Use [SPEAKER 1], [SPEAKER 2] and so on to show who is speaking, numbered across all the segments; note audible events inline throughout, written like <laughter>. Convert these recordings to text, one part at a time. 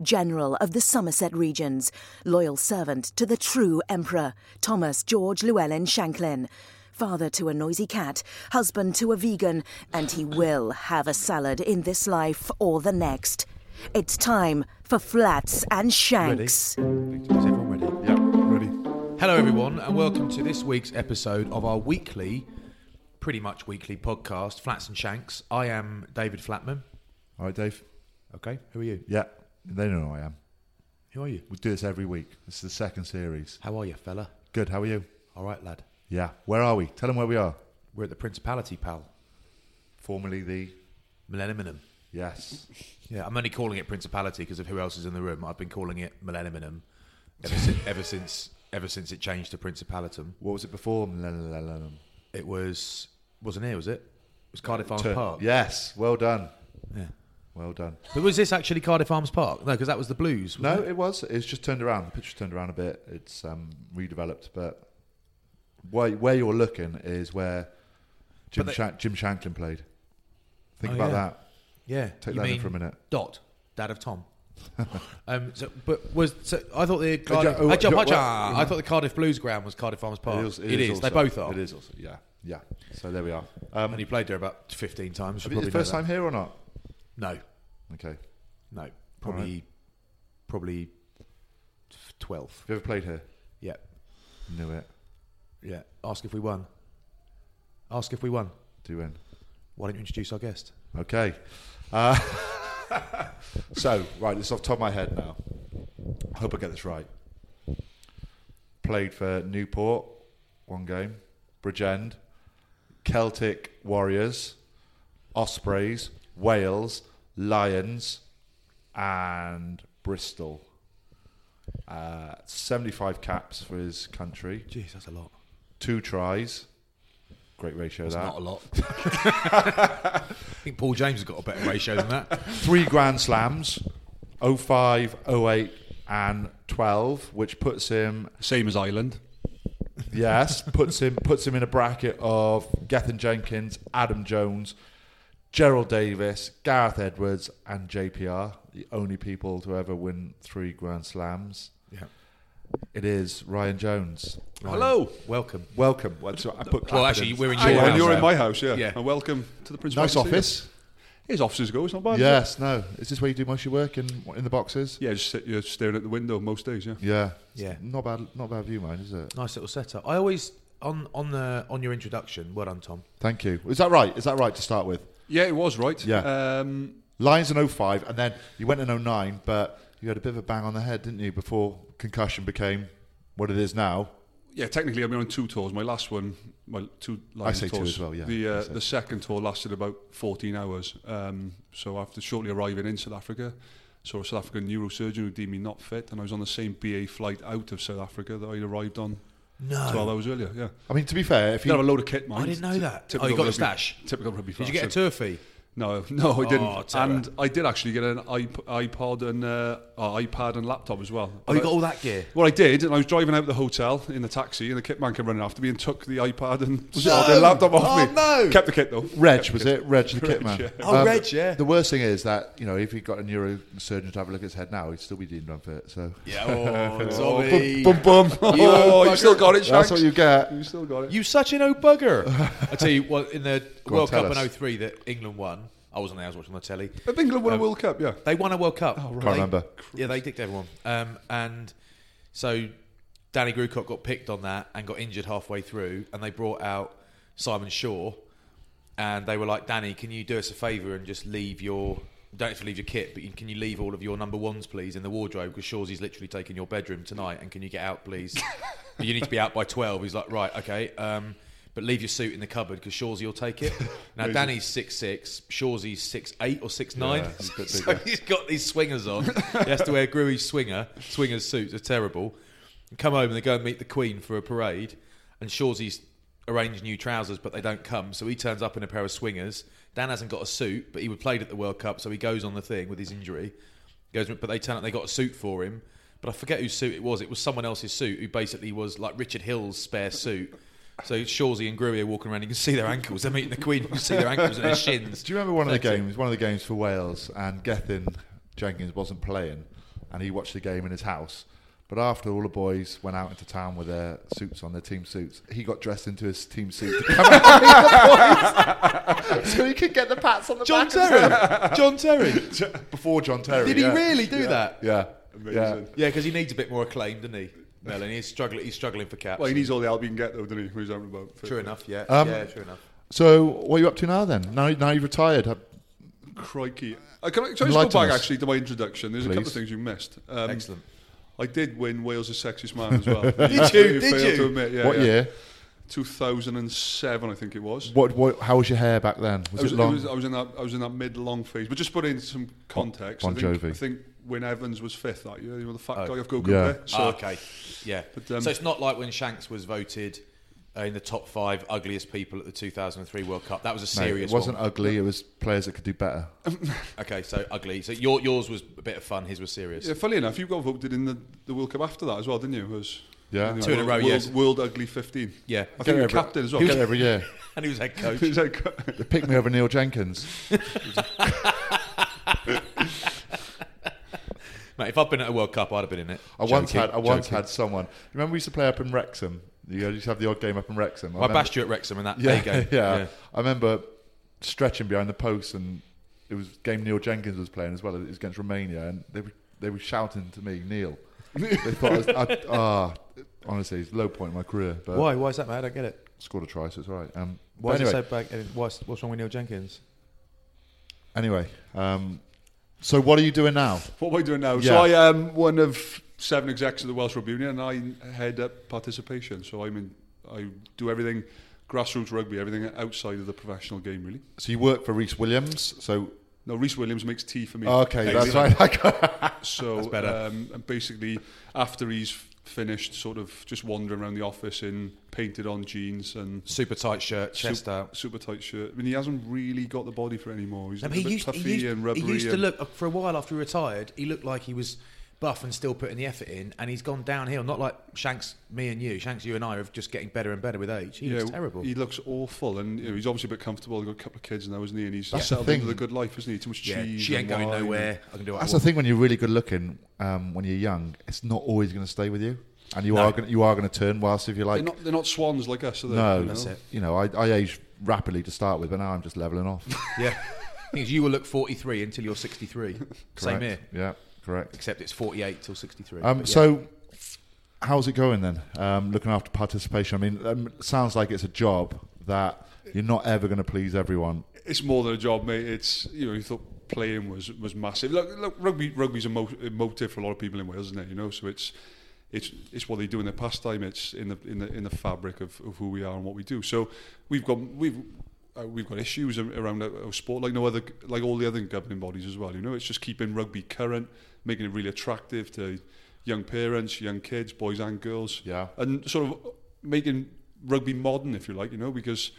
[SPEAKER 1] General of the Somerset Regions, loyal servant to the true Emperor, Thomas George Llewellyn Shanklin, father to a noisy cat, husband to a vegan, and he will have a salad in this life or the next. It's time for Flats and Shanks.
[SPEAKER 2] Is everyone ready?
[SPEAKER 3] Yep, ready.
[SPEAKER 2] Hello, everyone, and welcome to this week's episode of our weekly, pretty much weekly podcast, Flats and Shanks. I am David Flatman.
[SPEAKER 3] All right, Dave.
[SPEAKER 2] Okay, who are you?
[SPEAKER 3] Yeah, they know who I am.
[SPEAKER 2] Who are you?
[SPEAKER 3] We do this every week. This is the second series.
[SPEAKER 2] How are you, fella?
[SPEAKER 3] Good. How are you?
[SPEAKER 2] All right, lad.
[SPEAKER 3] Yeah. Where are we? Tell them where we are.
[SPEAKER 2] We're at the Principality, pal.
[SPEAKER 3] Formerly the
[SPEAKER 2] Millennium.
[SPEAKER 3] yes.
[SPEAKER 2] Yeah, I'm only calling it Principality because of who else is in the room. I've been calling it Millennium ever, si- ever since ever since it changed to Principalitum.
[SPEAKER 3] What was it before? Millennium.
[SPEAKER 2] It was wasn't here, was it? It was Cardiff Arms
[SPEAKER 3] Tur-
[SPEAKER 2] Park.
[SPEAKER 3] Yes. Well done.
[SPEAKER 2] Yeah.
[SPEAKER 3] Well done.
[SPEAKER 2] But was this actually Cardiff Arms Park? No, because that was the Blues.
[SPEAKER 3] No,
[SPEAKER 2] wasn't it?
[SPEAKER 3] it was. It's just turned around. The picture's turned around a bit. It's um, redeveloped, but where, where you're looking is where Jim,
[SPEAKER 2] they-
[SPEAKER 3] Shan- Jim Shanklin played. Think
[SPEAKER 2] Oh,
[SPEAKER 3] about
[SPEAKER 2] yeah.
[SPEAKER 3] that.
[SPEAKER 2] Yeah,
[SPEAKER 3] Take
[SPEAKER 2] you
[SPEAKER 3] that in
[SPEAKER 2] mean
[SPEAKER 3] for a minute.
[SPEAKER 2] Dot, dad of
[SPEAKER 3] <laughs>
[SPEAKER 2] Tom. um, so, but was so I thought the
[SPEAKER 3] Uh,
[SPEAKER 2] Cardiff,
[SPEAKER 3] ja- oh,
[SPEAKER 2] Ajah,
[SPEAKER 3] ja-
[SPEAKER 2] Ajah,
[SPEAKER 3] well,
[SPEAKER 2] I thought the Cardiff Blues ground was Cardiff Arms Park. Oh, They
[SPEAKER 3] also-
[SPEAKER 2] both are.
[SPEAKER 3] It is also. Yeah. Yeah. So there we are.
[SPEAKER 2] And he played there about fifteen times. you
[SPEAKER 3] Have you the
[SPEAKER 2] probably know
[SPEAKER 3] first
[SPEAKER 2] that.
[SPEAKER 3] time here or not?
[SPEAKER 2] No,
[SPEAKER 3] Okay.
[SPEAKER 2] no, probably, probably twelve.
[SPEAKER 3] Have you ever played here?
[SPEAKER 2] Yeah,
[SPEAKER 3] Knew it.
[SPEAKER 2] yeah. Ask if we won. Ask if we won.
[SPEAKER 3] Do win.
[SPEAKER 2] Why don't you introduce our guest?
[SPEAKER 3] Okay. Uh, <laughs> so, right, this is off the top of my head now. I hope I get this right. Played for Newport, one game, Bridgend, Celtic Warriors, Ospreys, Wales, Lions, and Bristol. Uh, 75 caps for his country,
[SPEAKER 2] Jeez, that's a lot.
[SPEAKER 3] two tries. Great ratio
[SPEAKER 2] That's
[SPEAKER 3] that.
[SPEAKER 2] not a <laughs> lot. I think Paul James has got a better ratio than that.
[SPEAKER 3] three grand slams 05 08 and 12 which puts him
[SPEAKER 4] Same as Ireland.
[SPEAKER 3] yes <laughs> puts him puts him in a bracket of Gethin Jenkins Adam Jones Gerald Davis Gareth Edwards and JPR the only people to ever win three grand slams
[SPEAKER 2] Yeah.
[SPEAKER 3] it is Ryan Jones
[SPEAKER 4] Hello.
[SPEAKER 2] Welcome.
[SPEAKER 3] welcome well, so I put
[SPEAKER 2] Well,
[SPEAKER 3] clap
[SPEAKER 2] actually,
[SPEAKER 3] in.
[SPEAKER 2] we're in your
[SPEAKER 4] Hi, and
[SPEAKER 2] house.
[SPEAKER 4] you're
[SPEAKER 2] now.
[SPEAKER 4] in my house, yeah.
[SPEAKER 2] Yeah.
[SPEAKER 4] And welcome to the Prince.
[SPEAKER 3] nice office
[SPEAKER 4] His offices go. It's not bad. is it?
[SPEAKER 3] yes no is this where you do most of your work in in the boxes
[SPEAKER 4] Yeah, just sit, you're staring at the window most days. Yeah.
[SPEAKER 3] yeah
[SPEAKER 2] Yeah.
[SPEAKER 3] not bad not bad view mine is it
[SPEAKER 2] Nice little setup. I always on on the on your introduction. Well done, Tom.
[SPEAKER 3] thank you is that right is that right to start with
[SPEAKER 4] Yeah, it was right.
[SPEAKER 3] Yeah.
[SPEAKER 4] Um,
[SPEAKER 3] Lions in 05, and then you went in 09, but you had a bit of a bang on the head, didn't you, before concussion became what it is now?
[SPEAKER 4] yeah. Technically, I've been on two tours. My last one, my two. Lions
[SPEAKER 3] say two
[SPEAKER 4] tours,
[SPEAKER 3] as well, yeah.
[SPEAKER 4] The uh,
[SPEAKER 3] That's it.
[SPEAKER 4] the second tour lasted about 14 hours. Um, so after shortly arriving in South Africa, saw a South African neurosurgeon who deemed me not fit, and I was on the same BA flight out of South Africa that I'd arrived on
[SPEAKER 2] No.
[SPEAKER 4] 12 hours earlier. Yeah.
[SPEAKER 3] I mean, to be fair, if
[SPEAKER 4] Did have a
[SPEAKER 3] you
[SPEAKER 4] load of kit, mind.
[SPEAKER 2] I didn't know
[SPEAKER 4] Ty-
[SPEAKER 2] that.
[SPEAKER 4] typical
[SPEAKER 2] Oh, you got the
[SPEAKER 4] rugby-
[SPEAKER 2] stash?
[SPEAKER 4] Typical rugby
[SPEAKER 2] Did you get a
[SPEAKER 4] fast.
[SPEAKER 2] turfy?
[SPEAKER 4] No, <laughs> no, I didn't.
[SPEAKER 2] Oh, terror.
[SPEAKER 4] and I did actually get an iP- iPod and uh, oh, iPad and laptop as well.
[SPEAKER 2] Oh, you got all that gear?
[SPEAKER 4] Well, I did, and I was driving out of the hotel in the taxi, and the kit man came running after me and took the iPad and <laughs> the laptop off
[SPEAKER 2] Oh,
[SPEAKER 4] me.
[SPEAKER 2] no.
[SPEAKER 4] Kept the kit though.
[SPEAKER 3] Reg
[SPEAKER 4] Kept the
[SPEAKER 3] was
[SPEAKER 4] kit.
[SPEAKER 3] it Reg
[SPEAKER 4] <laughs>
[SPEAKER 3] the kit man?
[SPEAKER 4] yeah.
[SPEAKER 2] Oh, Reg, yeah.
[SPEAKER 3] The worst thing is that you know if you got a neurosurgeon to have a look at his head now, he'd still be deemed unfit. So
[SPEAKER 2] <laughs> Yeah, oh,
[SPEAKER 3] Boom,
[SPEAKER 2] Zombie.
[SPEAKER 3] boom, boom.
[SPEAKER 2] <laughs> You
[SPEAKER 4] Oh, you
[SPEAKER 2] fucker.
[SPEAKER 4] still got it, Shanks.
[SPEAKER 3] That's what you get.
[SPEAKER 4] You still got it.
[SPEAKER 2] You such an old <laughs> bugger. I tell you, well, in the
[SPEAKER 3] Go on,
[SPEAKER 2] World
[SPEAKER 3] tell
[SPEAKER 2] Cup
[SPEAKER 3] us.
[SPEAKER 2] in 03 that England won, I wasn't there, I was watching on the telly.
[SPEAKER 4] I think England
[SPEAKER 2] Um,
[SPEAKER 4] won a World Cup, yeah.
[SPEAKER 2] They won a World Cup.
[SPEAKER 3] right.
[SPEAKER 2] They-
[SPEAKER 3] Can't remember.
[SPEAKER 2] Yeah, they dicked everyone. Um, and so Danny Grucock got picked on that and got injured halfway through, and they brought out Simon Shaw, and they were like, Danny, can you do us a favour and just leave your don't have to leave your kit, but you, can you leave all of your number ones, please, in the wardrobe? Because Shaw's he's literally taking your bedroom tonight, and can you get out, please? but you need to be out by twelve. He's like, right, okay. Um, but leave your suit in the cupboard because Shawsey will take
[SPEAKER 3] <laughs>
[SPEAKER 2] it. Now Danny's six six, Shawsey's six eight or six nine.
[SPEAKER 3] he's a
[SPEAKER 2] <laughs>
[SPEAKER 3] bit
[SPEAKER 2] so he's got these swingers on. he has to wear Gruey's swinger. Swingers suits are terrible. Come home and they go and meet the Queen for a parade. And Shawsey's arranged new trousers, but they don't come. So he turns up in a pair of swingers. Dan hasn't got a suit, but he would played at the World Cup, so he goes on the thing with his injury. Goes, but they turn up. They got a suit for him, but I forget whose suit it was. It was someone else's suit who basically was like Richard Hill's spare suit. So Shawsey and Gruey are walking around. You can see their ankles. They're meeting the Queen. You can see their ankles and their shins.
[SPEAKER 3] Do you remember one of the
[SPEAKER 2] Thirteen.
[SPEAKER 3] games? One of the games for Wales, and Gethin Jenkins wasn't playing, and he watched the game in his house. But after all the boys went out into town with their suits on, their team suits, he got dressed into his team suit to come <laughs> out with the boys, so he could get the pats on the
[SPEAKER 2] John
[SPEAKER 3] back and
[SPEAKER 2] Terry. John Terry.
[SPEAKER 3] stuff. before John Terry.
[SPEAKER 2] Did he
[SPEAKER 3] yeah.
[SPEAKER 2] really do that?
[SPEAKER 3] Yeah. Yeah.
[SPEAKER 4] Amazing.
[SPEAKER 2] Yeah, because he needs a bit more acclaim, doesn't he? Melon, he's struggling. He's struggling for caps.
[SPEAKER 4] Well, he needs all the help he can get, though, doesn't he? Who's out and about.
[SPEAKER 2] true enough. Yeah.
[SPEAKER 3] Um,
[SPEAKER 2] yeah. True enough.
[SPEAKER 3] So what are you up to now then? Now, now you've retired. Have-
[SPEAKER 4] Crikey. Uh, can I, can I just go
[SPEAKER 3] Enlighten
[SPEAKER 4] back,
[SPEAKER 3] us.
[SPEAKER 4] actually, to my introduction? There's a couple
[SPEAKER 3] Please.
[SPEAKER 4] of things you missed. Um,
[SPEAKER 2] Excellent.
[SPEAKER 4] I did win Wales' Sexiest Man as well. <laughs> did
[SPEAKER 2] you? <laughs> Did
[SPEAKER 4] failed
[SPEAKER 2] you?
[SPEAKER 4] To admit. Yeah,
[SPEAKER 3] what
[SPEAKER 4] yeah.
[SPEAKER 3] year?
[SPEAKER 4] 2007, I think it was.
[SPEAKER 3] What, what? How was your hair back then? Was
[SPEAKER 4] I was,
[SPEAKER 3] it
[SPEAKER 4] I
[SPEAKER 3] long?
[SPEAKER 4] was- I was in that I was in that mid long phase. But just put in some context.
[SPEAKER 3] Bon
[SPEAKER 4] I think,
[SPEAKER 3] Jovi.
[SPEAKER 4] I think Wynne Evans was fifth that year. You know the fat
[SPEAKER 2] Oh.
[SPEAKER 4] guy off Go
[SPEAKER 3] Yeah.
[SPEAKER 4] So
[SPEAKER 2] Ah, okay. Yeah.
[SPEAKER 4] But, um,
[SPEAKER 2] so it's not like when Shanks was voted uh, in the top five ugliest people at the 2003 World Cup. That was a
[SPEAKER 3] Mate,
[SPEAKER 2] serious.
[SPEAKER 3] it wasn't
[SPEAKER 2] one.
[SPEAKER 3] ugly. It was players that could do better.
[SPEAKER 2] okay, so ugly. So your, yours was a bit of fun. His was serious.
[SPEAKER 4] yeah, funny enough, you got voted in the, the World Cup after that as well, didn't you? It was
[SPEAKER 3] Yeah.
[SPEAKER 4] the
[SPEAKER 2] Two in a
[SPEAKER 4] World-
[SPEAKER 2] row,
[SPEAKER 4] World,
[SPEAKER 2] yes.
[SPEAKER 4] World Ugly 15.
[SPEAKER 2] Yeah.
[SPEAKER 4] I
[SPEAKER 3] Get
[SPEAKER 4] think you were
[SPEAKER 3] over it.
[SPEAKER 4] captain as well.
[SPEAKER 3] Get
[SPEAKER 4] <laughs>
[SPEAKER 3] it every year.
[SPEAKER 2] And he was
[SPEAKER 3] <laughs>
[SPEAKER 2] head coach.
[SPEAKER 4] Who's that
[SPEAKER 2] <laughs>
[SPEAKER 4] guy?
[SPEAKER 3] They picked me over Neil Jenkins.
[SPEAKER 2] Mate, if I'd been at a World Cup, I'd have been in it.
[SPEAKER 3] I once
[SPEAKER 2] Joking,
[SPEAKER 3] had I once
[SPEAKER 2] joking.
[SPEAKER 3] had someone. Remember we used to play up in Wrexham. You used to have the odd game up in Wrexham.
[SPEAKER 2] I bashed you at Wrexham in that
[SPEAKER 3] Yeah,
[SPEAKER 2] day game.
[SPEAKER 3] <laughs> yeah, I remember stretching behind the post, and it was a game Neil Jenkins was playing as well. It was against Romania, and they were they were shouting to me, Neil. they thought I was, I, ah, honestly, it's a low point in my career. But
[SPEAKER 1] Why? Why is that, mate? I don't get it.
[SPEAKER 3] Scored a try, so it's all right. Um, but
[SPEAKER 1] Why is
[SPEAKER 3] anyway,
[SPEAKER 1] it so bad? And What's, what's wrong with Neil Jenkins?
[SPEAKER 3] anyway, um, so what are you doing now?
[SPEAKER 4] What am I doing now?
[SPEAKER 3] Yeah.
[SPEAKER 4] So I am one of seven execs of the Welsh Rugby Union, and I head up participation. So I'm in, I do everything grassroots rugby, everything outside of the professional game, really.
[SPEAKER 3] So you work for Reese Williams. So
[SPEAKER 4] No, Reese Williams makes tea for me.
[SPEAKER 1] Oh,
[SPEAKER 3] okay, that's
[SPEAKER 4] Every-
[SPEAKER 3] right. <laughs>
[SPEAKER 4] So Um, and basically, after he's f- finished, sort of just wandering around the office in painted on jeans and
[SPEAKER 2] Super tight shirt,
[SPEAKER 4] sup-
[SPEAKER 2] chest out.
[SPEAKER 4] super tight shirt. I mean, he hasn't really got the body for it anymore. He's
[SPEAKER 1] No,
[SPEAKER 4] a
[SPEAKER 1] but he
[SPEAKER 4] bit
[SPEAKER 1] used,
[SPEAKER 4] puffy
[SPEAKER 1] he used,
[SPEAKER 4] and rubbery.
[SPEAKER 1] he used to
[SPEAKER 4] and-
[SPEAKER 1] look for a while after he retired. He looked like he was buff and still putting the effort in, and he's gone downhill. Not like Shanks, me and you. Shanks, you and I are just getting better and better with age. He looks
[SPEAKER 4] Yeah,
[SPEAKER 1] terrible.
[SPEAKER 4] He looks awful, and you know, he's obviously a bit comfortable. He's got a couple of kids now, isn't he? And he's
[SPEAKER 3] That's the
[SPEAKER 4] settled into
[SPEAKER 3] thing.
[SPEAKER 4] the good life, isn't he? Too much
[SPEAKER 1] yeah,
[SPEAKER 4] cheese.
[SPEAKER 1] she ain't
[SPEAKER 4] and
[SPEAKER 1] going
[SPEAKER 4] wine and-
[SPEAKER 1] nowhere. I can do what
[SPEAKER 3] That's
[SPEAKER 1] I
[SPEAKER 3] the
[SPEAKER 1] want.
[SPEAKER 3] thing when you're really good looking, um, when you're young, it's not always going to stay with you, and you are gonna, you are going to turn. Whilst if you
[SPEAKER 4] They're
[SPEAKER 3] like,
[SPEAKER 4] not, they're not swans like us, are they?
[SPEAKER 3] no,
[SPEAKER 4] You know?
[SPEAKER 3] You know, I, I aged rapidly to start with, but now I'm just leveling
[SPEAKER 4] <laughs>
[SPEAKER 3] off.
[SPEAKER 2] Yeah.
[SPEAKER 3] <laughs>
[SPEAKER 2] Thing is, you will look 43 until you're 63. Same
[SPEAKER 3] Correct.
[SPEAKER 2] here.
[SPEAKER 3] Yeah, correct.
[SPEAKER 2] Except it's 48 till 63.
[SPEAKER 3] Um,
[SPEAKER 2] But yeah.
[SPEAKER 3] So, how's it going then? Um, looking after participation. I mean, um, it sounds like it's a job that you're not ever going to please everyone.
[SPEAKER 4] it's more than a job, mate. It's you know, you thought playing was was massive. Look, look rugby rugby's a mo- a motive for a lot of people in Wales, isn't it? You know, so it's it's it's what they do in their pastime. It's in the in the in the fabric of, of who we are and what we do. So we've got we've uh, we've got issues ar- around our, our sport, like no other, like all the other governing bodies as well. You know, it's just keeping rugby current, making it really attractive to young parents, young kids, boys and girls.
[SPEAKER 3] Yeah.
[SPEAKER 4] and sort of making rugby modern, if you like. You know, because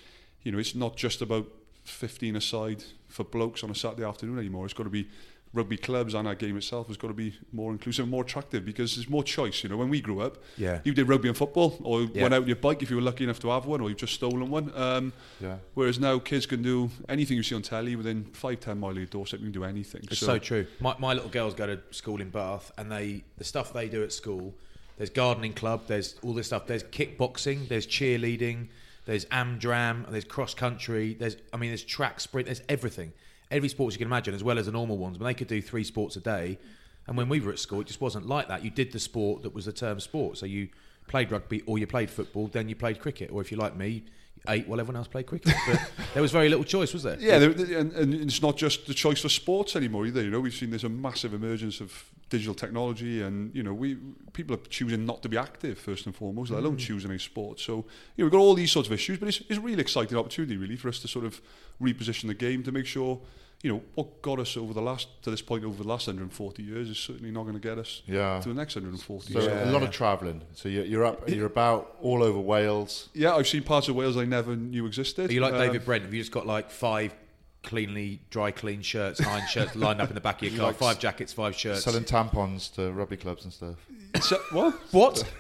[SPEAKER 4] you know it's not just about 15 aside for blokes on a Saturday afternoon anymore. It's got to be rugby clubs and our game itself has got to be more inclusive, more attractive because there's more choice. You know, when we grew up,
[SPEAKER 2] Yeah.
[SPEAKER 4] you did rugby and football, or
[SPEAKER 2] Yeah.
[SPEAKER 4] went out on your bike if you were lucky enough to have one, or you've just stolen one. Um,
[SPEAKER 3] Yeah.
[SPEAKER 4] Whereas now kids can do anything you see on telly within five, ten mile of your doorstep. You can do anything.
[SPEAKER 2] It's so, true. My, my little girls go to school in Bath, and they the stuff they do at school. There's gardening club. There's all this stuff. There's kickboxing. There's cheerleading. There's amdram. There's cross country. There's I mean, there's track sprint. There's everything. Every sports you can imagine, as well as the normal ones. But they could do three sports a day. And when we were at school, it just wasn't like that. You did the sport that was the term sport. So you played rugby, or you played football, then you played cricket, or if you like me, you ate while everyone else played cricket. <laughs> But there was very little choice, was there?
[SPEAKER 4] Yeah, there- there- and, and it's not just the choice for sports anymore either. You know, we've seen there's a massive emergence of digital technology, and you know, we people are choosing not to be active first and foremost, let
[SPEAKER 2] Mm.
[SPEAKER 4] alone choosing a sport. So you know, we've got all these sorts of issues, but it's it's a really exciting opportunity really for us to sort of reposition the game to make sure. You know what got us over the last to this point over the last 140 years is certainly not going to get us
[SPEAKER 3] Yeah.
[SPEAKER 4] to the next 140.
[SPEAKER 3] So
[SPEAKER 4] years.
[SPEAKER 3] a lot of travelling. So you're, you're up, you're about all over Wales.
[SPEAKER 4] Yeah, I've seen parts of Wales I never knew existed.
[SPEAKER 2] Are you like
[SPEAKER 4] Um,
[SPEAKER 2] David Brent? Have you just got like five cleanly dry clean shirts, nine shirts lined up in the back of your car, five jackets, five shirts?
[SPEAKER 3] Selling tampons to rugby clubs and stuff.
[SPEAKER 4] So, what?
[SPEAKER 2] <laughs>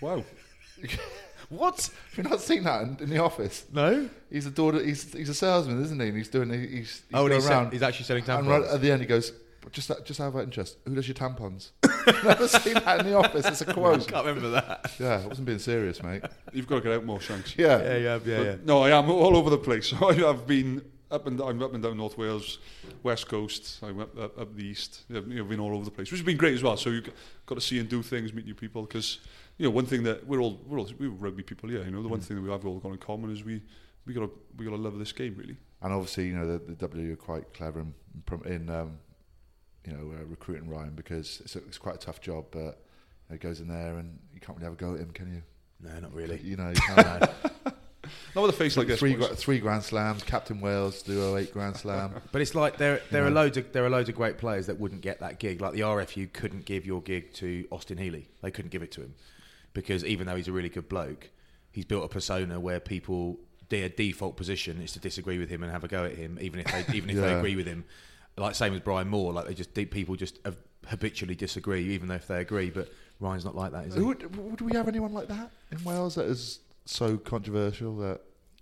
[SPEAKER 2] What?
[SPEAKER 4] Wow.
[SPEAKER 2] what?
[SPEAKER 3] <laughs> Have you not seen that in, in the office?
[SPEAKER 2] No.
[SPEAKER 3] He's a daughter. He's he's a salesman, isn't he? And he's doing. He's, he's
[SPEAKER 2] Oh, and
[SPEAKER 3] going
[SPEAKER 2] he's sell-
[SPEAKER 3] around.
[SPEAKER 2] he's actually selling
[SPEAKER 3] And uh, right
[SPEAKER 2] tampons.
[SPEAKER 3] at the end, he goes, "Just just out of interest, who does your tampons?" <laughs> Never seen that in the office.
[SPEAKER 2] <laughs>
[SPEAKER 3] It's a
[SPEAKER 2] I
[SPEAKER 3] quote.
[SPEAKER 2] can't remember that.
[SPEAKER 3] <laughs> Yeah, I wasn't being serious, mate.
[SPEAKER 4] You've got to get out more, Shanks.
[SPEAKER 3] Yeah,
[SPEAKER 2] yeah, yeah, yeah.
[SPEAKER 4] No, I am all over the place. <laughs> So I have been up and I'm up and down North Wales, West Coast. I went up, up the east. I've you know, been all over the place, which has been great as well. So you have got to see and do things, meet new people. Because you know, one thing that we're all we're all we're rugby people here. You know, the
[SPEAKER 3] Mm.
[SPEAKER 4] one thing that we have all got in common is we we got to we got to love this game really.
[SPEAKER 3] And obviously, you know, the, the W are quite clever in, prom- in um, you know, uh, recruiting Ryan because it's, a, it's quite a tough job, but you know, he goes in there and you can't really have a go at him, can you?
[SPEAKER 2] No, not really.
[SPEAKER 3] You know,
[SPEAKER 2] <laughs>
[SPEAKER 3] you can't.
[SPEAKER 4] Not with a face like this.
[SPEAKER 3] three,
[SPEAKER 4] boys.
[SPEAKER 3] gra- three Grand Slams, Captain Wales, do 08
[SPEAKER 2] <laughs>
[SPEAKER 3] Grand Slam.
[SPEAKER 2] But it's like there there are loads of there are loads of great players that wouldn't get that gig. Like the RFU couldn't give your gig to Austin Healy. They couldn't give it to him because even though he's a really good bloke, he's built a persona where people their default position is to disagree with him and have a go at him, even if they even if they
[SPEAKER 3] Yeah.
[SPEAKER 2] agree with him. Like same as Brian Moore, like they just people just have- habitually disagree, even though if they agree. But Ryan's not like that, is he?
[SPEAKER 3] Who would, would we have anyone like that in Wales that is so controversial that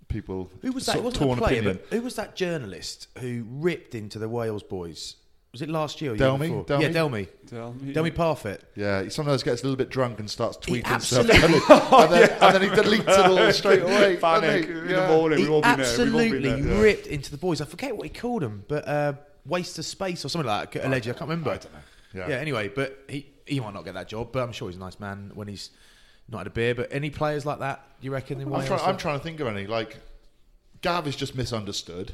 [SPEAKER 3] people
[SPEAKER 2] Who was that? It
[SPEAKER 3] sort of
[SPEAKER 2] wasn't a
[SPEAKER 3] torn
[SPEAKER 2] player,
[SPEAKER 3] opinion?
[SPEAKER 2] but who was that journalist who ripped into the Wales boys? Was it last year? Or
[SPEAKER 3] Delmy?
[SPEAKER 2] Year before?
[SPEAKER 3] Delmy?
[SPEAKER 2] Yeah, Delmy.
[SPEAKER 4] Delmy,
[SPEAKER 2] Delmy
[SPEAKER 4] yeah.
[SPEAKER 2] Parfit.
[SPEAKER 3] Yeah, he sometimes gets a little bit drunk and starts
[SPEAKER 2] He
[SPEAKER 3] tweeting stuff,
[SPEAKER 2] absolutely- <laughs> Oh,
[SPEAKER 3] doesn't he? <laughs> and, then, and then he deletes it all straight away. doesn't
[SPEAKER 4] Panic
[SPEAKER 3] he?
[SPEAKER 4] in the
[SPEAKER 3] Yeah.
[SPEAKER 4] morning.
[SPEAKER 2] He
[SPEAKER 4] We've all been there. We've all
[SPEAKER 2] absolutely
[SPEAKER 4] been there. Yeah.
[SPEAKER 2] ripped into the boys. I forget what he called them, but uh, waste of space or something like that. Allegedly, I can't remember.
[SPEAKER 3] Yeah.
[SPEAKER 2] Yeah. Anyway, but he he might not get that job, but I'm sure he's a nice man when he's not had a beer. But any players like that, you reckon? In
[SPEAKER 3] I'm,
[SPEAKER 2] Wales?
[SPEAKER 3] trying, I'm trying to think of any. Like, Gav is just misunderstood.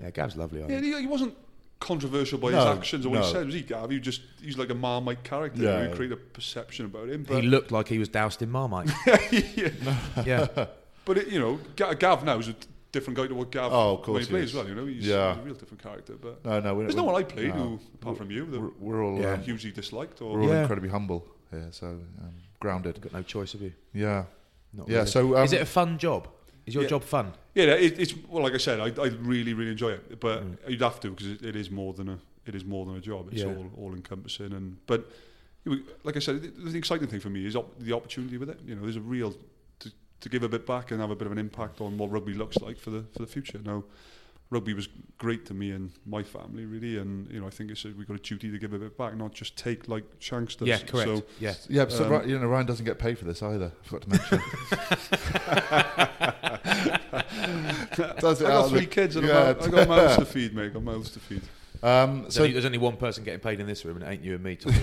[SPEAKER 2] Yeah, Gav's lovely. I
[SPEAKER 4] Yeah,
[SPEAKER 2] think.
[SPEAKER 4] he, he wasn't controversial by
[SPEAKER 3] No,
[SPEAKER 4] his actions or what
[SPEAKER 3] no.
[SPEAKER 4] he said. Was he Gav? He just he's like a marmite character.
[SPEAKER 3] Yeah.
[SPEAKER 4] You create a perception about him.
[SPEAKER 2] He
[SPEAKER 4] But
[SPEAKER 2] looked like he was doused in
[SPEAKER 3] <laughs>
[SPEAKER 2] marmite. yeah,
[SPEAKER 4] But it, you know, Ga- Gav now is a different guy to what Gav
[SPEAKER 3] Oh, of
[SPEAKER 4] when
[SPEAKER 3] course
[SPEAKER 4] he
[SPEAKER 3] he
[SPEAKER 4] plays
[SPEAKER 3] is.
[SPEAKER 4] as well. You know, he's,
[SPEAKER 3] Yeah.
[SPEAKER 4] he's a real different character. But
[SPEAKER 3] No, no, we're-
[SPEAKER 4] there's no
[SPEAKER 3] we're-
[SPEAKER 4] one I
[SPEAKER 3] no.
[SPEAKER 4] played who, apart from you, that
[SPEAKER 3] We're, we're all
[SPEAKER 2] Yeah.
[SPEAKER 3] um,
[SPEAKER 4] hugely disliked.
[SPEAKER 3] we're
[SPEAKER 4] Or
[SPEAKER 3] all
[SPEAKER 2] Yeah.
[SPEAKER 3] incredibly humble here, so um, grounded.
[SPEAKER 2] got no choice of you.
[SPEAKER 3] Yeah,
[SPEAKER 2] Not
[SPEAKER 3] yeah.
[SPEAKER 2] really.
[SPEAKER 3] So um,
[SPEAKER 2] is it a fun job? Is your
[SPEAKER 4] Yeah.
[SPEAKER 2] job fun?
[SPEAKER 4] yeah, it, it's well, like I said, I, I really, really enjoy it. But you'd have to because it, it is more than a it is more than a job. It's
[SPEAKER 2] Mm. Yeah.
[SPEAKER 4] all all encompassing. And but you know, like I said, the, the exciting thing for me is op- the opportunity with it. You know, there's a real to, to give a bit back and have a bit of an impact on what rugby looks like for the for the future. Now, rugby was great to me and my family really, and you know, I think it's a, we've got a duty to give a bit back, not just take like Shanks does.
[SPEAKER 2] yeah, correct.
[SPEAKER 4] So,
[SPEAKER 2] yeah,
[SPEAKER 3] yeah, so
[SPEAKER 4] Um,
[SPEAKER 3] Ry- you know, Ryan doesn't get paid for this either. I forgot to
[SPEAKER 4] <laughs>
[SPEAKER 3] mention. <laughs> Does
[SPEAKER 4] I
[SPEAKER 3] it out
[SPEAKER 4] got
[SPEAKER 3] of the-
[SPEAKER 4] three kids and
[SPEAKER 3] Yeah.
[SPEAKER 4] yeah. I got mouths
[SPEAKER 3] <laughs>
[SPEAKER 4] to feed, mate. I got mouths to feed.
[SPEAKER 3] Um,
[SPEAKER 2] So
[SPEAKER 3] so
[SPEAKER 2] there's only one person getting paid in this room, and it ain't you and me.
[SPEAKER 3] <laughs>
[SPEAKER 2] Tommy.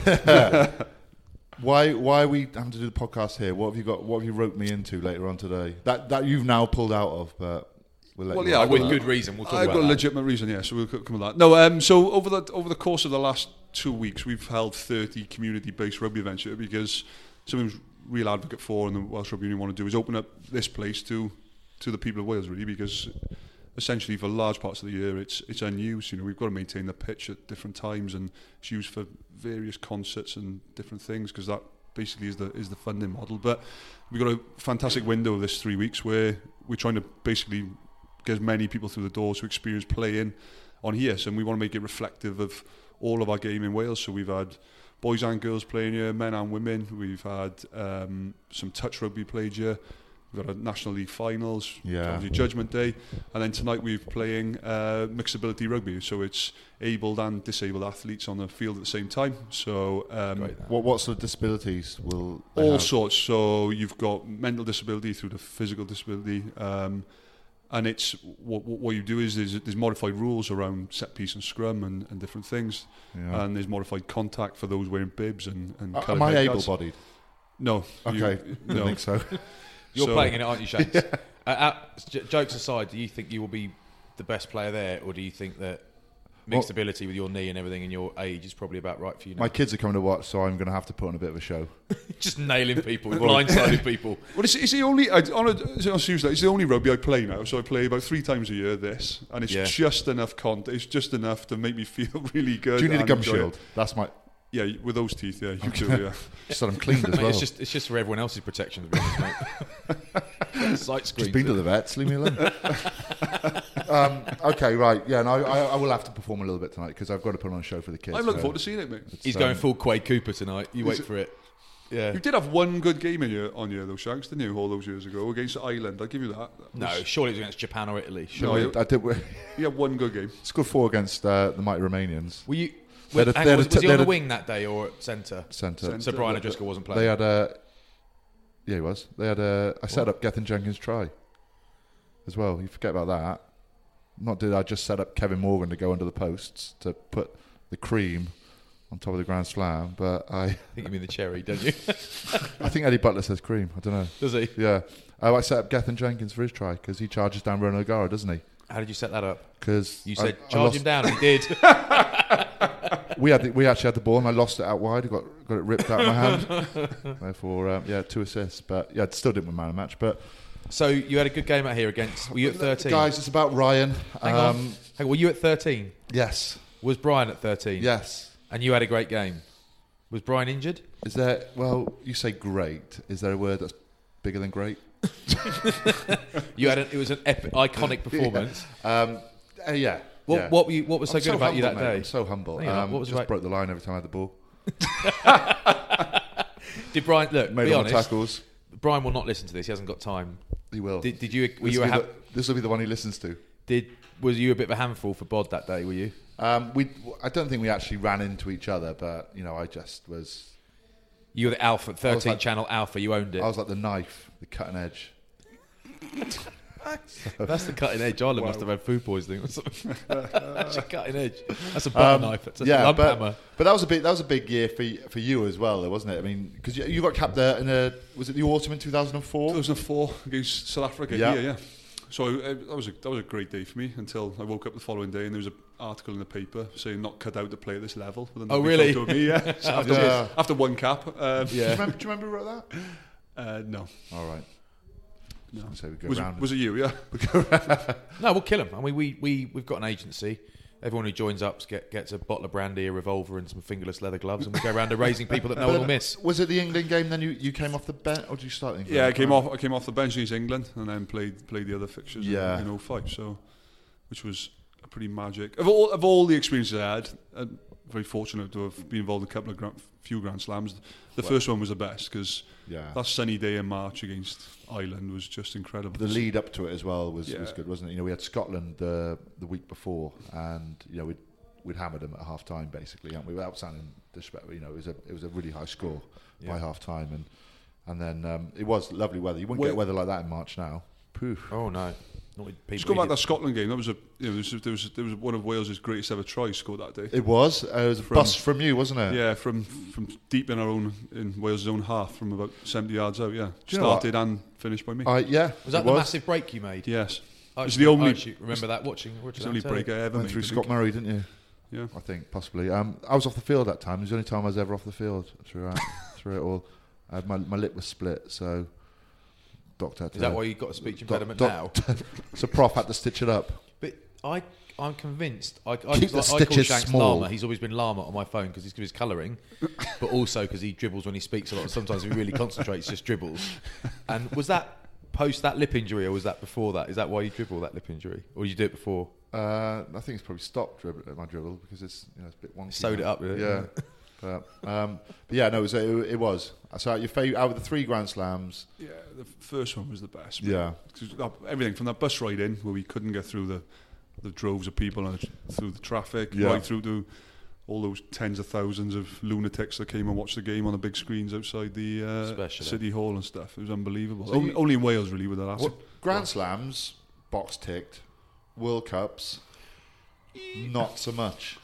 [SPEAKER 3] why why are we having to do the podcast here? What have you got? What have you roped me into later on today? That that you've now pulled out of, but we'll let
[SPEAKER 4] Well,
[SPEAKER 3] you
[SPEAKER 4] yeah,
[SPEAKER 3] off
[SPEAKER 4] I
[SPEAKER 3] on
[SPEAKER 4] will.
[SPEAKER 3] that.
[SPEAKER 2] With good reason, we'll talk
[SPEAKER 4] I've
[SPEAKER 2] about
[SPEAKER 4] got a
[SPEAKER 2] that.
[SPEAKER 4] legitimate reason, yeah. So we'll c- come on that. No, um, so over the over the course of the last two weeks, we've held 30 community-based rugby events here because something was real advocate for, and the Welsh Rugby Union want to do is open up this place to to the people of Wales, really, because essentially for large parts of the year it's it's unused. You know, we've got to maintain the pitch at different times, and it's used for various concerts and different things because that basically is the is the funding model. But we've got a fantastic window of this three weeks where we're trying to basically get as many people through the doors who experience playing on here, and we want to make it reflective of all of our game in Wales. So we've had boys and girls playing here, men and women. We've had um, some touch rugby played here. We've got a National League finals,
[SPEAKER 3] Yeah.
[SPEAKER 4] obviously Judgment Day, and then tonight we're playing uh, mixed ability rugby. So it's abled and disabled athletes on the field at the same time. So um,
[SPEAKER 3] What what sort of disabilities will they
[SPEAKER 4] all
[SPEAKER 3] have?
[SPEAKER 4] sorts. So you've got mental disability through to physical disability, um, and it's what, what what you do is there's, there's modified rules around set piece and scrum and, and different things,
[SPEAKER 3] Yeah.
[SPEAKER 4] and there's modified contact for those wearing bibs and and.
[SPEAKER 3] A-
[SPEAKER 4] coloured
[SPEAKER 3] Am I
[SPEAKER 4] head guards.
[SPEAKER 3] able-bodied?
[SPEAKER 4] No. you-
[SPEAKER 3] Okay, don't
[SPEAKER 4] no.
[SPEAKER 3] think
[SPEAKER 4] <laughs>
[SPEAKER 3] so.
[SPEAKER 2] You're
[SPEAKER 4] So-
[SPEAKER 2] playing in it, aren't you,
[SPEAKER 3] <laughs>
[SPEAKER 2] Shane? uh, uh, j- jokes aside, do you think you will be the best player there, or do you think that mixed
[SPEAKER 3] Well-
[SPEAKER 2] ability with your knee and everything and your age is probably about right for you now?
[SPEAKER 3] My kids are coming to watch, so I'm going to have to put on a bit of a show.
[SPEAKER 2] <laughs> Just nailing people, blindsiding people.
[SPEAKER 4] Well, it's, it's the only I, on a on Tuesday. It's the only rugby I play now. So I play about three times a year. This and it's
[SPEAKER 2] Yeah.
[SPEAKER 4] just enough content. It's just enough to make me <laughs> feel really good.
[SPEAKER 3] Do you need a
[SPEAKER 4] and
[SPEAKER 3] gum
[SPEAKER 4] enjoy it.
[SPEAKER 3] shield? That's my.
[SPEAKER 4] Yeah, with those teeth. Yeah, you do.
[SPEAKER 3] <laughs>
[SPEAKER 4] Yeah.
[SPEAKER 3] Just that I'm
[SPEAKER 4] <laughs>
[SPEAKER 3] cleaned <laughs> as
[SPEAKER 2] Mate,
[SPEAKER 3] well.
[SPEAKER 2] it's just it's just for everyone else's protection. To be honest,
[SPEAKER 3] <laughs>
[SPEAKER 2] mate. Sight
[SPEAKER 3] Just
[SPEAKER 2] screens.
[SPEAKER 3] been to the vets. Leave me alone. <laughs> um, okay, right. Yeah, no, I, I will have to perform a little bit tonight because I've got to put on a show for the kids.
[SPEAKER 4] I'm looking
[SPEAKER 3] so-
[SPEAKER 4] forward to seeing it, mate.
[SPEAKER 2] He's
[SPEAKER 3] um,
[SPEAKER 2] going full Quade Cooper tonight. You wait
[SPEAKER 4] it-
[SPEAKER 2] for it. Yeah.
[SPEAKER 4] You did have one good game in your on you though, Shanks, didn't you? All those years ago against Ireland, I'll give you that. That
[SPEAKER 2] No,
[SPEAKER 4] was-
[SPEAKER 2] surely it was against Japan or Italy. Sure.
[SPEAKER 3] No, I, I did. <laughs>
[SPEAKER 4] you had one good game.
[SPEAKER 3] Scored four against uh, the mighty Romanians.
[SPEAKER 2] Were you?
[SPEAKER 3] They had a-
[SPEAKER 2] hang on,
[SPEAKER 3] they had
[SPEAKER 2] was,
[SPEAKER 3] a
[SPEAKER 2] was
[SPEAKER 3] t-
[SPEAKER 2] he on
[SPEAKER 3] they
[SPEAKER 2] the
[SPEAKER 3] had a-
[SPEAKER 2] wing that day or at centre?
[SPEAKER 3] Centre.
[SPEAKER 2] So Brian O'Driscoll wasn't playing.
[SPEAKER 3] They had a. Yeah, he was. They had a. I set up Gethin Jenkins' try as well. You forget about that. Not did I just set up Kevin Morgan to go under the posts to put the cream on top of the Grand Slam, but I.
[SPEAKER 2] I think you mean the cherry, don't you? <laughs>
[SPEAKER 3] I think Eddie Butler says cream. I don't know.
[SPEAKER 2] Does he?
[SPEAKER 3] Yeah. Oh, I set up Gethin Jenkins for his try because he charges down Ronan O'Gara, doesn't he?
[SPEAKER 2] How did you set that up?
[SPEAKER 3] Because
[SPEAKER 2] You said charge him down. He did. <laughs>
[SPEAKER 3] We had the, we actually had the ball and I lost it out wide. I got got it ripped out of my hand.
[SPEAKER 2] <laughs>
[SPEAKER 3] Therefore, um, yeah, two assists, but yeah, I still didn't win man of the match. But
[SPEAKER 2] so you had a good game out here against. Were you at thirteen?
[SPEAKER 3] guys, it's about Ryan.
[SPEAKER 2] hang on.
[SPEAKER 3] um,
[SPEAKER 2] Hang on, Were you at thirteen?
[SPEAKER 3] Yes,
[SPEAKER 2] Was Brian at thirteen?
[SPEAKER 3] yes.
[SPEAKER 2] And you had a great game. Was Brian injured?
[SPEAKER 3] Is there? Well, you say great. Is there a word that's bigger than great?
[SPEAKER 2] You had an, it was an epic,
[SPEAKER 3] <laughs>
[SPEAKER 2] iconic performance.
[SPEAKER 3] Um, uh, yeah.
[SPEAKER 2] What,
[SPEAKER 3] yeah.
[SPEAKER 2] what, were you, what was so
[SPEAKER 3] I'm
[SPEAKER 2] good about you that
[SPEAKER 3] humble, mate.
[SPEAKER 2] day?
[SPEAKER 3] I'm so humble.
[SPEAKER 2] No, you're not.
[SPEAKER 3] Um,
[SPEAKER 2] What was
[SPEAKER 3] just
[SPEAKER 2] right-
[SPEAKER 3] broke the line every time I had the ball.
[SPEAKER 2] Did Brian look?
[SPEAKER 3] Made
[SPEAKER 2] be
[SPEAKER 3] all my
[SPEAKER 2] honest.
[SPEAKER 3] tackles.
[SPEAKER 2] Brian will not listen to this. He hasn't got time.
[SPEAKER 3] He will.
[SPEAKER 2] Did, did you? Were
[SPEAKER 3] this
[SPEAKER 2] you
[SPEAKER 3] will
[SPEAKER 2] a
[SPEAKER 3] be
[SPEAKER 2] ha-
[SPEAKER 3] the- this will be the one he listens to.
[SPEAKER 2] Did was you a bit of a handful for Bod that day? Were you?
[SPEAKER 3] Um, we. I don't think we actually ran into each other, but you know, I just was.
[SPEAKER 2] You were the Alpha,
[SPEAKER 3] was
[SPEAKER 2] thirteen
[SPEAKER 3] like-
[SPEAKER 2] channel Alpha. You owned it.
[SPEAKER 3] I was like the knife, the cutting edge.
[SPEAKER 2] That's the cutting edge. Ireland must have had food poisoning or something. <laughs> That's a cutting edge. That's a butter knife. That's a lump
[SPEAKER 3] but,
[SPEAKER 2] hammer.
[SPEAKER 3] but that was a big that was a big year for y- for you as well, though, wasn't it? I mean, because you, you got capped there in a was it the autumn in two thousand and four?
[SPEAKER 4] 2004 against South Africa.
[SPEAKER 3] Yeah.
[SPEAKER 4] Yeah, yeah. So uh, that was a, that was a great day for me until I woke up the following day and there was an article in the paper saying not cut out to play at this level. With a
[SPEAKER 2] Oh,
[SPEAKER 4] lovely
[SPEAKER 2] really?
[SPEAKER 4] photo of me, yeah. So after,
[SPEAKER 3] Yeah.
[SPEAKER 4] after one cap. Um,
[SPEAKER 3] Do you remember? Do you remember who
[SPEAKER 2] <laughs>
[SPEAKER 3] wrote that?
[SPEAKER 4] <laughs> uh, no.
[SPEAKER 3] All right. No. So we go
[SPEAKER 4] Was
[SPEAKER 3] round.
[SPEAKER 4] it, was it you? Yeah.
[SPEAKER 2] No, we'll kill him. I mean, we we we've got an agency. Everyone who joins up get, gets a bottle of brandy, a revolver, and some fingerless leather gloves, and we go around erasing people that no one will miss.
[SPEAKER 3] was it the England game? Then you, you came off the bench, or did you start? The England
[SPEAKER 4] yeah, I
[SPEAKER 3] game?
[SPEAKER 4] came off I came off the bench against England and then played played the other fixtures in-
[SPEAKER 3] Yeah.
[SPEAKER 4] in 05 so which was a pretty magic of all of all the experiences I had I'm very fortunate to have been involved in a couple of grand, few Grand Slams the first one was the best because
[SPEAKER 3] Yeah.
[SPEAKER 4] that sunny day in March against Ireland was just incredible
[SPEAKER 3] The lead up to it as well was, was
[SPEAKER 4] Yeah.
[SPEAKER 3] good, wasn't it? You know, we had Scotland the the week before, and you know we'd we'd hammered them at half time basically, and we without sounding disrespectful. You know, it was a it was a really high score by half time, and and then um, it was lovely weather. You wouldn't get
[SPEAKER 4] Wait.
[SPEAKER 3] weather like that in March now. Poof.
[SPEAKER 2] Oh no, not with people.
[SPEAKER 4] Let's go
[SPEAKER 2] who
[SPEAKER 4] back to
[SPEAKER 2] did-
[SPEAKER 4] that Scotland game. That was a you know, there was there was there was one of Wales' greatest ever tries scored that day.
[SPEAKER 3] It was. Uh, it was a bust from you, wasn't it?
[SPEAKER 4] yeah, from from deep in our own in Wales' own half, from about seventy yards out. Yeah,
[SPEAKER 3] you know what?
[SPEAKER 4] started and finished by me.
[SPEAKER 3] I, Uh, yeah.
[SPEAKER 2] was that
[SPEAKER 3] it
[SPEAKER 2] the
[SPEAKER 3] was.
[SPEAKER 2] massive break you made?
[SPEAKER 4] yes,
[SPEAKER 2] I
[SPEAKER 4] it's
[SPEAKER 2] actually-
[SPEAKER 4] the only
[SPEAKER 2] I actually remember that watching.
[SPEAKER 4] It's the only break I ever
[SPEAKER 3] Went
[SPEAKER 4] made,
[SPEAKER 3] through
[SPEAKER 4] I think.
[SPEAKER 3] Scott Murray, didn't you?
[SPEAKER 4] Yeah.
[SPEAKER 3] I think possibly. Um, I was off the field that time. It was the only time I was ever off the field throughout through it all. Uh, my my lip was split, so doctor. Had to
[SPEAKER 2] Is that why you got a speech impediment
[SPEAKER 3] doc-
[SPEAKER 2] now?
[SPEAKER 3] So prof had to stitch it up.
[SPEAKER 2] I, I'm convinced. I, I, I,
[SPEAKER 5] Keep the
[SPEAKER 2] I call
[SPEAKER 5] stitches
[SPEAKER 2] Shanks
[SPEAKER 5] small.
[SPEAKER 2] Llama. He's always been Llama on my phone because he's because his colouring, <laughs> but also because he dribbles when he speaks a lot. Sometimes if he really concentrates, just dribbles. And was that post that lip injury or was that before that? Is that why you dribble that lip injury, or you do it before?
[SPEAKER 3] Uh, I think it's probably stopped dribbling my dribble because it's you know it's a bit wonky.
[SPEAKER 2] Sewed
[SPEAKER 3] now.
[SPEAKER 2] it up, really,
[SPEAKER 3] Yeah. <laughs> but, um, but yeah, no, it was, it, it was. So out of your fav- out of the three Grand Slams,
[SPEAKER 4] Yeah, the f- first one was the best.
[SPEAKER 3] Yeah.
[SPEAKER 4] 'Cause that- everything from that bus ride in where we couldn't get through the the droves of people and through the traffic,
[SPEAKER 3] Yeah.
[SPEAKER 4] right through to all those tens of thousands of lunatics that came and watched the game on the big screens outside the uh,
[SPEAKER 2] Especially.
[SPEAKER 4] city hall and stuff. It was unbelievable.
[SPEAKER 3] So
[SPEAKER 4] only,
[SPEAKER 3] you-
[SPEAKER 4] only in Wales really with that.
[SPEAKER 3] what,
[SPEAKER 4] happened.
[SPEAKER 3] Grand Slams, box ticked, World Cups, not so <laughs> much.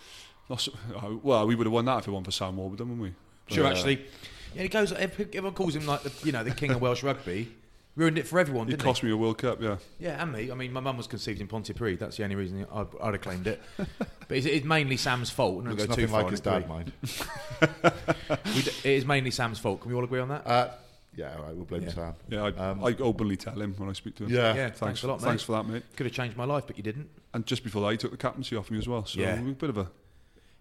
[SPEAKER 4] Not so- oh, well, we would have won that if it won for Sam Warburton, wouldn't we? uh,
[SPEAKER 2] Sure, actually. Uh, Yeah, he goes. Everyone calls him like the you know the king of Welsh rugby. Ruined it for everyone,
[SPEAKER 4] It
[SPEAKER 2] didn't
[SPEAKER 4] cost me a World Cup, yeah.
[SPEAKER 2] he? Yeah, and me. I mean, my mum was conceived in Pontypridd. That's the only reason I'd, I'd have claimed it. <laughs> But it's, it's mainly Sam's fault. and I'll
[SPEAKER 3] Looks
[SPEAKER 2] go too
[SPEAKER 3] nothing
[SPEAKER 2] far
[SPEAKER 3] like
[SPEAKER 2] on
[SPEAKER 3] his
[SPEAKER 2] it,
[SPEAKER 3] dad,
[SPEAKER 2] do we?
[SPEAKER 3] mind.
[SPEAKER 2] <laughs> We d- it is mainly Sam's fault. Can we all agree on that?
[SPEAKER 3] Uh, yeah, all right, we'll blame Sam.
[SPEAKER 4] Yeah, I,
[SPEAKER 3] Um,
[SPEAKER 4] I openly tell him when I speak to him.
[SPEAKER 3] Yeah.
[SPEAKER 2] yeah, thanks, a lot, mate.
[SPEAKER 4] Thanks for that, mate.
[SPEAKER 2] Could have changed my life, but you didn't.
[SPEAKER 4] And just before that, he took the captaincy off me as well. So
[SPEAKER 2] Yeah.
[SPEAKER 4] a bit of a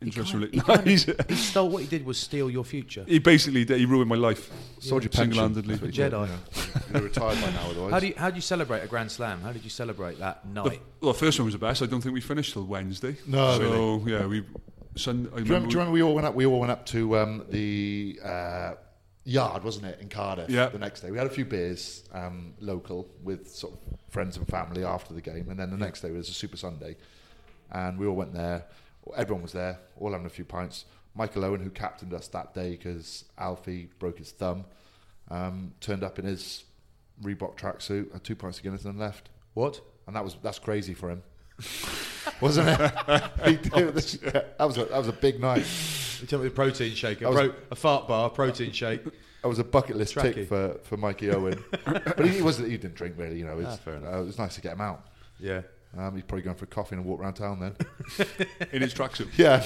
[SPEAKER 2] He
[SPEAKER 4] interest.
[SPEAKER 2] kind of-
[SPEAKER 4] rela- <laughs> No,
[SPEAKER 2] he,
[SPEAKER 4] he's-
[SPEAKER 2] kind of- he stole what he did was steal your future.
[SPEAKER 4] He basically did. He ruined my life.
[SPEAKER 3] Sold your pension.
[SPEAKER 4] single-handedly.
[SPEAKER 3] That's what he did.
[SPEAKER 2] Jedi.
[SPEAKER 3] You'd have retired by now, otherwise.
[SPEAKER 2] How do you how do you celebrate a Grand Slam? How did you celebrate that
[SPEAKER 4] The,
[SPEAKER 2] night?
[SPEAKER 4] well, the first one was the best. I don't think we finished till Wednesday.
[SPEAKER 3] No,
[SPEAKER 4] so yeah, we. Sun, I
[SPEAKER 3] Do you, remember,
[SPEAKER 4] remember.
[SPEAKER 3] do you remember we all went up? We all went up to um, the uh, yard, wasn't it, in Cardiff?
[SPEAKER 4] Yeah.
[SPEAKER 3] The next day, we had a few beers um, local with sort of friends and family after the game, and then the next day was a Super Sunday, and we all went there. Everyone was there, all having a few pints. Michael Owen, who captained us that day because Alfie broke his thumb, um, turned up in his Reebok tracksuit, had two pints of Guinness, and then left.
[SPEAKER 2] What?
[SPEAKER 3] And that was that's crazy for him, <laughs> wasn't it? He <laughs> did this- Oh, that was a, that was a big night.
[SPEAKER 2] You tell me the protein shake, a,
[SPEAKER 3] was-
[SPEAKER 2] pro- a fart bar, a protein shake.
[SPEAKER 3] That was a bucket list
[SPEAKER 2] Tracky.
[SPEAKER 3] tick for, for Mikey
[SPEAKER 4] <laughs>
[SPEAKER 3] Owen, but he, he wasn't. He didn't drink really, you know.
[SPEAKER 4] Ah.
[SPEAKER 3] It's, uh, it was nice to get him out.
[SPEAKER 2] <laughs> Yeah,
[SPEAKER 3] Um, he's probably going for a coffee and a walk around town then. <laughs>
[SPEAKER 4] in his tracksuit. <laughs>
[SPEAKER 3] yeah,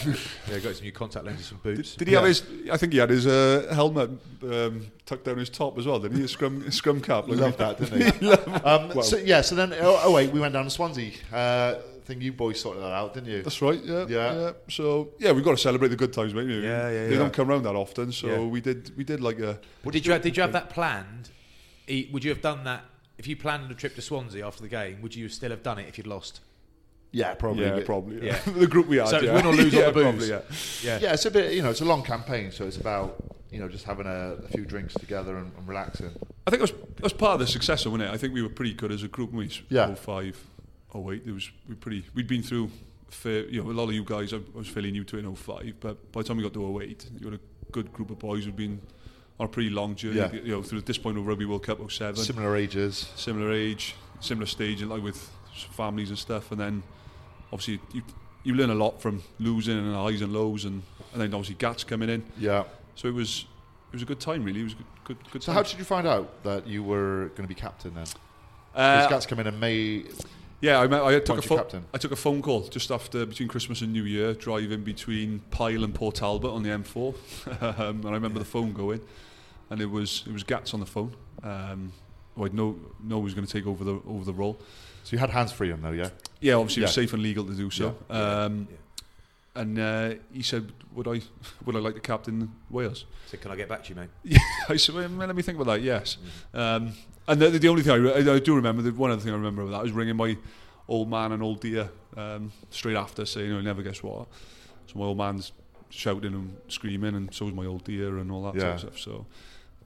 [SPEAKER 2] yeah. Got his new contact lenses and
[SPEAKER 4] Did,
[SPEAKER 2] boots.
[SPEAKER 4] did he have his? I think he had his uh, helmet um, tucked down his top as well. Didn't he? His scrum his scrum cap. Like
[SPEAKER 3] loved that, didn't
[SPEAKER 4] <laughs>
[SPEAKER 3] he? um, so yeah, so then oh, oh wait, we went down to Swansea. Uh, I think you boys sorted that out, didn't you?
[SPEAKER 4] That's right. Yeah,
[SPEAKER 3] Yeah.
[SPEAKER 4] yeah. So yeah, we've got to celebrate the good times, mate.
[SPEAKER 2] Yeah, yeah,
[SPEAKER 4] They
[SPEAKER 2] yeah.
[SPEAKER 4] don't come around that often, so
[SPEAKER 2] Yeah.
[SPEAKER 4] we did. We did like a.
[SPEAKER 2] did you have, did you have that planned? E- Would you have done that if you planned a trip to Swansea after the game? Would you still have done it if you'd lost?
[SPEAKER 3] yeah, probably.
[SPEAKER 4] Yeah,
[SPEAKER 3] But-
[SPEAKER 4] probably. Yeah.
[SPEAKER 2] Yeah.
[SPEAKER 4] <laughs> the group we had.
[SPEAKER 2] So it's
[SPEAKER 4] yeah.
[SPEAKER 2] win or
[SPEAKER 4] <laughs>
[SPEAKER 2] lose on
[SPEAKER 4] yeah,
[SPEAKER 2] the booze.
[SPEAKER 4] Probably, yeah.
[SPEAKER 2] Yeah.
[SPEAKER 3] Yeah, it's a bit. You know, it's a long campaign, so it's about you know just having a, a few drinks together and, and relaxing.
[SPEAKER 4] I think it was it was part of the success, wasn't it? I think we were pretty good as a group. weren't We
[SPEAKER 3] Yeah.
[SPEAKER 4] 05, 08, It was we pretty. We'd been through, fair, you know, a lot of you guys. I, I was fairly new to it in 05, but by the time we got to 08, you were a good group of boys who'd been on a pretty long journey.
[SPEAKER 3] Yeah.
[SPEAKER 4] You know, through this point of Rugby World Cup 07,
[SPEAKER 3] Similar ages.
[SPEAKER 4] similar age, similar stage, like with s- families and stuff. And then obviously you you learn a lot from losing and highs and lows, and, and then obviously Gats coming in.
[SPEAKER 3] Yeah.
[SPEAKER 4] So it was it was a good time, really. It was a good good, good
[SPEAKER 3] So
[SPEAKER 4] time.
[SPEAKER 3] how did you find out that you were going to be captain then?
[SPEAKER 4] Uh,
[SPEAKER 3] Because Gats come in and May.
[SPEAKER 4] Yeah, I, me- I took a
[SPEAKER 3] Appointed
[SPEAKER 4] phone.
[SPEAKER 3] captain.
[SPEAKER 4] I took a phone call just after between Christmas and New Year, driving between Pyle and Port Talbot on the M4, <laughs> um, and I remember the phone going, and it was it was Gats on the phone. Um, who I'd know know was going to take over the over the role.
[SPEAKER 3] So you had hands free on though, yeah.
[SPEAKER 4] Yeah, obviously it was
[SPEAKER 3] Yeah.
[SPEAKER 4] safe and legal to do so.
[SPEAKER 3] Yeah.
[SPEAKER 4] Um, And uh, he said, "Would I <laughs> would I like to captain Wales?"
[SPEAKER 2] So can I get back to you, mate?
[SPEAKER 4] <laughs> I said, well, let me think about that. Yes, um, and the, the only thing I, re- I do remember, the one other thing I remember about that was ringing my old man and old dear um, straight after, saying, "Oh, never guess what." So my old man's shouting and screaming, and so is my old dear and all that sort
[SPEAKER 3] Yeah.
[SPEAKER 4] of stuff. So,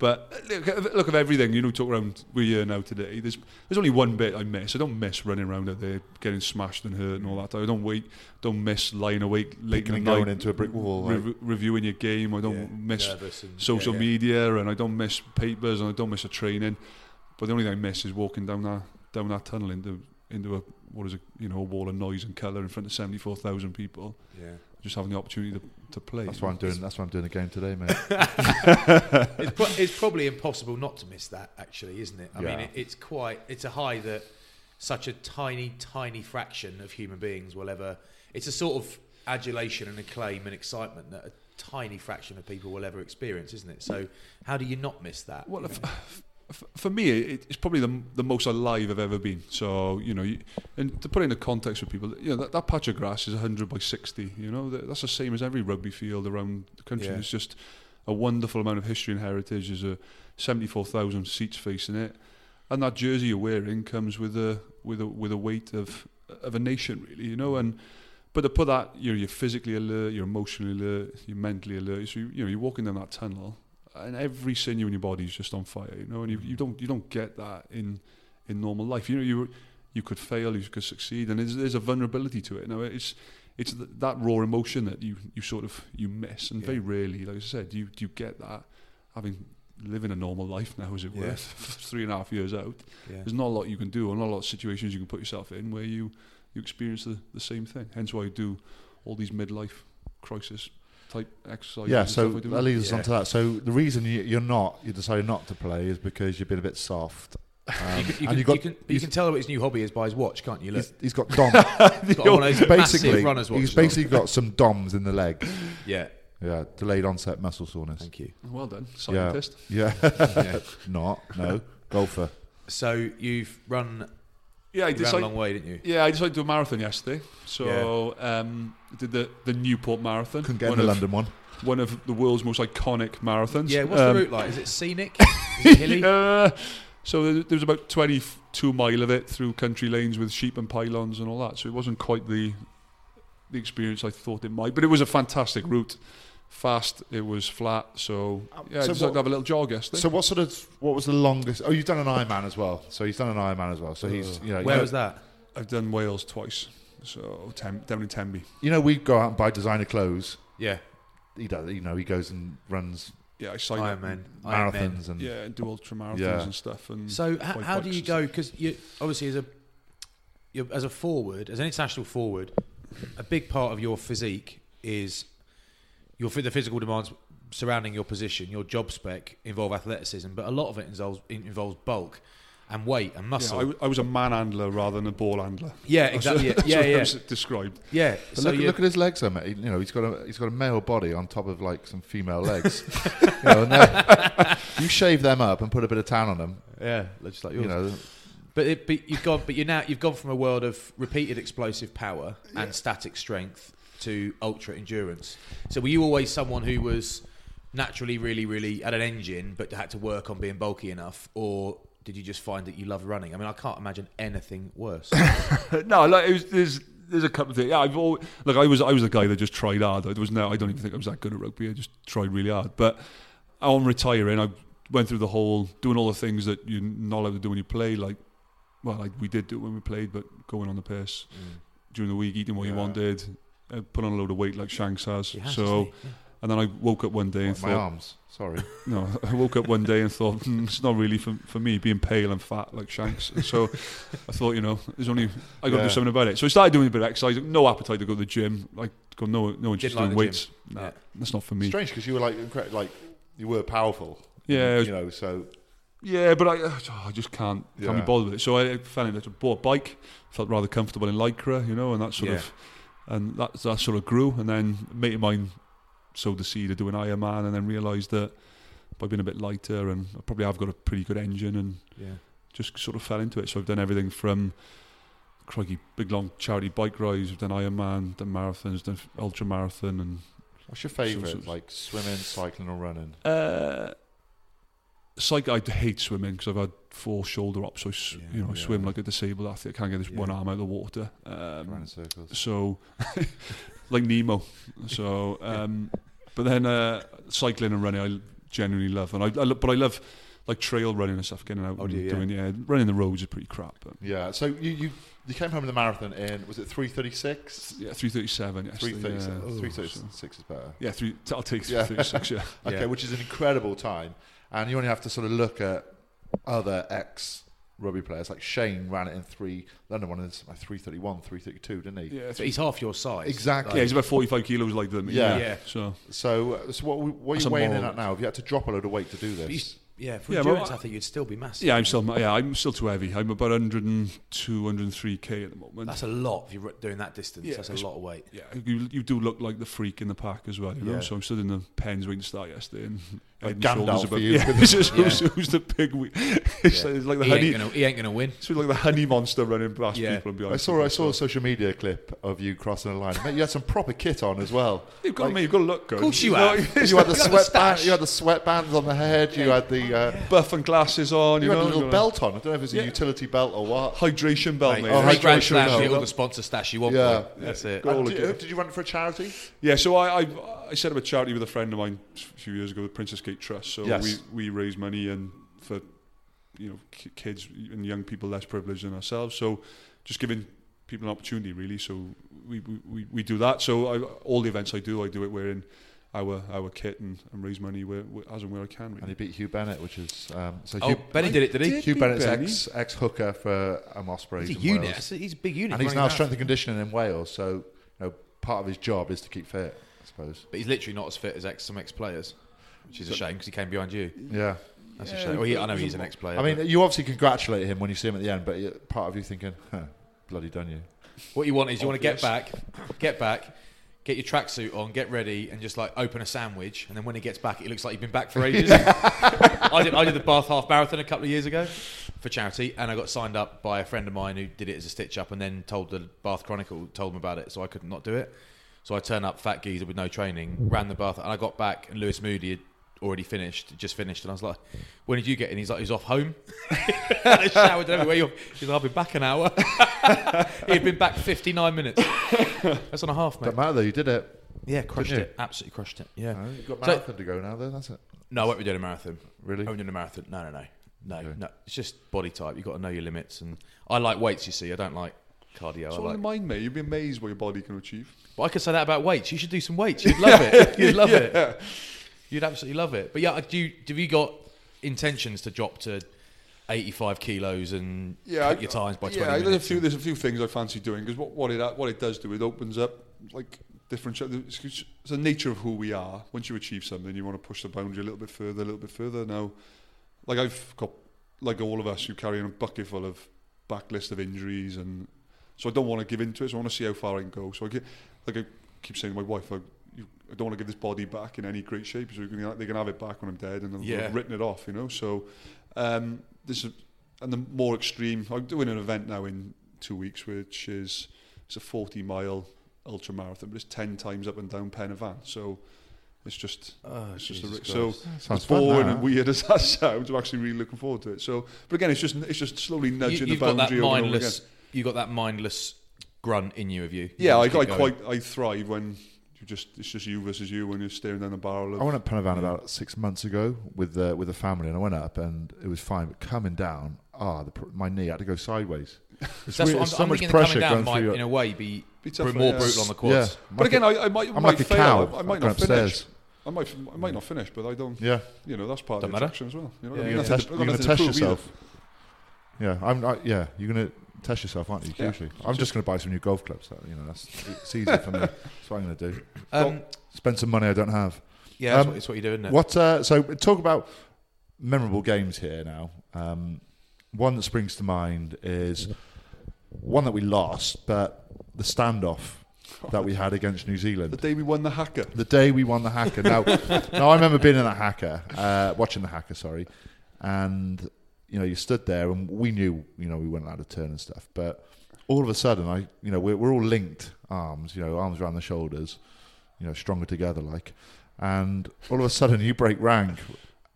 [SPEAKER 4] but look, at- look at everything. You know, we talk around we're here now today. There's there's only one bit I miss. I don't miss running around out there getting smashed and hurt and all that. I don't wait. Don't miss lying awake late
[SPEAKER 3] Picking
[SPEAKER 4] in
[SPEAKER 3] and
[SPEAKER 4] the night
[SPEAKER 3] going into a brick wall, like-
[SPEAKER 4] rev- reviewing your game. I don't
[SPEAKER 2] Yeah,
[SPEAKER 4] miss
[SPEAKER 2] nervous and-
[SPEAKER 4] social
[SPEAKER 2] yeah, yeah.
[SPEAKER 4] media and I don't miss papers and I don't miss a training. But the only thing I miss is walking down that down that tunnel into into a what is a you know a wall of noise and colour in front of seventy four thousand people.
[SPEAKER 2] Yeah.
[SPEAKER 4] Just having the opportunity to, to play.
[SPEAKER 3] That's why I'm doing. That's why I'm doing the game
[SPEAKER 2] <laughs>
[SPEAKER 3] today, mate.
[SPEAKER 2] It's, pro- it's probably impossible not to miss that, actually, isn't it? I mean,
[SPEAKER 3] Yeah.
[SPEAKER 2] it, it's quite. It's a high that such a tiny, tiny fraction of human beings will ever. It's a sort of adulation and acclaim and excitement that a tiny fraction of people will ever experience, isn't it? So, how do you not miss that?
[SPEAKER 4] Well, f- f- for me, it, it's probably the, the most alive I've ever been. So you know, you, and to put it into context for people, you know, that, that patch of grass is 100 by 60. You know, that, that's the same as every rugby field around the country.
[SPEAKER 2] Yeah.
[SPEAKER 4] It's just a wonderful amount of history and heritage. There's a 74,000 seats facing it, and that jersey you're wearing comes with a with a with a weight of of a nation, really. You know, and but to put that, you know, you're physically alert, you're emotionally alert, you're mentally alert. So you, you know, you're walking down that tunnel, and every sinew in your body is just on fire. You know, and you, you don't you don't get that in in normal life. You know, you you could fail, you could succeed, and there's, there's a vulnerability to it. Now it's it's th- that raw emotion that you you sort of you miss, and very rarely, like I said, you you get that having living a normal life now, as it were,
[SPEAKER 2] Yeah.
[SPEAKER 4] <laughs> three and a half years out.
[SPEAKER 2] Yeah.
[SPEAKER 4] There's not a lot you can do, and not a lot of situations you can put yourself in where you you experience the, the same thing. Hence why you do all these midlife crisis type
[SPEAKER 2] Oh,
[SPEAKER 4] exercises.
[SPEAKER 3] yeah,
[SPEAKER 4] and
[SPEAKER 3] so
[SPEAKER 4] stuff I do.
[SPEAKER 3] that leads us on
[SPEAKER 2] Yeah.
[SPEAKER 3] to that. So the reason you, you're not, you decided not to play, is because you've been a bit soft. Um,
[SPEAKER 2] You can, you,
[SPEAKER 3] and
[SPEAKER 2] can,
[SPEAKER 3] you've
[SPEAKER 2] you, can, but you
[SPEAKER 3] he's-
[SPEAKER 2] can tell what his new hobby is by his watch, can't you? Look,
[SPEAKER 3] he's- he's
[SPEAKER 2] <laughs>
[SPEAKER 3] got dom.
[SPEAKER 2] he's got one of those
[SPEAKER 3] basically,
[SPEAKER 2] massive runners watches.
[SPEAKER 3] he's
[SPEAKER 2] on.
[SPEAKER 3] basically got some DOMs in the leg.
[SPEAKER 2] yeah.
[SPEAKER 3] Yeah, delayed onset muscle soreness.
[SPEAKER 2] Thank you.
[SPEAKER 4] well done,
[SPEAKER 3] yeah,
[SPEAKER 4] scientist.
[SPEAKER 3] yeah, <laughs> not no golfer.
[SPEAKER 2] So you've run,
[SPEAKER 4] Yeah, I
[SPEAKER 2] you ran a long
[SPEAKER 4] decided.
[SPEAKER 2] way, didn't you?
[SPEAKER 4] Yeah, I decided to do a marathon yesterday. So um, I did the the Newport Marathon.
[SPEAKER 3] Couldn't get in
[SPEAKER 4] one
[SPEAKER 3] the
[SPEAKER 4] of,
[SPEAKER 3] London one.
[SPEAKER 4] One of the world's most iconic marathons.
[SPEAKER 2] Yeah. What's
[SPEAKER 4] Um,
[SPEAKER 2] the route like? Is it scenic? Is it
[SPEAKER 3] <laughs>
[SPEAKER 2] hilly?
[SPEAKER 4] Uh, so there, there was about 22 mile of it through country lanes with sheep and pylons and all that. So it wasn't quite the the experience I thought it might, but it was a fantastic route. Fast, it was flat, so yeah,
[SPEAKER 3] Um, so
[SPEAKER 4] I decided
[SPEAKER 3] what-
[SPEAKER 4] to have a little jog yesterday.
[SPEAKER 3] So what sort of what was the longest? Oh, you've done an Ironman as well. So he's done an Ironman as well. So he's you know
[SPEAKER 2] Where
[SPEAKER 3] you
[SPEAKER 2] was
[SPEAKER 3] know,
[SPEAKER 2] that?
[SPEAKER 4] I've done Wales twice, so Tem- down in Tenby.
[SPEAKER 3] you know we go out and buy designer clothes.
[SPEAKER 2] Yeah.
[SPEAKER 3] He does. You know he goes and runs
[SPEAKER 4] Yeah, I signed up.
[SPEAKER 2] Ironman. Ironman.
[SPEAKER 3] marathons and
[SPEAKER 4] Yeah, and do ultra marathons
[SPEAKER 3] Yeah.
[SPEAKER 4] and stuff.
[SPEAKER 3] Mm.
[SPEAKER 4] And
[SPEAKER 2] So h-
[SPEAKER 4] bike
[SPEAKER 2] how do
[SPEAKER 4] bikes
[SPEAKER 2] you
[SPEAKER 4] and stuff.
[SPEAKER 2] go? Because you obviously as a you're, as a forward, as an international forward, a big part of your physique is your phy- the physical demands surrounding your position. Your job spec involve athleticism, but a lot of it involves in- involves bulk and weight and
[SPEAKER 4] Yeah, I,
[SPEAKER 2] muscle. Yeah,
[SPEAKER 4] w- I was a man handler rather than a ball handler.
[SPEAKER 3] <laughs>
[SPEAKER 2] exactly. Yeah,
[SPEAKER 4] <laughs> That's
[SPEAKER 2] yeah,
[SPEAKER 4] what I
[SPEAKER 2] yeah.
[SPEAKER 4] was described.
[SPEAKER 2] Oh, yeah.
[SPEAKER 3] But
[SPEAKER 2] so
[SPEAKER 3] look,
[SPEAKER 2] you-
[SPEAKER 3] look at his legs, though, mate. He- You know, he's got a he's got a male body on top of like some
[SPEAKER 2] <laughs>
[SPEAKER 3] female legs. you, know, and they're- you shave them up and put a bit of tan on them.
[SPEAKER 2] yeah, just like yours.
[SPEAKER 3] You know,
[SPEAKER 2] But, it, but you've gone. But you're now you've gone from a world of repeated explosive power and static strength to ultra endurance. So were you always someone who was naturally really really had an engine, but had to work on being bulky enough, or did you just find that you love running? I mean, I can't imagine anything worse.
[SPEAKER 4] no, like it was, there's there's a couple of things. Yeah, I've always, like I was I was a guy that just tried hard. I was no, I don't even think I was that good at rugby. I just tried really hard. But on retiring, I went through the whole doing all the things that you're not allowed to do when you play. Like, well, like we did do it when we played, but going on the piss
[SPEAKER 2] Mm.
[SPEAKER 4] during the week, eating what you
[SPEAKER 2] Yeah.
[SPEAKER 4] wanted, uh, put on a load of weight like Shanks has.
[SPEAKER 2] He has,
[SPEAKER 4] so,
[SPEAKER 2] hasn't he?
[SPEAKER 4] and then I woke up one day and
[SPEAKER 3] What, my
[SPEAKER 4] thought,
[SPEAKER 3] arms. Sorry.
[SPEAKER 4] no, I woke up one day and thought, hmm, it's not really for, for me being pale and fat like Shanks. So I thought, you know, there's only, I got to
[SPEAKER 3] Yeah.
[SPEAKER 4] do something about it. So I started doing a bit of exercise, no appetite to go to the gym, like, got no, no interest
[SPEAKER 2] like
[SPEAKER 4] in doing
[SPEAKER 2] the
[SPEAKER 4] weights.
[SPEAKER 2] gym.
[SPEAKER 4] Nah,
[SPEAKER 2] Yeah.
[SPEAKER 4] That's not for <laughs> me.
[SPEAKER 3] Strange because you were like incre- like you were powerful.
[SPEAKER 4] Yeah, it was-
[SPEAKER 3] You know, so
[SPEAKER 4] Yeah, but I, <sighs> oh, I just can't, can't
[SPEAKER 3] Yeah.
[SPEAKER 4] be bothered with it. So I fell in, I bought a bike, felt rather comfortable in Lycra, you know, and that sort
[SPEAKER 2] Yeah.
[SPEAKER 4] of, and that, that sort of grew. And then a mate of mine sowed the seed of doing Ironman and then realised that by being a bit lighter and I probably have got a pretty good engine and
[SPEAKER 2] yeah.
[SPEAKER 4] just sort of fell into it. So I've done everything from crikey, big long charity bike rides, I've done Ironman, done marathons, done ultra marathon, and
[SPEAKER 3] what's your
[SPEAKER 4] So-
[SPEAKER 3] favourite?
[SPEAKER 4] so-
[SPEAKER 3] Like swimming, cycling, or running?
[SPEAKER 4] uh, cycle. I hate swimming because I've had four shoulder ops, so I s
[SPEAKER 2] Yeah,
[SPEAKER 4] you know I
[SPEAKER 3] yeah.
[SPEAKER 4] swim like a disabled athlete. I can't get this one
[SPEAKER 3] Yeah.
[SPEAKER 4] arm out of the water.
[SPEAKER 3] Running
[SPEAKER 4] Um,
[SPEAKER 3] circles.
[SPEAKER 4] so <laughs> like Nemo.
[SPEAKER 2] <laughs>
[SPEAKER 4] So, um, but then uh, cycling and running, I genuinely love, and I, I lo- but I love like trail running and stuff, getting out
[SPEAKER 2] Oh,
[SPEAKER 4] and
[SPEAKER 2] do you? Yeah.
[SPEAKER 4] doing yeah. Running the roads is pretty crap, but
[SPEAKER 3] Yeah. So you you you came home in the marathon in was it three thirty six?
[SPEAKER 4] yeah, three thirty-seven. Yes,
[SPEAKER 3] Three thirty six.
[SPEAKER 4] yeah. Oh,
[SPEAKER 3] Three thirty six is better.
[SPEAKER 4] Yeah, three, t- I'll take
[SPEAKER 3] Yeah.
[SPEAKER 2] <laughs>
[SPEAKER 4] 36, yeah.
[SPEAKER 3] Okay,
[SPEAKER 2] Yeah.
[SPEAKER 3] which is an incredible time. And you only have to sort of look at other ex rugby players. Like Shane ran it in three, London one in something like 331, 332, didn't he?
[SPEAKER 4] Yeah,
[SPEAKER 2] But he's half your size.
[SPEAKER 3] Exactly.
[SPEAKER 4] yeah, he's about 45 kilos like them.
[SPEAKER 3] Yeah.
[SPEAKER 2] Yeah.
[SPEAKER 4] So,
[SPEAKER 3] So, uh, so what, what are
[SPEAKER 4] That's
[SPEAKER 3] you
[SPEAKER 4] a
[SPEAKER 3] weighing in
[SPEAKER 4] moral.
[SPEAKER 3] at now? Have you had to drop a load of weight to do
[SPEAKER 2] But you,
[SPEAKER 3] this?
[SPEAKER 2] yeah, for
[SPEAKER 4] Yeah, but
[SPEAKER 2] endurance,
[SPEAKER 4] I-
[SPEAKER 2] I think you'd still be massive.
[SPEAKER 4] Yeah, I'm still yeah, I'm still too heavy. I'm about 102, 103 k at the moment.
[SPEAKER 2] That's a lot if you're ru- doing that distance.
[SPEAKER 4] Yeah,
[SPEAKER 2] That's a
[SPEAKER 4] it's-
[SPEAKER 2] lot of weight.
[SPEAKER 4] yeah, you, you do look like the freak in the pack as well, you know.
[SPEAKER 2] Yeah.
[SPEAKER 4] So I'm stood in the pens waiting to start yesterday, and
[SPEAKER 3] Like
[SPEAKER 4] head and shoulders
[SPEAKER 3] Gandalf
[SPEAKER 4] above-
[SPEAKER 3] for you.
[SPEAKER 4] <laughs> Yeah,
[SPEAKER 3] <laughs>
[SPEAKER 4] this is who's, who's the pig? We, <laughs> it's, like, it's like the
[SPEAKER 2] He
[SPEAKER 4] honey,
[SPEAKER 2] ain't, gonna, he ain't gonna win.
[SPEAKER 4] it's like the honey monster running past
[SPEAKER 2] Yeah.
[SPEAKER 4] people. And be
[SPEAKER 3] I
[SPEAKER 4] honest
[SPEAKER 3] saw
[SPEAKER 4] with
[SPEAKER 3] I
[SPEAKER 4] you,
[SPEAKER 3] saw a
[SPEAKER 4] so-
[SPEAKER 3] social media clip of you crossing the line. Mate, you had some proper kit on as well.
[SPEAKER 4] You've got me. You've got to look good. Of
[SPEAKER 2] course you have.
[SPEAKER 3] <laughs> You had the
[SPEAKER 2] You had the
[SPEAKER 3] sweatband.
[SPEAKER 2] stash.
[SPEAKER 3] You had the sweatbands on the head. You had the uh,
[SPEAKER 4] Buff and glasses on. You,
[SPEAKER 3] you had
[SPEAKER 4] know,
[SPEAKER 3] a little
[SPEAKER 4] you've got
[SPEAKER 3] belt on. I don't know if it's a
[SPEAKER 4] Yeah.
[SPEAKER 3] utility belt or what.
[SPEAKER 4] hydration belt,
[SPEAKER 2] Mate,
[SPEAKER 4] mate.
[SPEAKER 3] Oh,
[SPEAKER 2] three
[SPEAKER 3] hydration
[SPEAKER 2] grand slash,
[SPEAKER 3] belt.
[SPEAKER 2] get all the sponsor stash you want.
[SPEAKER 3] Yeah.
[SPEAKER 2] Yeah. That's it.
[SPEAKER 3] And
[SPEAKER 4] all
[SPEAKER 3] did,
[SPEAKER 4] again.
[SPEAKER 3] did you run it for a charity?
[SPEAKER 4] Yeah, so I, I I set up a charity with a friend of mine a few years ago, the Princess Gate Trust. So
[SPEAKER 3] Yes.
[SPEAKER 4] we we raise money and for you know ki- kids and young people less privileged than ourselves. So just giving people an opportunity, really. So we we, we, we do that. So I, all the events I do, I do it wearing our our kit and, and raise money where, where as and where I can.
[SPEAKER 3] And
[SPEAKER 4] Really.
[SPEAKER 3] he beat Hugh Bennett, which is um, so.
[SPEAKER 2] Oh,
[SPEAKER 3] Hugh,
[SPEAKER 2] Benny did it, did he?
[SPEAKER 3] Hugh
[SPEAKER 4] beat
[SPEAKER 3] Bennett's
[SPEAKER 4] Benny.
[SPEAKER 3] ex ex hooker for um, Ospreys.
[SPEAKER 2] He's a
[SPEAKER 3] in
[SPEAKER 2] unit.
[SPEAKER 3] Wales.
[SPEAKER 2] He's a big unit.
[SPEAKER 3] and he's
[SPEAKER 2] running
[SPEAKER 3] now
[SPEAKER 2] around.
[SPEAKER 3] strength and conditioning in Wales. So you know, part of his job is to keep fit, I suppose.
[SPEAKER 2] But he's literally not as fit as ex, some ex-players, which is a shame because he came behind you.
[SPEAKER 3] Yeah.
[SPEAKER 2] That's a shame. Well, he, I know he's an ex-player.
[SPEAKER 3] I mean,
[SPEAKER 2] but
[SPEAKER 3] you obviously congratulate him when you see him at the end, but you- part of you thinking, huh, bloody done you.
[SPEAKER 2] what you want is you want to get back, get back, get your tracksuit on, get ready, and just like open a sandwich. And then when he gets back, it looks like you've been back for ages.
[SPEAKER 3] <laughs>
[SPEAKER 2] I did. I did the Bath Half Marathon a couple of years ago for charity, and I got signed up by a friend of mine who did it as a stitch up, and then told the Bath Chronicle, told them about it, so I could not do it. So I turned up fat geezer with no training, ran the bath, and I got back, and Lewis Moody had already finished, just finished, and I was like, "When did you get in?" He's like, "He's off home." <laughs> and I showered everywhere. You're, he's like, "I'll be back an hour." <laughs> He'd been back 59 minutes. That's on a half, mate.
[SPEAKER 3] Don't matter though, you did it.
[SPEAKER 2] Yeah, crushed
[SPEAKER 3] Didn't
[SPEAKER 2] it. Absolutely crushed it. Yeah.
[SPEAKER 3] Oh, You've got
[SPEAKER 2] So-
[SPEAKER 3] marathon to go now, then that's it.
[SPEAKER 2] no, I won't be doing a marathon.
[SPEAKER 3] Really?
[SPEAKER 2] I won't be doing a marathon. No, no, no. No, no. It's just body type. You've got to know your limits. And I like weights, you see. I don't like cardio.
[SPEAKER 4] So
[SPEAKER 2] I like.
[SPEAKER 4] mind, mate. You'd be amazed what your body can achieve.
[SPEAKER 2] But I could say that about weights. You should do some weights.
[SPEAKER 3] <laughs>
[SPEAKER 2] You'd love it. You'd love it. You'd absolutely love it. But yeah, do you, have you got intentions to drop to 85 kilos and
[SPEAKER 4] yeah,
[SPEAKER 2] cut
[SPEAKER 4] I-
[SPEAKER 2] your times by 20
[SPEAKER 4] yeah,
[SPEAKER 2] minutes?
[SPEAKER 4] there's a few there's a few things I fancy doing because what what it what it does do it opens up like different. ch- It's, it's the nature of who we are. Once you achieve something, you want to push the boundary a little bit further, a little bit further. Now, like I've got like all of us who carry in a bucket full of backlist of injuries and so I don't want to give into it. So I want to see how far I can go. So I get, like I keep saying to my wife, I, you, I don't want to give this body back in any great shape. So you can, they can have it back when I'm dead, and I've
[SPEAKER 2] Yeah.
[SPEAKER 4] written it off, you know. So um, this is, and the more extreme. I'm doing an event now in two weeks, which is it's a 40 mile ultra marathon, but it's 10 times up and down Penavan. So it's just
[SPEAKER 3] Oh,
[SPEAKER 4] it's just a, ri- Oh, so
[SPEAKER 3] Sounds
[SPEAKER 4] as
[SPEAKER 3] fun,
[SPEAKER 4] boring
[SPEAKER 3] that,
[SPEAKER 4] and
[SPEAKER 3] huh?
[SPEAKER 4] weird <laughs> as that sounds. I'm actually really looking forward to it. So, but again, it's just it's just slowly nudging
[SPEAKER 2] you, have
[SPEAKER 4] the
[SPEAKER 2] got
[SPEAKER 4] boundary
[SPEAKER 2] that
[SPEAKER 4] over and over
[SPEAKER 2] mindless.
[SPEAKER 4] again.
[SPEAKER 2] You got that mindless grunt in you of you. You
[SPEAKER 4] Yeah, I, I
[SPEAKER 2] just keep going.
[SPEAKER 4] quite I thrive when you just it's just you versus you when you're staring down the barrel of
[SPEAKER 3] I went up Panavan
[SPEAKER 2] Mm.
[SPEAKER 3] about six months ago with uh, with a family, and I went up and it was fine. But coming down, ah, the, pr- my knee had to go sideways. It's
[SPEAKER 2] That's
[SPEAKER 3] weird,
[SPEAKER 2] what I'm,
[SPEAKER 3] it's so
[SPEAKER 2] I'm
[SPEAKER 3] much
[SPEAKER 2] thinking. coming
[SPEAKER 3] pressure
[SPEAKER 2] down
[SPEAKER 3] going
[SPEAKER 2] might,
[SPEAKER 3] through. your-
[SPEAKER 2] in a way, be,
[SPEAKER 4] Be tougher,
[SPEAKER 2] more
[SPEAKER 4] yeah.
[SPEAKER 2] brutal on the quads.
[SPEAKER 3] Yeah.
[SPEAKER 4] But again, I, I might, I
[SPEAKER 3] I'm
[SPEAKER 4] might
[SPEAKER 3] like a
[SPEAKER 4] fail.
[SPEAKER 3] cow
[SPEAKER 4] I, I might
[SPEAKER 3] going
[SPEAKER 4] not
[SPEAKER 3] upstairs.
[SPEAKER 4] finish. I might, I might not finish, but I don't.
[SPEAKER 3] yeah,
[SPEAKER 4] You know, that's part
[SPEAKER 2] Don't
[SPEAKER 4] of
[SPEAKER 2] matter.
[SPEAKER 4] the attraction as well. You know,
[SPEAKER 2] Yeah, yeah.
[SPEAKER 4] I've got
[SPEAKER 3] You're
[SPEAKER 4] nothing
[SPEAKER 3] test-
[SPEAKER 4] to-
[SPEAKER 3] you're
[SPEAKER 4] I've got
[SPEAKER 3] gonna
[SPEAKER 4] nothing to
[SPEAKER 3] test
[SPEAKER 4] prove either.
[SPEAKER 3] yourself. yeah. I'm. I, yeah, you're gonna test yourself, aren't you?
[SPEAKER 4] Yeah.
[SPEAKER 3] Usually, I'm just gonna buy some new golf clubs. That, you know, that's it's easy for me. That's what I'm gonna do.
[SPEAKER 2] Um,
[SPEAKER 3] Spend some money I don't have.
[SPEAKER 2] yeah, that's
[SPEAKER 3] Um,
[SPEAKER 2] what, it's what you do, isn't it? <laughs>
[SPEAKER 3] What? Uh, so talk about memorable games here now. Um, one that springs to mind is one that we lost, but the standoff that we had against New
[SPEAKER 4] The
[SPEAKER 3] Zealand.
[SPEAKER 4] day we won
[SPEAKER 3] <laughs>
[SPEAKER 4] the hacker.
[SPEAKER 3] The day we won the hacker. Now, now I remember being in the hacker, uh, watching the hacker. Sorry, and you know you stood there, and we knew you know we weren't allowed to turn and stuff. But all of a sudden, I you know we're, we're all linked arms, you know arms around the shoulders, you know stronger together like. And all of a sudden, you break rank,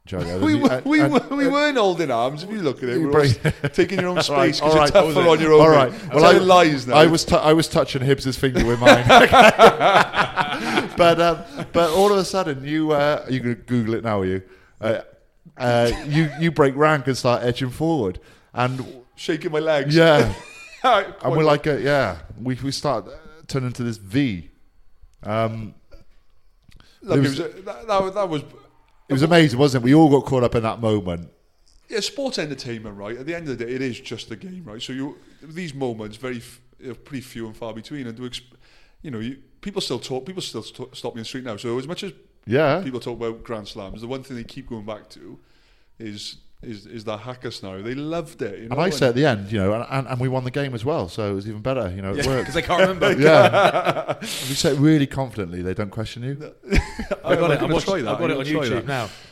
[SPEAKER 3] Joe. and
[SPEAKER 4] <laughs> We
[SPEAKER 3] you-
[SPEAKER 4] were,
[SPEAKER 3] and-
[SPEAKER 4] we,
[SPEAKER 3] and-
[SPEAKER 4] were, we weren't holding arms. If you look at it,
[SPEAKER 3] You
[SPEAKER 4] we were
[SPEAKER 3] break-
[SPEAKER 4] all taking your own space
[SPEAKER 3] <laughs>
[SPEAKER 4] because
[SPEAKER 3] all right,
[SPEAKER 4] you're tougher on your own.
[SPEAKER 3] All right.
[SPEAKER 4] Well, I lies now.
[SPEAKER 3] I was t- I was touching Hibbs's finger with
[SPEAKER 4] <laughs>
[SPEAKER 3] mine. <laughs> but um, but all of a sudden you uh, you gonna Google it now, are you? Uh, uh, you you break rank and start edging forward, and
[SPEAKER 4] shaking my legs. <laughs>
[SPEAKER 3] yeah,
[SPEAKER 4] and
[SPEAKER 3] and we're like, uh, yeah, we we start uh, turning into this V. Um, it
[SPEAKER 4] Look, it
[SPEAKER 3] was-
[SPEAKER 4] was, a- that, that, was- that was
[SPEAKER 3] it was amazing, wasn't it? We all got caught up in that moment.
[SPEAKER 4] yeah, sports entertainment, right? At the end of the day, it is just a game, right? So you these moments very f- are pretty few and far between, and to exp- you know, you, people still talk, people still st- stop me in the street now. So as much as
[SPEAKER 3] Yeah,
[SPEAKER 4] people talk about Grand Slams, the one thing they keep going back to is is is that hacker scenario. They loved it. You know?
[SPEAKER 3] And I say at the end, you know, and, and, and we won the game as well, so it was even better. You know, it worked.
[SPEAKER 2] because they can't remember.
[SPEAKER 3] <laughs>
[SPEAKER 4] <laughs>
[SPEAKER 3] yeah. we say it really confidently. They don't question you.
[SPEAKER 2] I got it.
[SPEAKER 4] I'm
[SPEAKER 2] I'm
[SPEAKER 4] gonna
[SPEAKER 2] watching,
[SPEAKER 4] try that.
[SPEAKER 2] I've got
[SPEAKER 4] I'm
[SPEAKER 2] it on
[SPEAKER 4] gonna try
[SPEAKER 2] YouTube
[SPEAKER 4] that.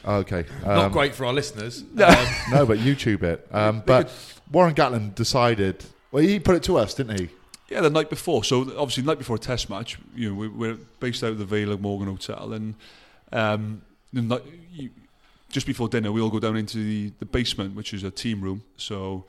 [SPEAKER 2] now.
[SPEAKER 3] Okay.
[SPEAKER 2] Not
[SPEAKER 3] Um,
[SPEAKER 2] great for our listeners.
[SPEAKER 3] <laughs> no, but YouTube it. <laughs> Um, but Warren Gatlin decided. Well, he put it to us, didn't he?
[SPEAKER 4] Yeah, the night before. So obviously, the night before a test match, you know, we, we're based out of the Vale of Morgan Hotel, and um, the night, you, just before dinner, we all go down into the, the basement, which is a team room. So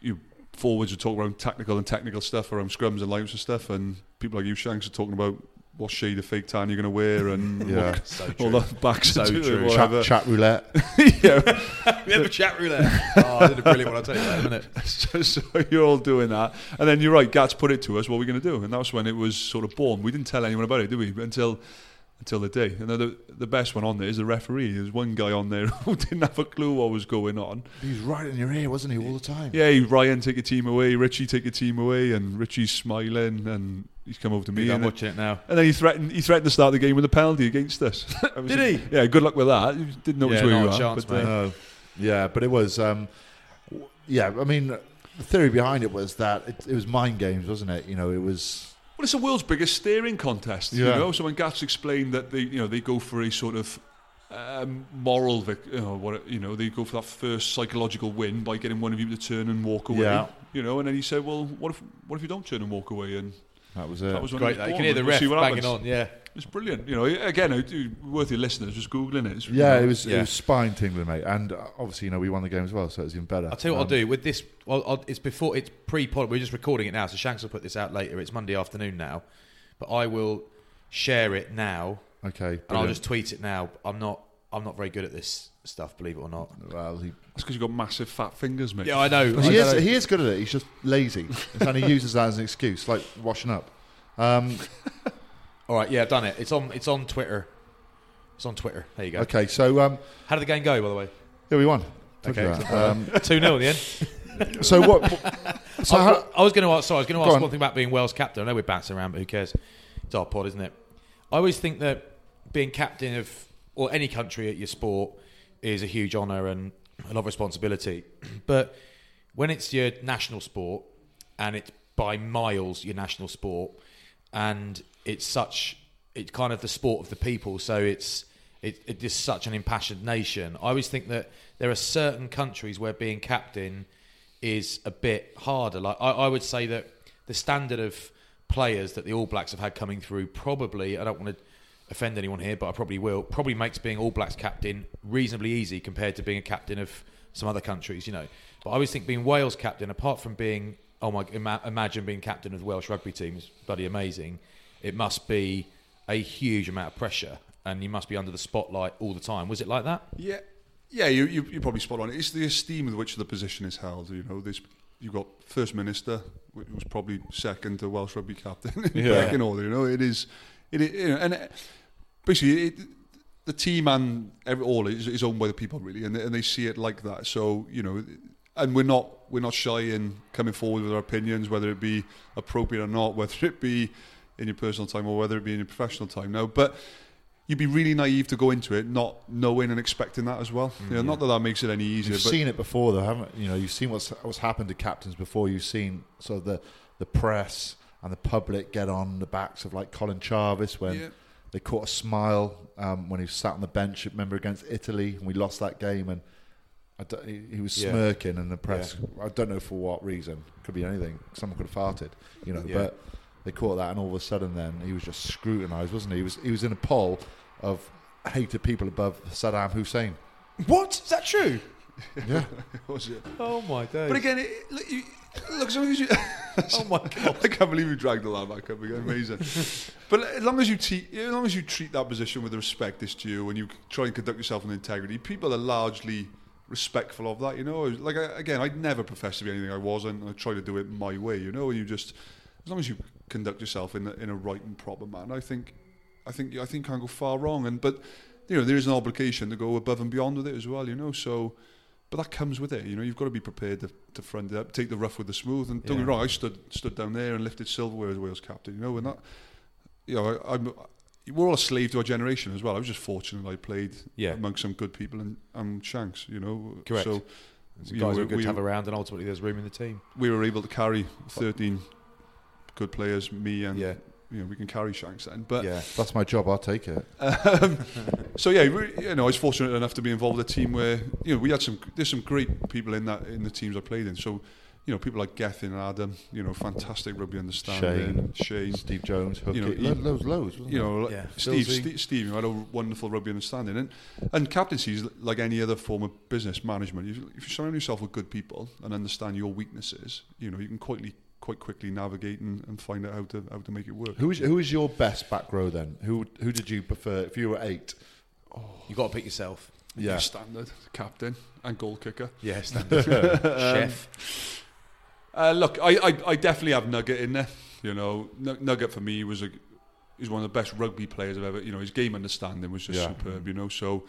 [SPEAKER 4] you forwards would talk around tactical and technical stuff around scrums and lineups and stuff, and people like you, Shanks, are talking about what shade of fake tan you're going to wear and
[SPEAKER 3] Yeah.
[SPEAKER 4] what, <laughs> all the backs
[SPEAKER 2] So
[SPEAKER 4] and
[SPEAKER 2] true.
[SPEAKER 3] Chat,
[SPEAKER 4] whatever.
[SPEAKER 3] chat roulette.
[SPEAKER 4] <laughs>
[SPEAKER 2] we have a chat roulette. Oh, I did a brilliant one. I'll tell you that in a minute.
[SPEAKER 4] <laughs> so, so you're all doing that, and then you're right. Gats put it to us. What are we going to do? And that's when it was sort of born. We didn't tell anyone about it, did we? Until until the day. And then the the best one on there is the referee. There's one guy on there <laughs> who didn't have a clue what was going on.
[SPEAKER 3] <laughs> He was right in your ear, wasn't he, all the time?
[SPEAKER 4] Yeah, Ryan, take your team away. Richie, take your team away. And Richie's smiling, and he's come over to me.
[SPEAKER 2] I'm
[SPEAKER 4] and
[SPEAKER 2] watching it now.
[SPEAKER 4] and then he threatened. He threatened to start the game with a penalty against us. <laughs> I was
[SPEAKER 2] Did
[SPEAKER 4] like,
[SPEAKER 2] he?
[SPEAKER 4] Yeah. Good luck with that. Didn't notice
[SPEAKER 2] Yeah,
[SPEAKER 4] where
[SPEAKER 2] not
[SPEAKER 4] you
[SPEAKER 2] a
[SPEAKER 4] were.
[SPEAKER 2] chance,
[SPEAKER 4] but, uh,
[SPEAKER 3] No. yeah, but it was. Um, w- yeah, I mean, the theory behind it was that it, it was mind games, wasn't it? You know, it was.
[SPEAKER 4] Well, it's the world's biggest steering contest, you
[SPEAKER 3] Yeah.
[SPEAKER 4] know. So when Gats explained that they, you know, they go for a sort of um, moral, vic- you know, what, you know, they go for that first psychological win by getting one of you to turn and walk away,
[SPEAKER 3] Yeah.
[SPEAKER 4] you know. And then he said, "Well, what if, what if you don't turn and walk away?" And
[SPEAKER 3] That was it.
[SPEAKER 4] that was when
[SPEAKER 2] Great.
[SPEAKER 4] it was
[SPEAKER 2] That. You
[SPEAKER 4] born,
[SPEAKER 2] can hear the
[SPEAKER 4] and
[SPEAKER 2] ref
[SPEAKER 4] see what
[SPEAKER 2] banging
[SPEAKER 4] happens.
[SPEAKER 2] on. Yeah.
[SPEAKER 4] It's brilliant, you know. Again, it- it- worth your listeners just googling it. It's-
[SPEAKER 3] yeah, it was. It
[SPEAKER 2] Yeah.
[SPEAKER 3] was spine tingling, mate. And uh, obviously, you know, we won the game as well, so it was even better. Um,
[SPEAKER 2] I'll tell you what I'll do with this. Well, I'll, it's before it's pre-pod. We're just recording it now, so Shanks will put this out later. It's Monday afternoon now, but I will share it now,
[SPEAKER 3] Okay.
[SPEAKER 2] and I'll
[SPEAKER 3] brilliant.
[SPEAKER 2] just tweet it now. I'm not. I'm not very good at this stuff, believe it or not.
[SPEAKER 3] Well, he,
[SPEAKER 4] That's because you've got massive fat fingers, mate.
[SPEAKER 2] Yeah, I know.
[SPEAKER 3] he, is, he is good at it. He's just <laughs> lazy, and he uses that as an excuse, like washing up. Um,
[SPEAKER 2] All right, yeah, I've done it. It's on. It's on Twitter. It's on Twitter. There you go.
[SPEAKER 3] okay, so um,
[SPEAKER 2] How did the game go, by the way?
[SPEAKER 3] yeah, we won. Told you
[SPEAKER 2] Okay,
[SPEAKER 3] that. Um,
[SPEAKER 2] Two 0 in the end.
[SPEAKER 3] <laughs> so what? So
[SPEAKER 2] I,
[SPEAKER 3] how,
[SPEAKER 2] I was going to ask. Sorry, I was going to
[SPEAKER 3] Go
[SPEAKER 2] ask
[SPEAKER 3] on.
[SPEAKER 2] one thing about being Wales captain. I know we're bouncing around, but who cares? It's our pod, isn't it? I always think that being captain of or any country at your sport is a huge honour and a lot of responsibility. <clears throat> But when it's your national sport and it's by miles your national sport, and it's such it's kind of the sport of the people, so it's it, it is such an impassioned nation. I always think that there are certain countries where being captain is a bit harder. Like I, I would say that the standard of players that the All Blacks have had coming through probably I don't want to offend anyone here, but I probably will probably makes being All Blacks captain reasonably easy compared to being a captain of some other countries, you know. But I always think being Wales captain, apart from being oh my, ima- imagine being captain of the Welsh rugby team is bloody amazing. It must be a huge amount of pressure, and you must be under the spotlight all the time. Was it like that?
[SPEAKER 4] Yeah, yeah, you, you you're probably spot on. It's the esteem with which the position is held. You know, this you've got first minister, which was probably second to Welsh rugby captain <laughs> in
[SPEAKER 3] Yeah.
[SPEAKER 4] back in order. You know, it is, it, is- you know, and uh, basically it, the team and every, all is, is owned by the people really, and they, and they see it like that. So you know, and we're not we're not shy in coming forward with our opinions, whether it be appropriate or not, whether it be in your personal time or whether it be in your professional time now, but you'd be really naive to go into it not knowing and expecting that as well. you know, Not that that makes it any easier,
[SPEAKER 3] You've
[SPEAKER 4] <laughs> but
[SPEAKER 3] seen it before, though, haven't you? Know you've seen what's what's happened to captains before. You've seen sort of the the press and the public get on the backs of like Colin Jarvis when
[SPEAKER 4] Yeah.
[SPEAKER 3] they caught a smile um, when he sat on the bench. Remember against Italy and we lost that game and. I don't, he, he was
[SPEAKER 2] Yeah.
[SPEAKER 3] smirking, and the press. I don't know for what reason. Could be anything. Someone could have farted, you know.
[SPEAKER 2] Yeah.
[SPEAKER 3] But they caught that, and all of a sudden, then he was just scrutinised, wasn't he? He was he was in a poll of hated people above Saddam Hussein.
[SPEAKER 2] What is that true?
[SPEAKER 3] Yeah,
[SPEAKER 4] was it?
[SPEAKER 2] Oh my days!
[SPEAKER 4] But again, it, look, you, look, as long as you.
[SPEAKER 2] <laughs> oh
[SPEAKER 4] <laughs>
[SPEAKER 2] my god!
[SPEAKER 4] I can't believe you dragged the lad back up
[SPEAKER 2] <laughs>
[SPEAKER 4] again. Amazing. but as long as you te- as long as you treat that position with the respect it's due, and you try and conduct yourself with integrity, people are largely respectful of that. You know, like I, again, I'd never profess to be anything I wasn't. I try to do it my way. You know, you just as long as you conduct yourself in a, in a right and proper manner, I think, I think, I think you can't go far wrong. And but you know, there is an obligation to go above and beyond with it as well. You know, so. But that comes with it, you know. You've got to be prepared to, to front it up, take the rough with the smooth. And don't get me wrong, I stood stood down there and lifted silverware as Wales captain, you know. And that, you know, I, I'm we're all a slave to our generation as well. I was just fortunate I played
[SPEAKER 6] Yeah.
[SPEAKER 4] amongst some good people and, and Shanks, you know.
[SPEAKER 6] Correct.
[SPEAKER 4] So
[SPEAKER 6] Some
[SPEAKER 4] you
[SPEAKER 6] guys
[SPEAKER 4] know,
[SPEAKER 6] who are good
[SPEAKER 4] we,
[SPEAKER 6] to have around, and ultimately there's room in the team.
[SPEAKER 4] we were able to carry 13 good players, me and,
[SPEAKER 6] Yeah.
[SPEAKER 4] you know, we can carry Shanks then. But
[SPEAKER 6] yeah,
[SPEAKER 3] That's my job. I'll take it.
[SPEAKER 4] So yeah, we, you know, I was fortunate enough to be involved with a team where you know we had some. There's some great people in that in the teams I played in. So, you know, people like Gethin and Adam. You know, fantastic rugby understanding. Shane.
[SPEAKER 3] Steve Jones, Hooker,
[SPEAKER 4] You know,
[SPEAKER 3] lo-
[SPEAKER 4] he-
[SPEAKER 3] loads, loads. Wasn't
[SPEAKER 4] You know,
[SPEAKER 6] Yeah.
[SPEAKER 4] Steve,
[SPEAKER 6] Filthy.
[SPEAKER 4] Steve, Steve, you had a wonderful rugby understanding, and and captaincy is like any other form of business management. You- If you surround yourself with good people and understand your weaknesses, you know you can quickly, quite quickly navigate and, and find out how to how to make it work.
[SPEAKER 3] Who is who is your best back row then? Who who did you prefer if you were eight?
[SPEAKER 6] you got to pick yourself.
[SPEAKER 3] Yeah,
[SPEAKER 4] standard captain and goal kicker.
[SPEAKER 6] Yes,
[SPEAKER 3] <laughs>
[SPEAKER 6] chef.
[SPEAKER 4] Uh, look, I, I, I definitely have Nugget in there. You know, Nu- Nugget for me was a is one of the best rugby players I've ever. You know, his game understanding was just
[SPEAKER 3] Yeah.
[SPEAKER 4] superb. You know, so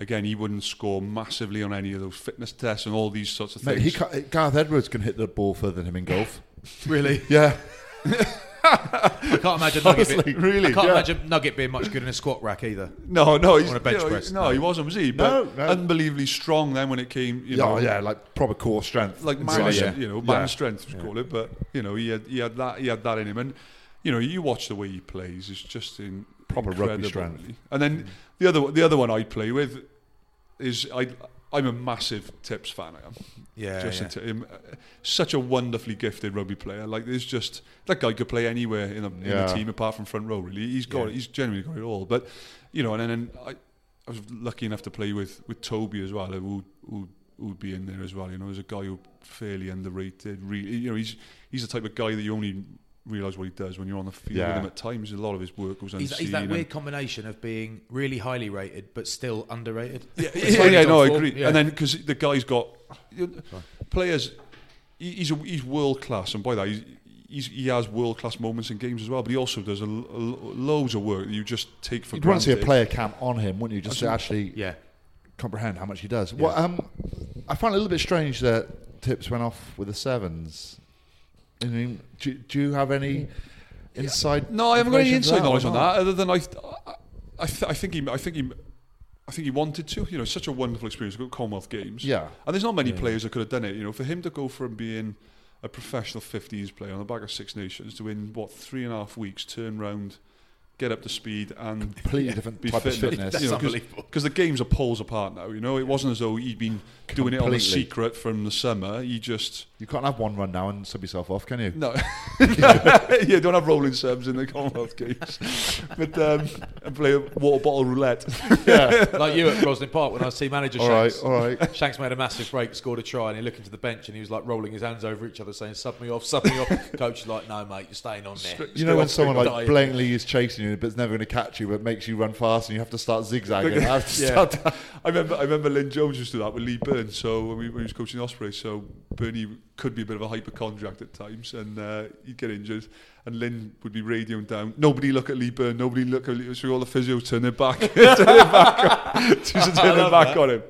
[SPEAKER 4] again, he wouldn't score massively on any of those fitness tests and all these sorts of
[SPEAKER 3] Mate,
[SPEAKER 4] things.
[SPEAKER 3] he ca Gareth Edwards can hit the ball further than him in golf.
[SPEAKER 6] Really,
[SPEAKER 3] <laughs> Yeah,
[SPEAKER 6] I can't imagine Nugget.
[SPEAKER 3] Honestly,
[SPEAKER 6] being,
[SPEAKER 3] really,
[SPEAKER 6] I can't
[SPEAKER 3] yeah.
[SPEAKER 6] imagine Nugget being much good in a squat rack either.
[SPEAKER 4] no, no, he's,
[SPEAKER 6] On a bench
[SPEAKER 4] you know,
[SPEAKER 6] press,
[SPEAKER 4] No,
[SPEAKER 6] no.
[SPEAKER 4] he wasn't, was he?
[SPEAKER 3] No,
[SPEAKER 4] But
[SPEAKER 3] no.
[SPEAKER 4] unbelievably strong then when it came. You
[SPEAKER 3] yeah,
[SPEAKER 4] know,
[SPEAKER 3] yeah, like proper core strength.
[SPEAKER 4] like man,
[SPEAKER 3] Brilliant.
[SPEAKER 4] you know, man
[SPEAKER 3] Yeah.
[SPEAKER 4] strength, we call it. But you know, he had he had that he had that in him, and you know, you watch the way he plays; it's just in
[SPEAKER 3] Proper rugby
[SPEAKER 4] incredible,
[SPEAKER 3] strength.
[SPEAKER 4] really. And then the other the other one I play with is I I'm a massive Tips fan. I am
[SPEAKER 6] Yeah,
[SPEAKER 4] just
[SPEAKER 6] yeah.
[SPEAKER 4] into him, uh, such a wonderfully gifted rugby player. Like there's just that guy could play anywhere in a, in
[SPEAKER 3] Yeah.
[SPEAKER 4] a team apart from front row. Really, he's got
[SPEAKER 6] Yeah.
[SPEAKER 4] he's genuinely got it all. But you know, and then and I, I was lucky enough to play with with Toby as well, who who would be in there as well. You know, as a guy who fairly underrated. Really, you know, he's he's the type of guy that you only realise what he does when you're on the field
[SPEAKER 3] Yeah.
[SPEAKER 4] with him. At times, a lot of his work goes unseen.
[SPEAKER 6] He's, he's that
[SPEAKER 4] and-
[SPEAKER 6] weird combination of being really highly rated but still underrated.
[SPEAKER 4] yeah,
[SPEAKER 6] It's
[SPEAKER 4] yeah,
[SPEAKER 6] like
[SPEAKER 4] yeah,
[SPEAKER 6] he's
[SPEAKER 4] no,
[SPEAKER 6] on
[SPEAKER 4] I
[SPEAKER 6] form.
[SPEAKER 4] agree.
[SPEAKER 6] Yeah.
[SPEAKER 4] And then because the guy's got you know, players, he- he's a, he's world class, and by that he's, he's, he has world class moments in games as well. But he also does a, l- a l- loads of work that you just take for
[SPEAKER 3] You'd want to
[SPEAKER 4] granted.
[SPEAKER 3] see a player cam on him, wouldn't you? Just to actually
[SPEAKER 6] yeah,
[SPEAKER 3] comprehend how much he does. Well, um, I find it a little bit strange that Tips went off with the sevens. I mean, do, do you have any inside?
[SPEAKER 4] No, I haven't got any
[SPEAKER 3] information to
[SPEAKER 4] inside knowledge
[SPEAKER 3] or
[SPEAKER 4] on
[SPEAKER 3] not?
[SPEAKER 4] that, other than I, I, I, th- I think he, I think he, I think he wanted to. You know, it's such a wonderful experience, good Commonwealth Games.
[SPEAKER 3] Yeah.
[SPEAKER 4] and there's not many players that could have done it. You know, for him to go from being a professional 15s player on the back of Six Nations to in what three and a half weeks, turn round, get up to speed, and
[SPEAKER 3] Completely different
[SPEAKER 4] be
[SPEAKER 3] type of
[SPEAKER 4] fit.
[SPEAKER 3] fitness.
[SPEAKER 4] <laughs> You know,
[SPEAKER 6] unbelievable.
[SPEAKER 4] Because the games are poles apart now. You know, it wasn't as though he'd been doing it on
[SPEAKER 3] Completely.
[SPEAKER 4] the secret from the summer. He just
[SPEAKER 3] You can't have one run now and sub yourself off, can you?
[SPEAKER 4] no, <laughs> yeah, don't have rolling subs in the Commonwealth Games, but um, and play water bottle roulette. <laughs>
[SPEAKER 6] like you at Roslyn Park when I was team manager.
[SPEAKER 3] All right,
[SPEAKER 6] Shanks.
[SPEAKER 3] all right.
[SPEAKER 6] Shanks made a massive break, scored a try, and he looked into the bench and he was like rolling his hands over each other, saying "Sub me off, sub me off." Coach was like, "No, mate, you're staying on there."
[SPEAKER 3] You know when someone like
[SPEAKER 6] Dying.
[SPEAKER 3] blatantly is chasing you, but it's never going to catch you, but makes you run fast, and you have to start
[SPEAKER 4] <laughs>
[SPEAKER 3] zigzagging. I have to start
[SPEAKER 4] I remember, I remember Lynn Jones used to do that with Lee Burns. So when, we, when he was coaching Osprey, so Bernie could be a bit of a hypochondriac at times, and uh, he'd get injured, and Lynn would be radioing down. Nobody look at Lee Burn. Nobody look at. Lee. So all the physios turn their back, <laughs> turn their back, on, <laughs> just turn their back on him.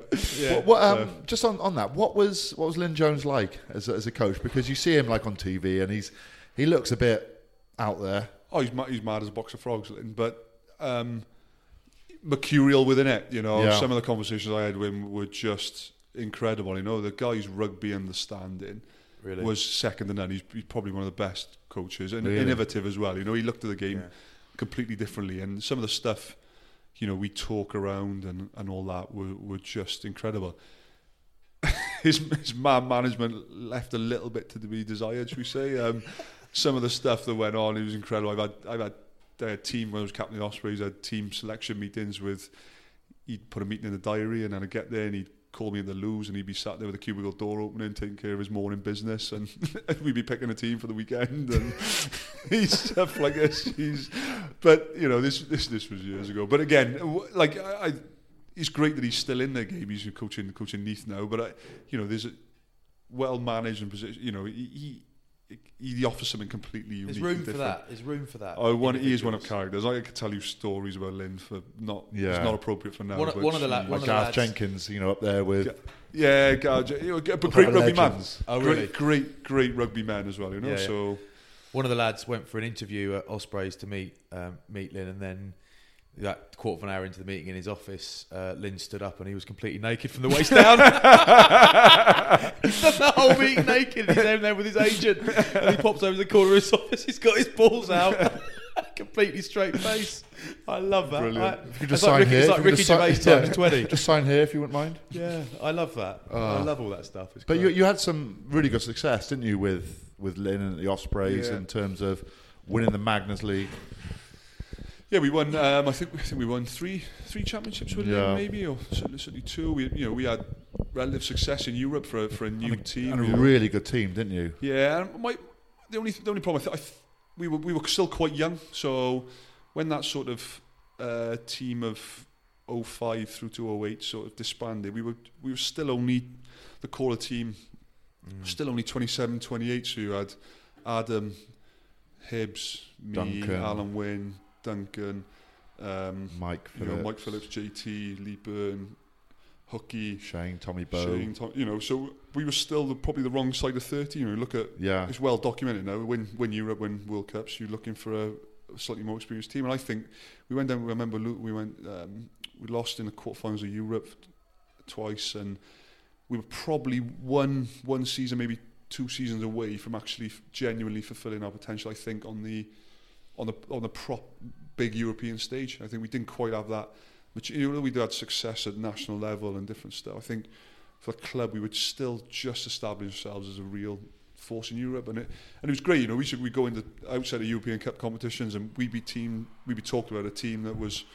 [SPEAKER 3] What, what, um, Just on, on that, what was what was Lynn Jones like as a, as a coach? Because you see him like on TV, and he's he looks a bit out there.
[SPEAKER 4] oh, he's mad, he's mad as a box of frogs, Lynn, but um, mercurial within it. You know,
[SPEAKER 3] Yeah.
[SPEAKER 4] some of the conversations I had with him were just incredible. You know, the guy's rugby understanding
[SPEAKER 6] Really?
[SPEAKER 4] was second to none. He's, he's probably one of the best coaches and innovative as well. You know, he looked at the game completely differently, and some of the stuff. You know, we talk around and, and all that were, were just incredible. <laughs> his, his man management left a little bit to be desired, should we say? Um, some of the stuff that went on, it was incredible. I've had I've had uh, team when I was captain of the Ospreys, I had team selection meetings with. He'd put a meeting in the diary, and then I'd get there, and he'd call me in the loos, and he'd be sat there with a cubicle door opening, taking care of his morning business, and <laughs> we'd be picking a team for the weekend, and <laughs> he's stuff like this. He's, but you know, this this this was years ago. But again, w- like I. I it's great that he's still in their game. He's coaching coaching Neath now, but I, you know, there's a well managed and position. You know, he, he he offers something completely unique.
[SPEAKER 6] There's
[SPEAKER 4] and
[SPEAKER 6] room for
[SPEAKER 4] different.
[SPEAKER 6] that. There's room for that.
[SPEAKER 4] Oh, one, he is one of
[SPEAKER 6] Individuals.
[SPEAKER 4] characters. I could tell you stories about Lynn for not.
[SPEAKER 3] Yeah.
[SPEAKER 4] It's not appropriate for now.
[SPEAKER 6] One of-
[SPEAKER 4] but
[SPEAKER 6] one of the la-
[SPEAKER 4] she-
[SPEAKER 6] one
[SPEAKER 3] Like
[SPEAKER 6] of the
[SPEAKER 3] Gareth
[SPEAKER 6] lads-
[SPEAKER 3] Jenkins, you know, up there with
[SPEAKER 4] yeah, God, you know, but
[SPEAKER 3] What
[SPEAKER 4] great
[SPEAKER 3] about
[SPEAKER 4] rugby man.
[SPEAKER 3] legends?
[SPEAKER 6] Oh, really?
[SPEAKER 4] Great, great, great rugby man as well. You know,
[SPEAKER 6] Yeah, yeah.
[SPEAKER 4] so
[SPEAKER 6] One of the lads went for an interview at Ospreys to meet um, meet Lynn, and then
[SPEAKER 2] that quarter of an hour into the meeting in his office, uh, Lynn stood up and he was completely naked from the waist
[SPEAKER 3] <laughs>
[SPEAKER 2] down. <laughs> He's done the whole meeting naked. He's down there with his agent. And he pops over the corner of his office. He's got his balls out. <laughs> completely straight face. I love that.
[SPEAKER 3] Brilliant.
[SPEAKER 2] I-
[SPEAKER 3] If you could
[SPEAKER 2] it's
[SPEAKER 3] just
[SPEAKER 2] like
[SPEAKER 3] sign
[SPEAKER 2] Ricky,
[SPEAKER 3] here.
[SPEAKER 2] it's
[SPEAKER 3] if
[SPEAKER 2] like
[SPEAKER 3] you could
[SPEAKER 2] Ricky
[SPEAKER 3] just
[SPEAKER 2] Gervais
[SPEAKER 3] sign-
[SPEAKER 2] times
[SPEAKER 3] yeah, <laughs>
[SPEAKER 2] 20.
[SPEAKER 3] Just sign here if you wouldn't mind.
[SPEAKER 2] Yeah, I love that. I love all that stuff. It's
[SPEAKER 3] Ah. But
[SPEAKER 2] great.
[SPEAKER 3] you, you had some really good success, didn't you, with with Lynn and the Ospreys
[SPEAKER 4] Yeah.
[SPEAKER 3] in terms of winning the Magnus League.
[SPEAKER 4] Yeah, we won. Um, I think I think we won three three championships with
[SPEAKER 3] Yeah.
[SPEAKER 4] them, maybe, or certainly, certainly two. We you know we had relative success in Europe for a, for a new team.
[SPEAKER 3] and
[SPEAKER 4] you
[SPEAKER 3] a
[SPEAKER 4] know.
[SPEAKER 3] really good team, didn't you?
[SPEAKER 4] Yeah, and my the only the only problem I, th- I th- we were we were still quite young, so when that sort of uh, team of 05 through to 08 sort of disbanded, we were we were still only the core of the team, still only 27, 28. So you had Adam, Hibbs, me,
[SPEAKER 3] Duncan.
[SPEAKER 4] Alan Wynne, Duncan, um,
[SPEAKER 3] Mike
[SPEAKER 4] you
[SPEAKER 3] Phillips,
[SPEAKER 4] know, Mike Phillips, JT, Lee Byrne, Hookie,
[SPEAKER 3] Shane, Tommy Bow.
[SPEAKER 4] Shane, Tom, you know, so we were still the, probably the wrong side of 30. You know, look at
[SPEAKER 3] Yeah.
[SPEAKER 4] it's well documented now. When when Europe, when World Cups, you're looking for a slightly more experienced team. And I think we went down. Remember, Luke, we went. Um, we lost in the quarterfinals of Europe twice, and we were probably one one season, maybe two seasons away from actually f- genuinely fulfilling our potential. I think on the on the on the prop big European stage. I think we didn't quite have that. Which you know we had success at national level and different stuff. I think for the club we would still just establish ourselves as a real force in Europe and it and it was great. You know we should we go into outside of European Cup competitions and we'd be team we'd be talked about a team that was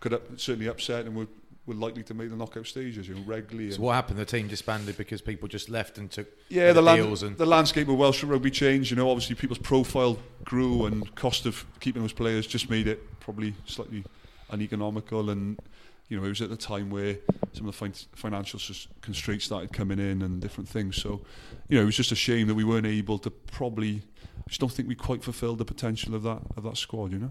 [SPEAKER 4] could up, certainly upset and were were likely to make the knockout stages. You know regularly.
[SPEAKER 2] So
[SPEAKER 4] and-
[SPEAKER 2] what happened? The team disbanded because people just left and took
[SPEAKER 4] Yeah, the, land,
[SPEAKER 2] deals and
[SPEAKER 4] the landscape of Welsh rugby changed. You know, obviously people's profile grew, and cost of keeping those players just made it probably slightly uneconomical. And you know, it was at the time where some of the fin- financial s- constraints started coming in and different things. So, you know, it was just a shame that we weren't able to probably. I just don't think we quite fulfilled the potential of that of that squad. You know.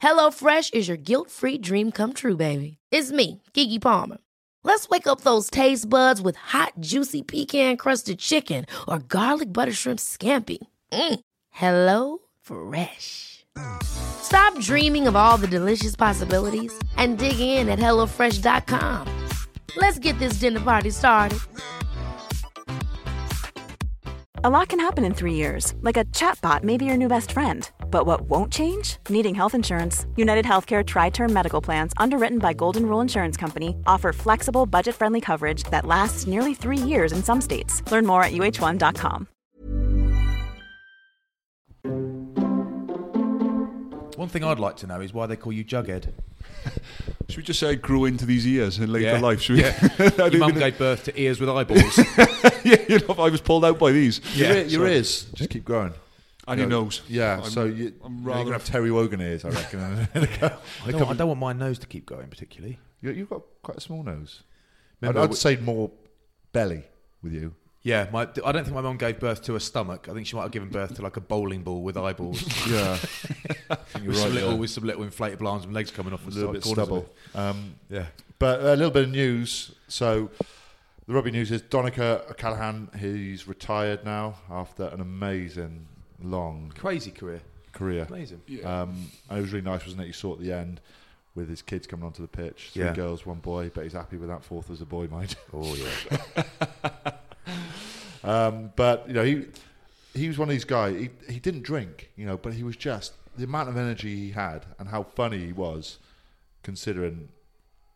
[SPEAKER 5] HelloFresh is your guilt free dream come true, baby. It's me, Gigi Palmer. Let's wake up those taste buds with hot, juicy pecan crusted chicken or garlic butter shrimp scampi. Mm. Hello Fresh. Stop dreaming of all the delicious possibilities and dig in at HelloFresh.com. Let's get this dinner party started.
[SPEAKER 7] A lot can happen in three years, like a chatbot may be your new best friend. But what won't change? Needing health insurance. United Healthcare Tri Term Medical Plans, underwritten by Golden Rule Insurance Company, offer flexible, budget friendly coverage that lasts nearly three years in some states. Learn more at uh1.com.
[SPEAKER 2] One thing I'd like to know is why they call you Jughead.
[SPEAKER 4] Should we just say it grew into these ears in later
[SPEAKER 2] Yeah.
[SPEAKER 4] life? Should we?
[SPEAKER 3] <laughs>
[SPEAKER 4] <laughs>
[SPEAKER 2] Your mum gave birth to ears with eyeballs.
[SPEAKER 4] yeah, you know, I was pulled out by these.
[SPEAKER 3] Your, ear- your ears just keep growing.
[SPEAKER 4] and your nose.
[SPEAKER 3] Yeah,
[SPEAKER 4] I'm-
[SPEAKER 3] so you,
[SPEAKER 4] I'm
[SPEAKER 3] you're gonna
[SPEAKER 4] rather
[SPEAKER 3] have Terry Wogan ears, I reckon. <laughs>
[SPEAKER 2] I, don't, I don't want my nose to keep going particularly.
[SPEAKER 3] You- You've got quite a small nose. I'd,
[SPEAKER 2] Remember
[SPEAKER 3] I'd
[SPEAKER 2] we-
[SPEAKER 3] say more belly with you.
[SPEAKER 2] Yeah, my, I don't think my mum gave birth to a stomach. I think she might have given birth to like a bowling ball with
[SPEAKER 3] <laughs>
[SPEAKER 2] eyeballs,
[SPEAKER 3] Yeah,
[SPEAKER 2] with,
[SPEAKER 3] right
[SPEAKER 2] some little,
[SPEAKER 3] there.
[SPEAKER 2] with some little inflatable arms and legs coming off the
[SPEAKER 3] a little
[SPEAKER 2] side
[SPEAKER 3] bit
[SPEAKER 2] corners of
[SPEAKER 3] stubble.
[SPEAKER 2] it.
[SPEAKER 3] Um,
[SPEAKER 2] Yeah,
[SPEAKER 3] But a little bit of news. So the rugby news is Donica O'Callaghan, he's retired now after an amazing long
[SPEAKER 2] crazy career,
[SPEAKER 3] career.
[SPEAKER 2] amazing.
[SPEAKER 3] Um, and it was really nice, wasn't it? You saw at the end with his kids coming onto the pitch, three
[SPEAKER 2] Yeah.
[SPEAKER 3] girls, one boy, but he's happy with that fourth as a boy, mind. Oh yeah. <laughs> um, but you know, he he was one of these guys. He he didn't drink, you know, but he was just the amount of energy he had and how funny he was, considering.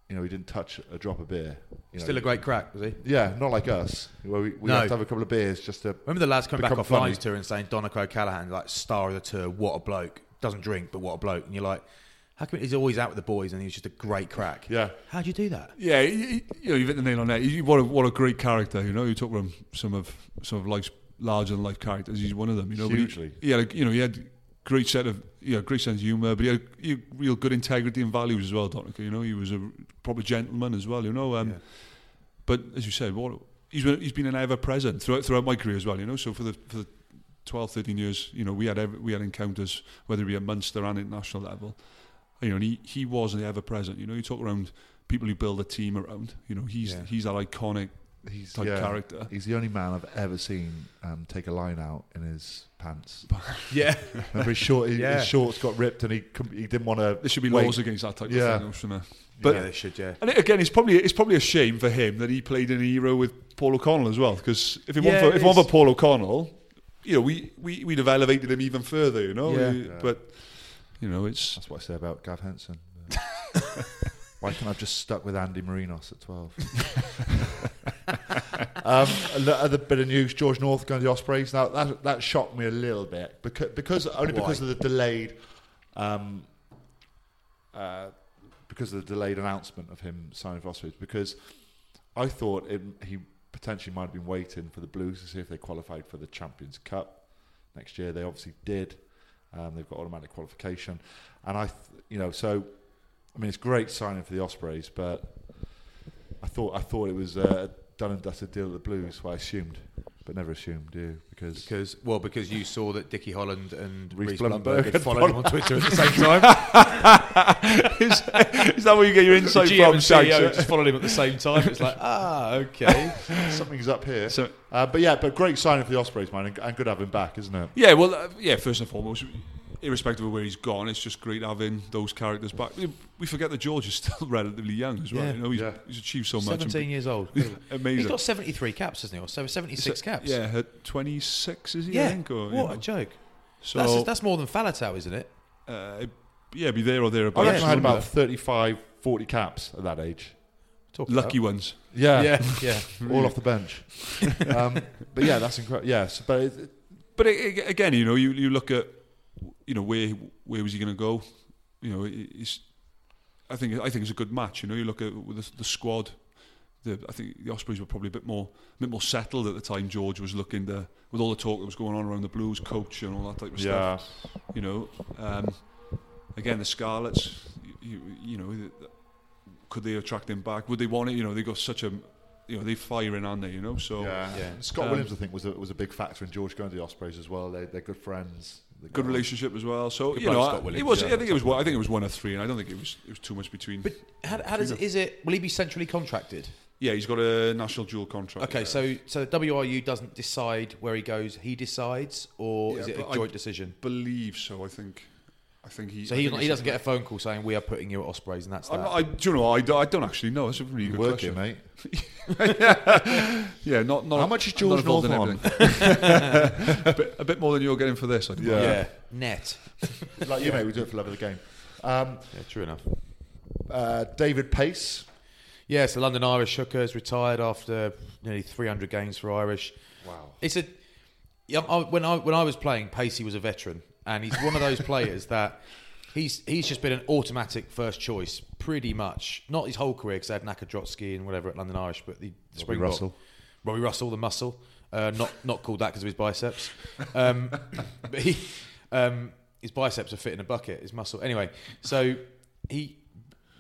[SPEAKER 3] You know, he didn't touch a drop of beer. you know.
[SPEAKER 2] Still a great crack, was he?
[SPEAKER 3] yeah, not like us, where we, we
[SPEAKER 2] No.
[SPEAKER 3] have to have a couple of beers just to.
[SPEAKER 2] Remember the lads coming
[SPEAKER 3] become
[SPEAKER 2] back off
[SPEAKER 3] funny.
[SPEAKER 2] lines tour and saying Donico Callahan, like star of the tour, what a bloke. Doesn't drink, but what a bloke. And you're like, How come he's always out with the boys and he's just a great crack?
[SPEAKER 4] Yeah.
[SPEAKER 2] How'd you do
[SPEAKER 4] <laughs>
[SPEAKER 2] that?
[SPEAKER 4] Yeah, he- he- you know, you've hit the nail on there. He, what, a, what a great character, you know. You talk about some of some of life's larger than life characters. He's one of them, you know. but
[SPEAKER 3] Hugely.
[SPEAKER 4] He, he had, a, you know, he had great set of, you know, great sense of humour, but he had he, had real good integrity and values as well, Donica. You know, he was a proper gentleman as well, you know. Um, But as you said, what he's been, he's been an ever present throughout throughout my career as well, you know. So for the for the 12, 13 years, you know, we had every, we had encounters whether it be at Munster and international level. You know, and he, he was an ever present. You know, you talk around people who build a team around. You know, he's
[SPEAKER 2] Yeah.
[SPEAKER 4] he's that iconic
[SPEAKER 3] He's
[SPEAKER 4] type
[SPEAKER 3] yeah,
[SPEAKER 4] character.
[SPEAKER 3] He's the only man I've ever seen um, take a line out in his
[SPEAKER 4] <laughs>
[SPEAKER 3] pants.
[SPEAKER 2] <laughs> Yeah.
[SPEAKER 3] Remember his, short, his,
[SPEAKER 2] Yeah.
[SPEAKER 3] his shorts got ripped and he couldn't- he didn't want to.
[SPEAKER 4] There should be
[SPEAKER 3] wait.
[SPEAKER 4] laws against that type
[SPEAKER 3] Yeah.
[SPEAKER 4] of thing. Shouldn't there?
[SPEAKER 3] But
[SPEAKER 2] yeah, they should, yeah.
[SPEAKER 4] And it- again, it's probably it's probably a shame for him that he played in an era with Paul O'Connell as well. Because if it
[SPEAKER 2] Yeah,
[SPEAKER 4] weren't for,
[SPEAKER 2] it
[SPEAKER 4] if it weren't for
[SPEAKER 2] is.
[SPEAKER 4] Paul O'Connell, you know, we, we we'd have elevated him even further. You know,
[SPEAKER 2] Yeah.
[SPEAKER 4] We- but you know, it's
[SPEAKER 3] that's what I say about Gav
[SPEAKER 4] <laughs>
[SPEAKER 3] Henson. Why can't I have just stuck with Andy Marinos at 12? um, another bit of news George North going to the Ospreys. Now, that, that shocked me a little bit because, because only because of the delayed. Um, uh, because of the delayed announcement of him signing for Ospreys, because I thought it, he potentially might have been waiting for the Blues to see if they qualified for the Champions Cup next year. They obviously did. Um, they've got automatic qualification, and I, th- you know, so I mean, it's great signing for the Ospreys, but I thought I thought it was a done and dusted deal at the Blues. What I assumed, but never assumed, do you? because
[SPEAKER 2] <coughs> Because well, because you saw that Dickie Holland and
[SPEAKER 3] Reece
[SPEAKER 2] Reece
[SPEAKER 3] Blumberg
[SPEAKER 2] Blumberg had
[SPEAKER 3] had
[SPEAKER 2] followed him on
[SPEAKER 3] followed-
[SPEAKER 2] Twitter at the same time.
[SPEAKER 4] is, <laughs> is that where you get your insight
[SPEAKER 2] GM
[SPEAKER 4] from?
[SPEAKER 2] and CEO
[SPEAKER 4] Shags?
[SPEAKER 2] just followed him at the same time. It's like ah, okay.
[SPEAKER 3] something's up here.
[SPEAKER 4] So-
[SPEAKER 3] uh, but yeah, but great signing for the Ospreys, man, and, and good having back, isn't it?
[SPEAKER 4] <laughs> Yeah, well, uh, yeah. First and foremost, irrespective of where he's gone, it's just great having those characters back. We- We forget that George is still <laughs> relatively young as well.
[SPEAKER 2] Yeah.
[SPEAKER 4] You know, he's,
[SPEAKER 3] Yeah.
[SPEAKER 4] he's achieved so much. and
[SPEAKER 2] Seventeen
[SPEAKER 4] be-
[SPEAKER 2] years old.
[SPEAKER 4] <laughs> Amazing.
[SPEAKER 2] He's got seventy-three caps, hasn't he? Or so- seventy-six caps.
[SPEAKER 4] Yeah, at 26 is he? I
[SPEAKER 2] Yeah.
[SPEAKER 4] think, or,
[SPEAKER 2] what
[SPEAKER 4] you know.
[SPEAKER 2] a joke.
[SPEAKER 4] So
[SPEAKER 2] That's, that's more than Falatau, isn't it?
[SPEAKER 4] uh, yeah, be there or
[SPEAKER 3] I
[SPEAKER 4] thereabouts.
[SPEAKER 3] reckon I had
[SPEAKER 4] wouldn't
[SPEAKER 3] about 35, 40 caps at that age.
[SPEAKER 2] Talk
[SPEAKER 4] it?
[SPEAKER 2] about.
[SPEAKER 4] lucky ones. <laughs>
[SPEAKER 3] Yeah,
[SPEAKER 2] Yeah, <laughs> yeah.
[SPEAKER 3] all off the bench. um, but yeah, that's incredible. Yes, but it, it-
[SPEAKER 4] But a- a- again, you know, you, you look at you know where where was he going to go? You know, it- it's I think I think it's a good match. You know, you look at the, the squad. The, I think the Ospreys were probably a bit more a bit more settled at the time. George was looking to with all the talk that was going on around the Blues coach and all that type of stuff.
[SPEAKER 3] yeah,
[SPEAKER 4] you know. Um, again, the Scarlets, you, you know, th- th- could they attract him back? Would they want it? You know, they got such a, you know, they're firing, aren't they? You know, so
[SPEAKER 3] yeah.
[SPEAKER 2] Yeah.
[SPEAKER 3] Scott
[SPEAKER 4] Um,
[SPEAKER 3] Williams, I think, was a, was a big factor in George going to the Ospreys as well. They, they're good friends. They
[SPEAKER 4] good
[SPEAKER 3] got-
[SPEAKER 4] relationship as well. So
[SPEAKER 2] Good
[SPEAKER 4] you
[SPEAKER 2] bloke,
[SPEAKER 4] know,
[SPEAKER 2] Scott
[SPEAKER 4] I- it
[SPEAKER 2] Williams,
[SPEAKER 4] was.
[SPEAKER 2] yeah,
[SPEAKER 4] I think it was. One, I think it was one of three, and I don't think it was. It was too much between.
[SPEAKER 2] But how, how does is it? Will he be centrally contracted?
[SPEAKER 4] yeah, he's got a national dual contract.
[SPEAKER 2] Okay, so so the WRU doesn't decide where he goes; he decides, or
[SPEAKER 4] Yeah,
[SPEAKER 2] is it
[SPEAKER 4] but
[SPEAKER 2] a
[SPEAKER 4] I-
[SPEAKER 2] joint decision?
[SPEAKER 4] believe so. I think. I think he.
[SPEAKER 2] So
[SPEAKER 4] I
[SPEAKER 2] he,
[SPEAKER 4] think
[SPEAKER 2] he
[SPEAKER 4] it's-
[SPEAKER 2] doesn't get a phone call saying we are putting you at Ospreys, and that's
[SPEAKER 4] I'm
[SPEAKER 2] that.
[SPEAKER 4] not- I, do you know? I, don't- I don't actually know. That's a really
[SPEAKER 3] You
[SPEAKER 4] good
[SPEAKER 3] work here,
[SPEAKER 4] question,
[SPEAKER 3] mate.
[SPEAKER 4] Yeah, not not.
[SPEAKER 3] How much is
[SPEAKER 4] not
[SPEAKER 3] George
[SPEAKER 4] involved in
[SPEAKER 3] North on?
[SPEAKER 4] everything. <laughs> a, bit, a bit more than you're getting for this. I think.
[SPEAKER 3] Yeah.
[SPEAKER 2] yeah, net.
[SPEAKER 3] like you, mate. We do it for love of the game. Um,
[SPEAKER 2] Yeah, true enough.
[SPEAKER 3] uh, David Pace.
[SPEAKER 2] Yeah, so London Irish hooker is retired after nearly 300 games for Irish. Wow. It's a yeah, I, when I when I was playing, Pacey was a veteran, and he's one of <laughs> those players that he's he's just been an automatic first choice pretty much. Not his whole career because they had Nakadrotsky and whatever at London Irish, but the, the Springbok-
[SPEAKER 3] Russell.
[SPEAKER 2] Robbie Russell, the muscle, uh, not not called that because of his <laughs> biceps, um, but he um, his biceps are fit in a bucket. His muscle, anyway. So he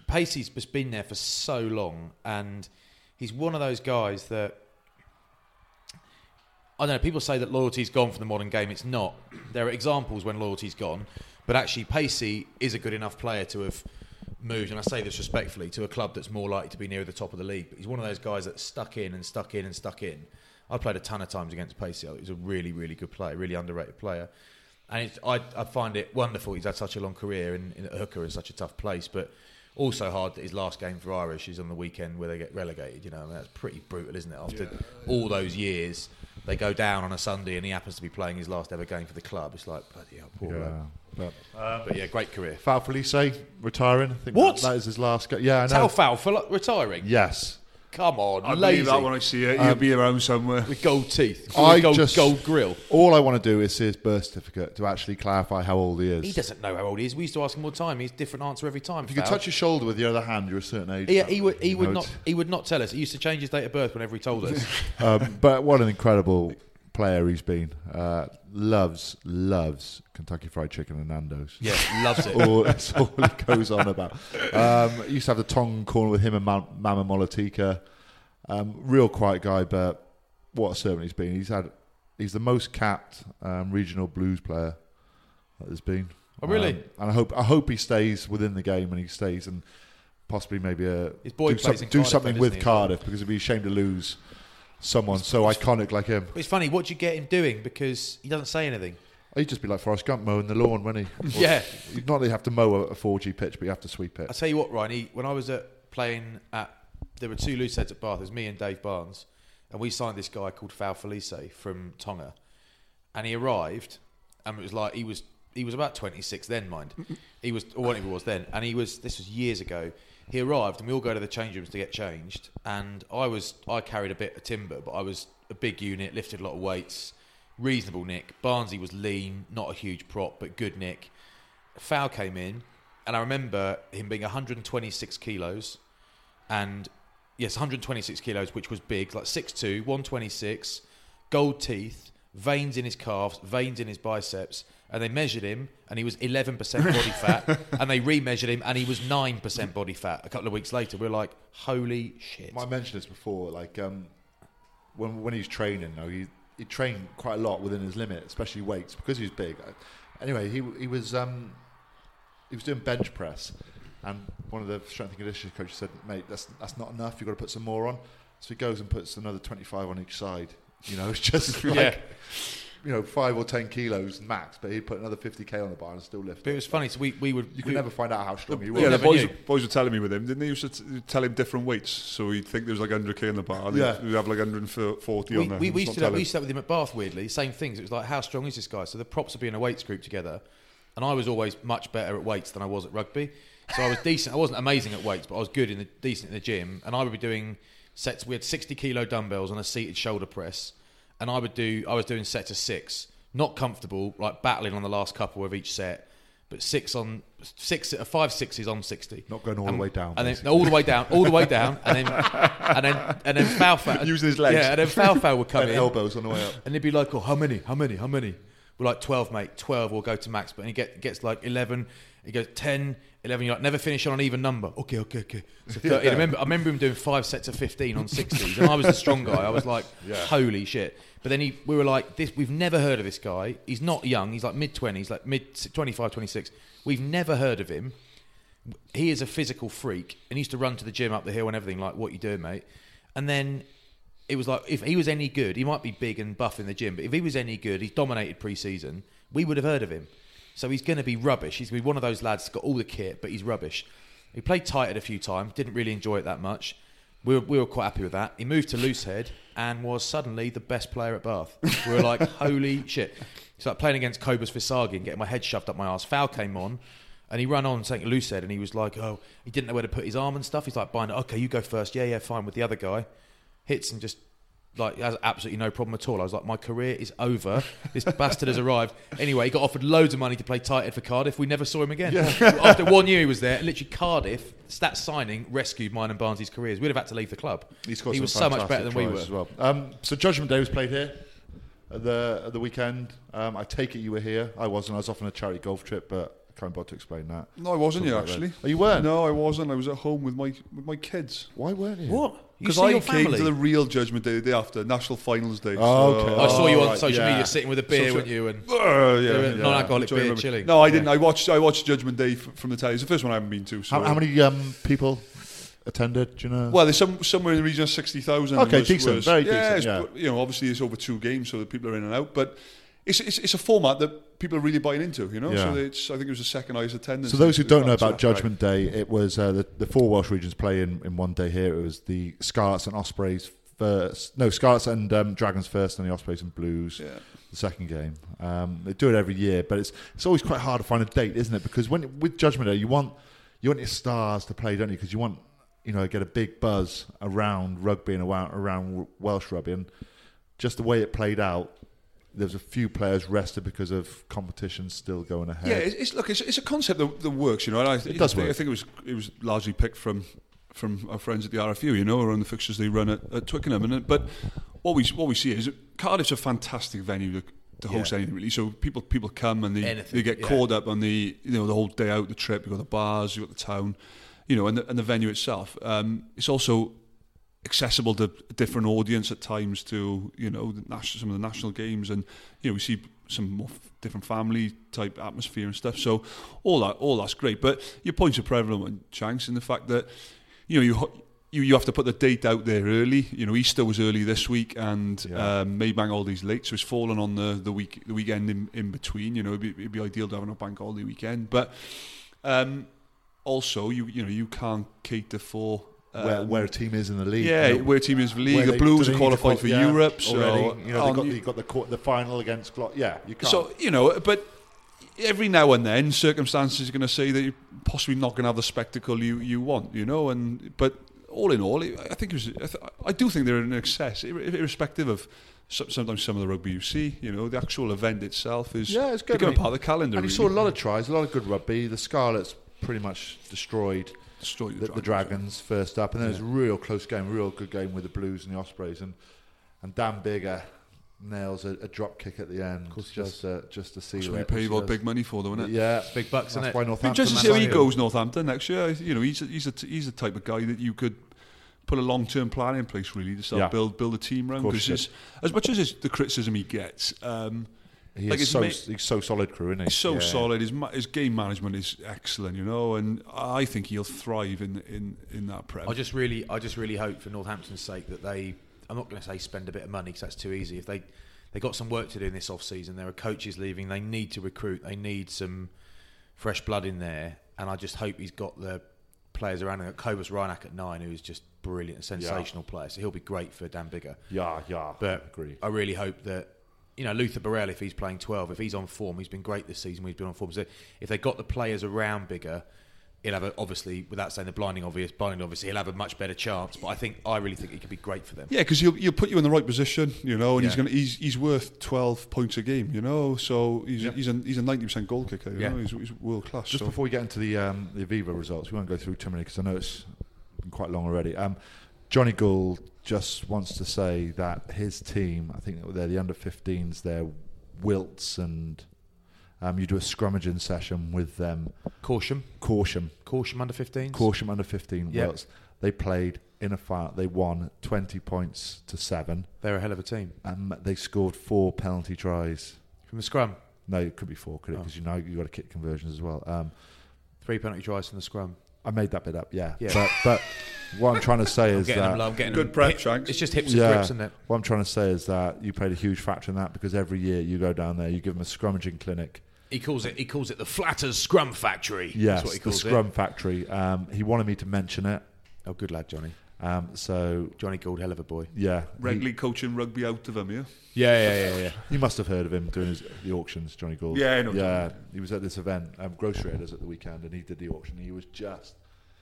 [SPEAKER 2] Pacey's just been there for so long, and he's one of those guys that I don't know. People say that loyalty's gone from the modern game. It's not. There are examples when loyalty's gone, but actually, Pacey is a good enough player to have moved, and I say this respectfully, to a club that's more likely to be near the top of the league. But he's one of those guys that stuck in and stuck in and stuck in. I played a ton of times against Pacey. He was a really, really good player, really underrated player. And it's, I, I find it wonderful he's had such a long career in, in a hooker in such a tough place, but also hard that his last game for Irish is on the weekend where they get relegated. You know, I mean, that's pretty brutal, isn't it? After all those years, they go down on a Sunday and he happens to be playing his last ever game for the club. It's like, bloody hell, poor bloke.
[SPEAKER 3] But
[SPEAKER 2] But yeah, great career.
[SPEAKER 3] Fal Felice retiring. I think
[SPEAKER 2] What?
[SPEAKER 3] that- that is his last. Go- yeah, I know.
[SPEAKER 2] Tal Fowl for like, retiring.
[SPEAKER 3] Yes.
[SPEAKER 2] Come on, lazy.
[SPEAKER 4] I
[SPEAKER 2] Um,
[SPEAKER 4] believe that when I see it. He'll be around somewhere.
[SPEAKER 2] <laughs> With gold teeth.
[SPEAKER 3] I
[SPEAKER 2] with gold,
[SPEAKER 3] just
[SPEAKER 2] gold grill.
[SPEAKER 3] All I want to do is see his birth certificate to actually clarify how old he is.
[SPEAKER 2] He doesn't know how old he is. We used to ask him all the time. He's different answer every time.
[SPEAKER 3] If you could touch his shoulder with your other hand, you're a certain age.
[SPEAKER 2] Yeah, he would. He
[SPEAKER 3] You
[SPEAKER 2] would
[SPEAKER 3] know,
[SPEAKER 2] not. He would not tell us. He used to change his date of birth whenever he told us.
[SPEAKER 3] it's- Um, <laughs> but what an incredible player he's been. Uh, loves, loves Kentucky Fried Chicken and Nando's.
[SPEAKER 2] yeah, loves it.
[SPEAKER 3] all, <laughs> that's all he goes on about. Um, used to have the tongue corner with him and Ma- Mama Molotika. Um, real quiet guy, but what a servant he's been. He's had he's the most capped um, regional blues player that there's been.
[SPEAKER 2] Oh, really?
[SPEAKER 3] Um, and I hope I hope he stays within the game and he stays and possibly maybe a
[SPEAKER 2] His boy
[SPEAKER 3] do,
[SPEAKER 2] plays in
[SPEAKER 3] do
[SPEAKER 2] Cardiff,
[SPEAKER 3] something
[SPEAKER 2] though,
[SPEAKER 3] with
[SPEAKER 2] doesn't he?
[SPEAKER 3] Cardiff because it'd be a shame to lose someone so iconic like him.
[SPEAKER 2] But it's funny. What do you get him doing? Because he doesn't say anything.
[SPEAKER 3] He'd just be like Forrest Gump mowing the lawn, wouldn't he?
[SPEAKER 2] <laughs>
[SPEAKER 3] Or-
[SPEAKER 2] Yeah.
[SPEAKER 3] You'd not only have to mow a, a 4G pitch, but you have to sweep it.
[SPEAKER 2] I tell you what, Ryan. He, when I was at, playing at, there were two loose heads at Bath. It was me and Dave Barnes, and we signed this guy called Fal Felice from Tonga, and he arrived, and it was like he was he was about twenty six then, mind. He was or whatever he was then, and he was this was years ago. He arrived, and we all go to the change rooms to get changed, and I was I carried a bit of timber, but I was a big unit, lifted a lot of weights, reasonable Nick. Barnsley was lean, not a huge prop, but good Nick. Foul came in, and I remember him being 126 kilos, and yes, 126 kilos, which was big, like 6'2, 126, gold teeth, veins in his calves, veins in his biceps, and they measured him, and he was 11% body fat, and they re-measured him, and he was 9% body fat. A couple of weeks later, we are like, holy shit!
[SPEAKER 3] I mentioned this before, like um, when when he's training, though, he he trained quite a lot within his limit, especially weights because he was big. Uh, Anyway, he he was um, he was doing bench press, and one of the strength and conditioning coaches said, "Mate, that's that's not enough. You've got to put some more on." So he goes and puts another twenty five on each side. You know, <laughs> it's just
[SPEAKER 2] <laughs>
[SPEAKER 3] like
[SPEAKER 2] Yeah.
[SPEAKER 3] you know five or ten kilos max, but he put another fifty k on the bar and still lift.
[SPEAKER 2] But it was funny. So we we would
[SPEAKER 3] You
[SPEAKER 2] we-
[SPEAKER 3] can never find out how strong he was.
[SPEAKER 4] Yeah, the
[SPEAKER 2] never
[SPEAKER 4] boys,
[SPEAKER 2] knew.
[SPEAKER 4] boys were telling me with him, didn't they? Used to t- tell him different weights, so he'd think there was like 100k in the bar. and
[SPEAKER 3] Yeah.
[SPEAKER 4] he'd have like 140
[SPEAKER 2] we,
[SPEAKER 4] on there.
[SPEAKER 2] we,
[SPEAKER 4] and
[SPEAKER 2] we
[SPEAKER 4] just
[SPEAKER 2] used to
[SPEAKER 4] not
[SPEAKER 2] that, we
[SPEAKER 4] tell
[SPEAKER 2] used to that with him at Bath. Weirdly, same things. It was like, how strong is this guy? So the props would be in a weights group together, and I was always much better at weights than I was at rugby. So I was decent. I wasn't amazing at weights, but I was good in the decent in the gym. And I would be doing sets. We had sixty kilo dumbbells and a seated shoulder press, and I would do. I was doing sets of six, not comfortable, like battling on the last couple of each set. But six on six, uh, five sixes on sixty.
[SPEAKER 3] Not going all
[SPEAKER 2] And-
[SPEAKER 3] the way down,
[SPEAKER 2] And then,
[SPEAKER 3] basically.
[SPEAKER 2] no, all the way down, all the way down, and then and then and then
[SPEAKER 3] <laughs>
[SPEAKER 2] Falfa
[SPEAKER 3] Using his legs.
[SPEAKER 2] Yeah, and then Falfa would come
[SPEAKER 3] And
[SPEAKER 2] in,
[SPEAKER 3] elbows on the way up.
[SPEAKER 2] and he'd be like, "Oh, how many? How many? How many?" We're like, 12, mate, 12, we'll go to max. But he get, gets like 11, he goes 10, 11, you're like, never finish on an even number. Okay, okay, okay. So 13. I, remember, I remember him doing five sets of 15 on 60s, and I was the strong guy. I was like, holy shit. But then he, we were like, this, we've never heard of this guy. He's not young, he's like mid 20s, like mid 25, 26. We've never heard of him he is a physical freak and he used to run to the gym up the hill and everything like what you doing mate and then it was like if he was any good he might be big and buff in the gym but if he was any good he's dominated pre-season we would have heard of him so he's going to be rubbish he's going to be one of those lads that's got all the kit but he's rubbish he played tight at a few times didn't really enjoy it that much we were, we were quite happy with that. He moved to Loosehead and was suddenly the best player at Bath. We were like, holy shit. It's like playing against Cobus Visagi and getting my head shoved up my arse. Foul came on and he ran on St. Loosehead and he was like, oh, he didn't know where to put his arm and stuff. He's like, bind it. Okay, you go first. Yeah, yeah, fine with the other guy. Hits and just like has absolutely no problem at all. I was like, my career is over. This bastard has arrived. Anyway, he got offered loads of money to play tight end for Cardiff. We never saw him again. After one year, he was there. Literally, Cardiff that signing rescued mine and Barnsley's careers. We'd have had to leave the club.
[SPEAKER 3] He, scored
[SPEAKER 2] he
[SPEAKER 3] some
[SPEAKER 2] was so much
[SPEAKER 3] fantastic
[SPEAKER 2] better than we
[SPEAKER 3] tries
[SPEAKER 2] were.
[SPEAKER 3] As well. Um, so Judgment Day was played here at the at the weekend. Um, I take it you were here. I wasn't. I was off on a charity golf trip, but I can't bother to explain that.
[SPEAKER 4] him. No, I wasn't
[SPEAKER 3] Something
[SPEAKER 4] here
[SPEAKER 3] like that.
[SPEAKER 4] actually.
[SPEAKER 3] Oh, you weren't?
[SPEAKER 4] No, I wasn't. I was at home with my with my kids.
[SPEAKER 3] Why weren't you?
[SPEAKER 2] What? You
[SPEAKER 4] Because
[SPEAKER 2] see
[SPEAKER 4] I
[SPEAKER 2] your
[SPEAKER 4] came
[SPEAKER 2] family?
[SPEAKER 4] to the real Judgment Day the day after National Finals Day.
[SPEAKER 3] Oh,
[SPEAKER 4] so-
[SPEAKER 3] okay.
[SPEAKER 2] I saw you on
[SPEAKER 3] Oh, right,
[SPEAKER 2] social
[SPEAKER 3] yeah.
[SPEAKER 2] media sitting with a beer,
[SPEAKER 4] Social-
[SPEAKER 2] weren't you? And
[SPEAKER 4] Uh, yeah,
[SPEAKER 2] Yeah,
[SPEAKER 4] yeah,
[SPEAKER 2] non-alcoholic
[SPEAKER 4] Enjoying
[SPEAKER 2] beer,
[SPEAKER 4] my-
[SPEAKER 2] chilling.
[SPEAKER 4] No, I didn't. I watched. I watched Judgment Day f- from the telly. It's the first one I haven't been to. So.
[SPEAKER 3] How, how many um, people attended? Do you know?
[SPEAKER 4] Well, there's some somewhere in the region of sixty thousand.
[SPEAKER 3] Okay, decent, very
[SPEAKER 4] yeah,
[SPEAKER 3] decent, yeah.
[SPEAKER 4] It's, you know, obviously it's over two games, so the people are in and out. But it's it's, it's a format that people are really buying into. You know,
[SPEAKER 3] Yeah.
[SPEAKER 4] so it's I think it was the second highest attendance.
[SPEAKER 3] So those who don't know
[SPEAKER 4] So-
[SPEAKER 3] about Judgment Day, it was uh, the, the four Welsh regions play in, in one day here. It was the Scarlets and Ospreys first. No, Scarlets and um, Dragons first, and the Ospreys and Blues.
[SPEAKER 4] Yeah.
[SPEAKER 3] The second game. Um, they do it every year, but it's it's always quite hard to find a date, isn't it? Because when with Judgment Day, you want you want your stars to play, don't you? Because you want you know, get a big buzz around rugby and around, around Welsh rugby. And just the way it played out, there was a few players rested because of competition still going ahead.
[SPEAKER 4] Yeah, it's, it's look, it's, it's a concept that, that works, you know. And I, th-
[SPEAKER 3] It does
[SPEAKER 4] I think,
[SPEAKER 3] work.
[SPEAKER 4] I think it was it was largely picked from from our friends at the RFU, you know, around the fixtures they run at, at Twickenham. And it- but what we what we see is that Cardiff's a fantastic venue to, to host anything really. So people people come and they
[SPEAKER 2] Anything,
[SPEAKER 4] they get
[SPEAKER 2] yeah.
[SPEAKER 4] caught up on the you know the whole day out, the trip. You have got the bars, you have got the town, you know, and the, and the venue itself. Um, it's also accessible to a different audience at times to you know the national, some of the national games and you know we see some more f- different family type atmosphere and stuff so all that all that's great but your points are prevalent Chanks in the fact that you know you ho- you, you have to put the date out there early you know Easter was early this week and um, Maybank Holiday's late so it's fallen on the the week the weekend in, in between you know it'd be, it'd be ideal to have an off bank holiday weekend but um also you you know you can't cater for um,
[SPEAKER 3] where, where a team is in the league.
[SPEAKER 4] yeah,
[SPEAKER 3] you know,
[SPEAKER 4] where team is the league.
[SPEAKER 3] where
[SPEAKER 4] The
[SPEAKER 3] they-
[SPEAKER 4] Blues
[SPEAKER 3] do
[SPEAKER 4] are
[SPEAKER 3] they
[SPEAKER 4] qualified
[SPEAKER 3] need
[SPEAKER 4] for
[SPEAKER 3] to qual-
[SPEAKER 4] Europe,
[SPEAKER 3] yeah, already. Oh,
[SPEAKER 4] so
[SPEAKER 3] you know they
[SPEAKER 4] um,
[SPEAKER 3] got, the- you got the qu- the final against Clock. Yeah, you can't.
[SPEAKER 4] so you know, but every now and then, circumstances are going to say that you're possibly not going to have the spectacle you, you want, you know. And but all in all, I think it was. I, th- I do think they're in excess, ir- irrespective of so- sometimes some of the rugby you see. You know, the actual event itself is
[SPEAKER 3] yeah, it's good.
[SPEAKER 4] becoming
[SPEAKER 3] I mean,
[SPEAKER 4] part of the calendar.
[SPEAKER 3] And you
[SPEAKER 4] really.
[SPEAKER 3] saw a lot of tries, a lot of good rugby. The Scarlets pretty much destroyed
[SPEAKER 4] Destroyed
[SPEAKER 3] the, the Dragons first up, and then it was a real close game, real good game with the Blues and the Ospreys, and and Dan Bigger nails a, a drop kick at the end, just uh, just to see
[SPEAKER 4] That's what
[SPEAKER 3] it.
[SPEAKER 4] you pay
[SPEAKER 3] She
[SPEAKER 4] all
[SPEAKER 3] does.
[SPEAKER 4] big money for, though, isn't it?
[SPEAKER 3] Yeah,
[SPEAKER 2] Big bucks,
[SPEAKER 3] That's
[SPEAKER 2] innit?
[SPEAKER 3] why
[SPEAKER 4] Be
[SPEAKER 3] Northampton.
[SPEAKER 4] interested to see how he
[SPEAKER 3] signed him.
[SPEAKER 4] goes Northampton next year. You know, he's a, he's a, he's the type of guy that you could put a long term plan in place really to start
[SPEAKER 3] Yeah.
[SPEAKER 4] build build a team around.
[SPEAKER 3] Of course
[SPEAKER 4] 'cause
[SPEAKER 3] you
[SPEAKER 4] it's- as much as it's the criticism he gets, um,
[SPEAKER 3] He
[SPEAKER 4] Like,
[SPEAKER 3] is
[SPEAKER 4] it's
[SPEAKER 3] so
[SPEAKER 4] ma-
[SPEAKER 3] he's so solid, crew, isn't he?
[SPEAKER 4] he's so
[SPEAKER 3] Yeah.
[SPEAKER 4] solid. His ma- his game management is excellent. You know, and I think he'll thrive in in in that prem.
[SPEAKER 2] I just really, I just really hope for Northampton's sake that they. I'm not going to say spend a bit of money because that's too easy. If they, they got some work to do in this off season. There are coaches leaving. They need to recruit. They need some fresh blood in there. And I just hope he's got the players around him. Kobus Reinach at nine, who is just brilliant, sensational player. So he'll be great for Dan Bigger.
[SPEAKER 3] Yeah, yeah.
[SPEAKER 2] But
[SPEAKER 3] agree.
[SPEAKER 2] I really hope that you know Luther Burrell, if he's playing twelve, if he's on form, he's been great this season. He's been on form. So if they got the players around bigger, he'll have a, obviously, without saying the blinding obvious, blinding obviously, he'll have a much better chance. But I think I really think he could be great for them.
[SPEAKER 4] Yeah, because he'll, he'll put you in the right position, you know, and he's
[SPEAKER 2] Yeah.
[SPEAKER 4] gonna he's, he's worth twelve points a game, you know. So he's
[SPEAKER 2] Yeah.
[SPEAKER 4] he's a he's a ninety percent goal kicker, you
[SPEAKER 2] Yeah.
[SPEAKER 4] know. He's, he's world class.
[SPEAKER 3] Just
[SPEAKER 4] so.
[SPEAKER 3] before we get into the um, the Aviva results, we won't go through too many because I know it's been quite long already. Um, Johnny Gould just wants to say that his team, I think they're the under 15s, they're Wilts and um, you do a scrummaging session with them.
[SPEAKER 2] Caution,
[SPEAKER 3] Caution,
[SPEAKER 2] caution under 15s.
[SPEAKER 3] Caution under 15
[SPEAKER 2] Yeah.
[SPEAKER 3] Wilts. They played in a final. They won 20 points to seven.
[SPEAKER 2] They're a hell of a team
[SPEAKER 3] Um, they scored four penalty tries.
[SPEAKER 2] from the scrum.
[SPEAKER 3] No, it could be four, could it? Because you know you got to kick conversions as well. Um,
[SPEAKER 2] Three penalty tries from the scrum.
[SPEAKER 3] I made that bit up, yeah.
[SPEAKER 2] Yeah.
[SPEAKER 3] But but what I'm trying
[SPEAKER 2] <laughs>
[SPEAKER 3] to say is
[SPEAKER 2] Getting them
[SPEAKER 3] that
[SPEAKER 2] low, getting
[SPEAKER 4] Good
[SPEAKER 2] them
[SPEAKER 4] prep,
[SPEAKER 2] hip-
[SPEAKER 4] Shanks.
[SPEAKER 2] It's just hips and
[SPEAKER 3] yeah,
[SPEAKER 2] grips, isn't it?
[SPEAKER 3] what I'm trying to say is that you played a huge factor in that because every year you go down there, you give them a scrummaging clinic.
[SPEAKER 2] He calls it. He calls it the Flatters Scrum Factory.
[SPEAKER 3] Yes,
[SPEAKER 2] That's what he
[SPEAKER 3] the
[SPEAKER 2] calls
[SPEAKER 3] scrum
[SPEAKER 2] it.
[SPEAKER 3] factory. Um, he wanted me to mention it,
[SPEAKER 2] Oh, good lad, Johnny.
[SPEAKER 3] um, so
[SPEAKER 2] Johnny Gould, hell of a boy.
[SPEAKER 3] yeah,
[SPEAKER 4] regularly coaching rugby out of him, yeah.
[SPEAKER 2] Yeah, yeah, yeah, yeah.
[SPEAKER 3] he, you must have heard of him doing his, the auctions, Johnny Gould.
[SPEAKER 4] Yeah, I know
[SPEAKER 3] yeah. He was at this event, um, grocery traders at the weekend, and he did the auction. He was just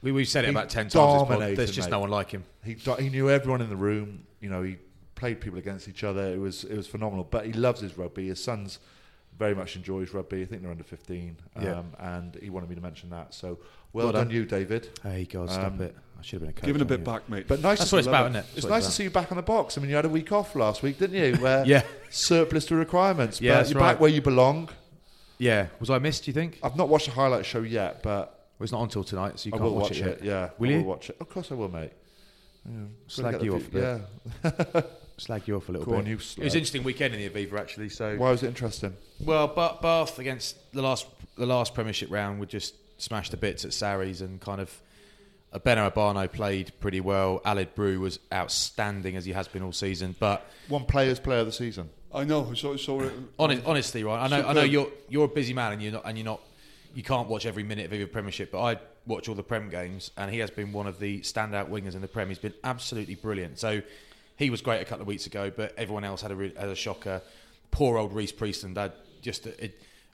[SPEAKER 2] We, we've said it
[SPEAKER 3] He
[SPEAKER 2] about 10 times. This pod.
[SPEAKER 3] dominated,
[SPEAKER 2] There's just
[SPEAKER 3] mate.
[SPEAKER 2] no one like him.
[SPEAKER 3] he do- he knew everyone in the room. You know, he played people against each other. It was it was phenomenal. But he loves his rugby. His sons very much enjoys rugby. I think they're under fifteen, um,
[SPEAKER 2] Yeah.
[SPEAKER 3] and he wanted me to mention that. so well,
[SPEAKER 2] Well
[SPEAKER 3] done.
[SPEAKER 2] done.
[SPEAKER 3] you, David.
[SPEAKER 2] Hey, God, stop it. I should have been a coach.
[SPEAKER 4] Giving a
[SPEAKER 2] on
[SPEAKER 4] bit
[SPEAKER 2] you.
[SPEAKER 4] back, mate.
[SPEAKER 3] But nice.
[SPEAKER 2] That's
[SPEAKER 3] to
[SPEAKER 2] what it's
[SPEAKER 3] see-
[SPEAKER 2] about, isn't it? That's
[SPEAKER 3] It's
[SPEAKER 2] what
[SPEAKER 3] nice
[SPEAKER 2] it's
[SPEAKER 3] to see you back on the box. I mean, you had a week off last week, didn't you? Where
[SPEAKER 2] <laughs> Yeah.
[SPEAKER 3] surplus to requirements.
[SPEAKER 2] Yeah,
[SPEAKER 3] but
[SPEAKER 2] that's
[SPEAKER 3] you're back
[SPEAKER 2] right.
[SPEAKER 3] where you belong.
[SPEAKER 2] Yeah. Was I missed, do you think? Well,
[SPEAKER 3] I've not watched the highlight show yet, but.
[SPEAKER 2] it's not on till tonight, so you
[SPEAKER 3] I
[SPEAKER 2] can't
[SPEAKER 3] will
[SPEAKER 2] watch,
[SPEAKER 3] watch
[SPEAKER 2] it,
[SPEAKER 3] it,
[SPEAKER 2] yet.
[SPEAKER 3] yeah.
[SPEAKER 2] Will
[SPEAKER 3] I
[SPEAKER 2] you?
[SPEAKER 3] will watch it. Of course I will, mate.
[SPEAKER 2] Slag you off a bit.
[SPEAKER 3] Yeah.
[SPEAKER 2] Slag you off a little
[SPEAKER 3] Go
[SPEAKER 2] bit.
[SPEAKER 3] on, you
[SPEAKER 2] it was
[SPEAKER 3] slag.
[SPEAKER 2] an interesting weekend in the Aviva, actually. So,
[SPEAKER 3] Why was it interesting?
[SPEAKER 2] well, Ba- Bath against the last the last Premiership round would just smash the bits at Sarries and kind of. uh, Ben Urbano played pretty well. Alid Brew was outstanding as he has been all season, but
[SPEAKER 3] One player's player of the season.
[SPEAKER 4] I know. I saw, I saw it.
[SPEAKER 2] Honest, honestly, right? I know, I know
[SPEAKER 4] Superb.
[SPEAKER 2] you're you're a busy man, and you're not, and you're not, you can't watch every minute of every Premiership. But I watch all the Prem games, and he has been one of the standout wingers in the Prem. He's been absolutely brilliant. So he was great a couple of weeks ago, but everyone else had a re- had a shocker. Poor old Reese Priestland had just a,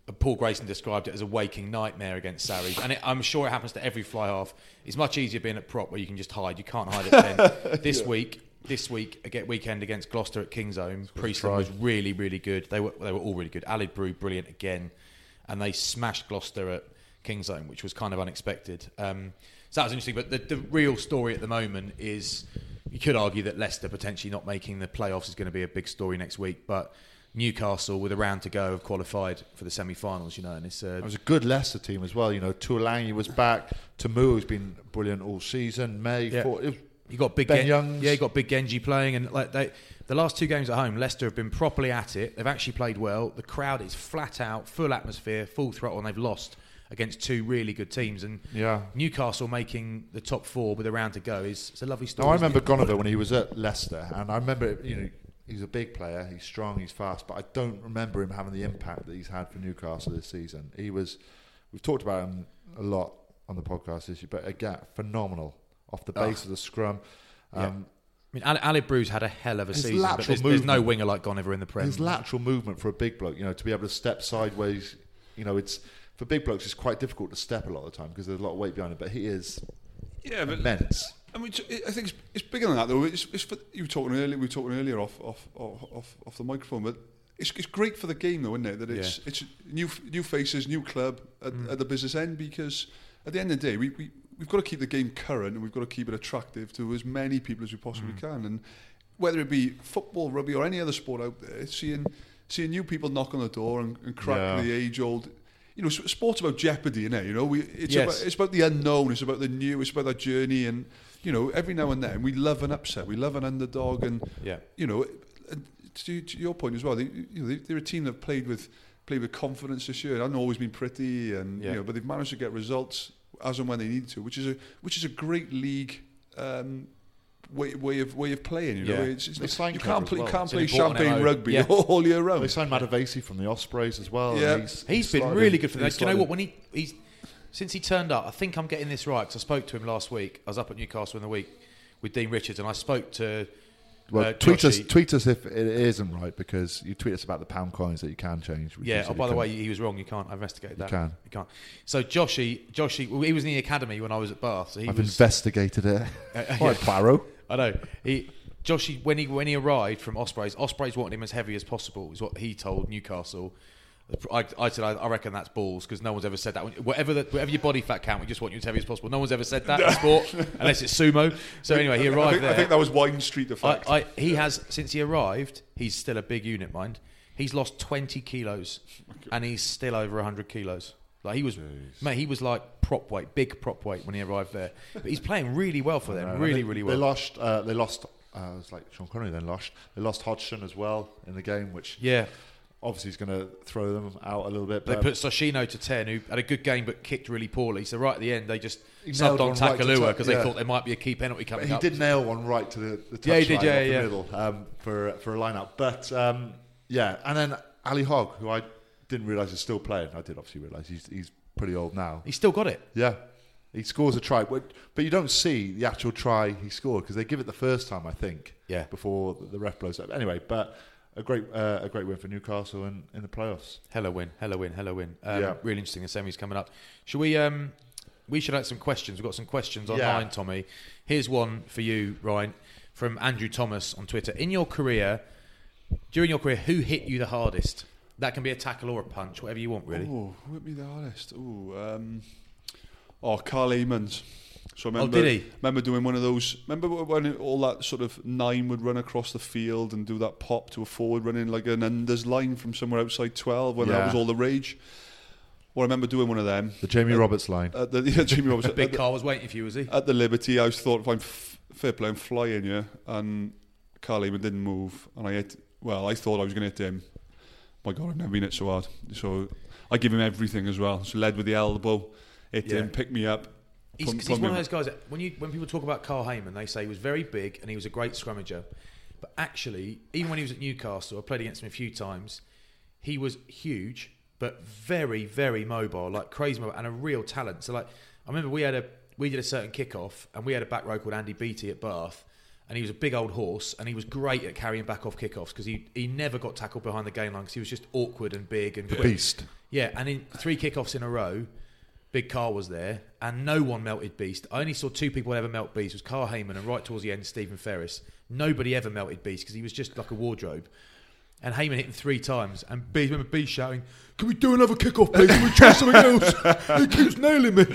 [SPEAKER 2] a, Paul Grayson described it as a waking nightmare against Sarries, and it, I'm sure it happens to every fly half. It's much easier being at prop where you can just hide. You can't hide at ten. this week, this week again, weekend against Gloucester at King's Own, Priestland was really, really good. They were they were all really good. Alid Brew brilliant again, and they smashed Gloucester at King's Own, which was kind of unexpected. Um, so that was interesting. But the, the real story at the moment is you could argue that Leicester potentially not making the playoffs is going to be a big story next week, but. Newcastle with a round to go have qualified for the semi-finals, you know, and it's uh,
[SPEAKER 3] It was a good Leicester team as well. You know, Tuolangi was back. Tamu has been brilliant all season. May,
[SPEAKER 2] Yeah.
[SPEAKER 3] Ford- it-
[SPEAKER 2] You got big Gen-
[SPEAKER 3] Ben Youngs.
[SPEAKER 2] Yeah, you got big Genji playing, and like they, the last two games at home, Leicester have been properly at it. They've actually played well. The crowd is flat out, full atmosphere, full throttle, and they've lost against two really good teams. And
[SPEAKER 3] Yeah.
[SPEAKER 2] Newcastle making the top four with a round to go is it's a lovely story.
[SPEAKER 3] No, I
[SPEAKER 2] isn't it?
[SPEAKER 3] remember Gonover when he was at Leicester, and I remember you know he's a big player, he's strong, he's fast, but I don't remember him having the impact that he's had for Newcastle this season. He was, we've talked about him a lot on the podcast this year, but again, phenomenal off
[SPEAKER 2] Ah.
[SPEAKER 3] the base of the scrum. Um,
[SPEAKER 2] I mean, Ali, Ali Brew's had a hell of a
[SPEAKER 3] His
[SPEAKER 2] season, but
[SPEAKER 3] lateral
[SPEAKER 2] there's, there's no
[SPEAKER 3] movement.
[SPEAKER 2] winger like Gonover in the Prem.
[SPEAKER 3] His lateral movement for a big bloke, you know, to be able to step sideways, you know, it's for big blokes, it's quite difficult to step a lot of the time because there's a lot of weight behind it. But he is
[SPEAKER 4] Yeah, but
[SPEAKER 3] immense.
[SPEAKER 4] I mean, it's- I think it's, it's bigger than that though. It's, it's for, you were talking earlier. We were talking earlier off off off off, off the microphone, but it's, it's great for the game though, isn't it? That it's
[SPEAKER 2] Yeah.
[SPEAKER 4] it's new new faces, new club at, at the business end because at the end of the day, we, we we've got to keep the game current and we've got to keep it attractive to as many people as we possibly can. And whether it be football, rugby, or any other sport out there, seeing seeing new people knock on the door and, and crack
[SPEAKER 3] Yeah.
[SPEAKER 4] the age old. You know, s- sport's about jeopardy, innit? You know, we it's
[SPEAKER 2] Yes.
[SPEAKER 4] about it's about the unknown. It's about the new. It's about that journey. And you know, every now and then we love an upset. We love an underdog. And
[SPEAKER 2] Yeah.
[SPEAKER 4] you know, and to, to your point as well, they, you know, they, they're a team that played with played with confidence this year. It hasn't always been pretty, and
[SPEAKER 2] Yeah.
[SPEAKER 4] you know, but they've managed to get results as and when they need to, which is a which is a great league. Um, Way, way of way of playing, you know.
[SPEAKER 2] Yeah.
[SPEAKER 4] It's, it's,
[SPEAKER 3] They signed
[SPEAKER 4] you
[SPEAKER 3] clever
[SPEAKER 4] can't
[SPEAKER 3] as
[SPEAKER 4] play,
[SPEAKER 3] well.
[SPEAKER 4] you can't
[SPEAKER 2] It's
[SPEAKER 4] play
[SPEAKER 2] important
[SPEAKER 4] champagne
[SPEAKER 2] MO.
[SPEAKER 4] rugby
[SPEAKER 2] Yeah.
[SPEAKER 4] <laughs> all year round.
[SPEAKER 3] They signed Matavesi from the Ospreys as well. and
[SPEAKER 4] Yeah.
[SPEAKER 2] He's been
[SPEAKER 3] slotted
[SPEAKER 2] really
[SPEAKER 3] in-
[SPEAKER 2] good for
[SPEAKER 3] he's
[SPEAKER 2] that. Do you know
[SPEAKER 3] slotted
[SPEAKER 2] what? When he he's since he turned up, I think I'm getting this right because I spoke to him last week. I was up at Newcastle in the week with Dean Richards, and I spoke to.
[SPEAKER 3] Well,
[SPEAKER 2] uh,
[SPEAKER 3] tweet us,
[SPEAKER 2] Joshy.
[SPEAKER 3] tweet us if it isn't right because you tweet us about the pound coins that you can change. which you
[SPEAKER 2] Yeah.
[SPEAKER 3] said
[SPEAKER 2] Oh,
[SPEAKER 3] you
[SPEAKER 2] by the
[SPEAKER 3] couldn't.
[SPEAKER 2] way, he was wrong. You can't. I investigated that.
[SPEAKER 3] can.
[SPEAKER 2] You can't. So Joshy, Joshy, well, he was in the academy when I was at Bath. So he
[SPEAKER 3] I've
[SPEAKER 2] was. Uh, <laughs>
[SPEAKER 3] investigated it. <laughs> All right, Poirot.
[SPEAKER 2] I know. He Joshy when he when he arrived from Ospreys, Ospreys wanted him as heavy as possible. Is what he told Newcastle. I, I said I, I reckon that's balls because no one's ever said that. Whatever the, whatever your body fat count, we just want you as heavy as possible. No one's ever said
[SPEAKER 4] <laughs>
[SPEAKER 2] that in sport unless it's sumo. So anyway, he
[SPEAKER 4] I
[SPEAKER 2] arrived
[SPEAKER 4] think,
[SPEAKER 2] there.
[SPEAKER 4] I think that was Wine Street. The fact
[SPEAKER 2] I, I, he has since he arrived. He's still a big unit, mind. He's lost twenty
[SPEAKER 4] <laughs>
[SPEAKER 2] kilos, and he's still over hundred kilos. Like he was, mate. He was like prop weight, big prop weight when he arrived there. But he's playing really well for them, really,
[SPEAKER 3] They-
[SPEAKER 2] really
[SPEAKER 3] They
[SPEAKER 2] well.
[SPEAKER 3] lost. Uh, they lost. Uh, it was like Sean Connery. Then lost. They lost Hodgson as well in the game, which
[SPEAKER 2] yeah,
[SPEAKER 3] obviously is going to throw them out a little bit.
[SPEAKER 2] they
[SPEAKER 3] But
[SPEAKER 2] put Soshino to ten, who had a good game but kicked really poorly. So right at the end, they just
[SPEAKER 3] He
[SPEAKER 2] subbed
[SPEAKER 3] nailed
[SPEAKER 2] on
[SPEAKER 3] one right to
[SPEAKER 2] Takalua
[SPEAKER 3] top,
[SPEAKER 2] because they
[SPEAKER 3] yeah.
[SPEAKER 2] thought there might be a key penalty
[SPEAKER 3] but
[SPEAKER 2] coming
[SPEAKER 3] he
[SPEAKER 2] up.
[SPEAKER 3] did nail one right to the, the touchline
[SPEAKER 2] Yeah, he did, yeah,
[SPEAKER 3] off
[SPEAKER 2] yeah.
[SPEAKER 3] the middle um, for for a lineup. But um, yeah, and then Ali Hogg, who I didn't realise is still playing. I did obviously realise he's he's pretty old now.
[SPEAKER 2] He still got it.
[SPEAKER 3] Yeah. He scores a try, but but you don't see the actual try he scored because they give it the first time, I think.
[SPEAKER 2] Yeah.
[SPEAKER 3] Before the ref blows up. Anyway, but a great uh, a great win for Newcastle in, in the playoffs.
[SPEAKER 2] Hello win, hello win, hello win. Um,
[SPEAKER 3] Yeah.
[SPEAKER 2] Really interesting. The semi's coming up. Should we? Um, we should add some questions. We've got some questions online, Tommy. Here's one for you, Ryan, from Andrew Thomas on Twitter. In your career, during your career, who hit you the hardest? That can be a tackle or a punch, whatever you want, really.
[SPEAKER 4] Oh, who hit me the hardest? Ooh, um, oh, Carl Amons. So I remember,
[SPEAKER 2] Oh, did he?
[SPEAKER 4] remember doing one of those. Remember when all that sort of nine would run across the field and do that pop to a forward running like an unders line from somewhere outside twelve when that
[SPEAKER 3] Yeah.
[SPEAKER 4] was all the rage. Well, I remember doing one of them.
[SPEAKER 3] The Jamie Roberts line.
[SPEAKER 4] At the, <laughs> yeah, Jamie Roberts.
[SPEAKER 2] <laughs> Big
[SPEAKER 4] at,
[SPEAKER 2] Carl was waiting for you, was he?
[SPEAKER 4] the, at the Liberty, I was thought if I'm f- fair play, I'm flying, yeah. And Carl Amon didn't move, and I hit. Well, I thought I was going to hit him. my God, I've never been hit so hard. So I give him everything as well. So led with the elbow, hit
[SPEAKER 2] Yeah.
[SPEAKER 4] him, picked me up.
[SPEAKER 2] He's,
[SPEAKER 4] put-
[SPEAKER 2] 'cause
[SPEAKER 4] put
[SPEAKER 2] he's
[SPEAKER 4] me
[SPEAKER 2] one
[SPEAKER 4] on-
[SPEAKER 2] of those guys that when you when people talk about Carl Heyman, they say he was very big and he was a great scrummager. But actually, even when he was at Newcastle, I played against him a few times. He was huge, but very, very mobile, like crazy mobile, and a real talent. So like, I remember we had a we did a certain kickoff, and we had a back row called Andy Beattie at Bath, and he was a big old horse, and he was great at carrying back off kickoffs because he he never got tackled behind the game line because he was just awkward and big and quick.
[SPEAKER 3] Beast.
[SPEAKER 2] Yeah, and in three kickoffs in a row, Big Carl was there, and no one melted Beast. I only saw two people ever melt Beast: was Carl Heyman and right towards the end, Stephen Ferris. Nobody ever melted Beast because he was just like a wardrobe. And Heyman hit him three times, and Beast remember Beast shouting, "Can we do another kickoff, please? Can we try <laughs> something else? He keeps nailing me."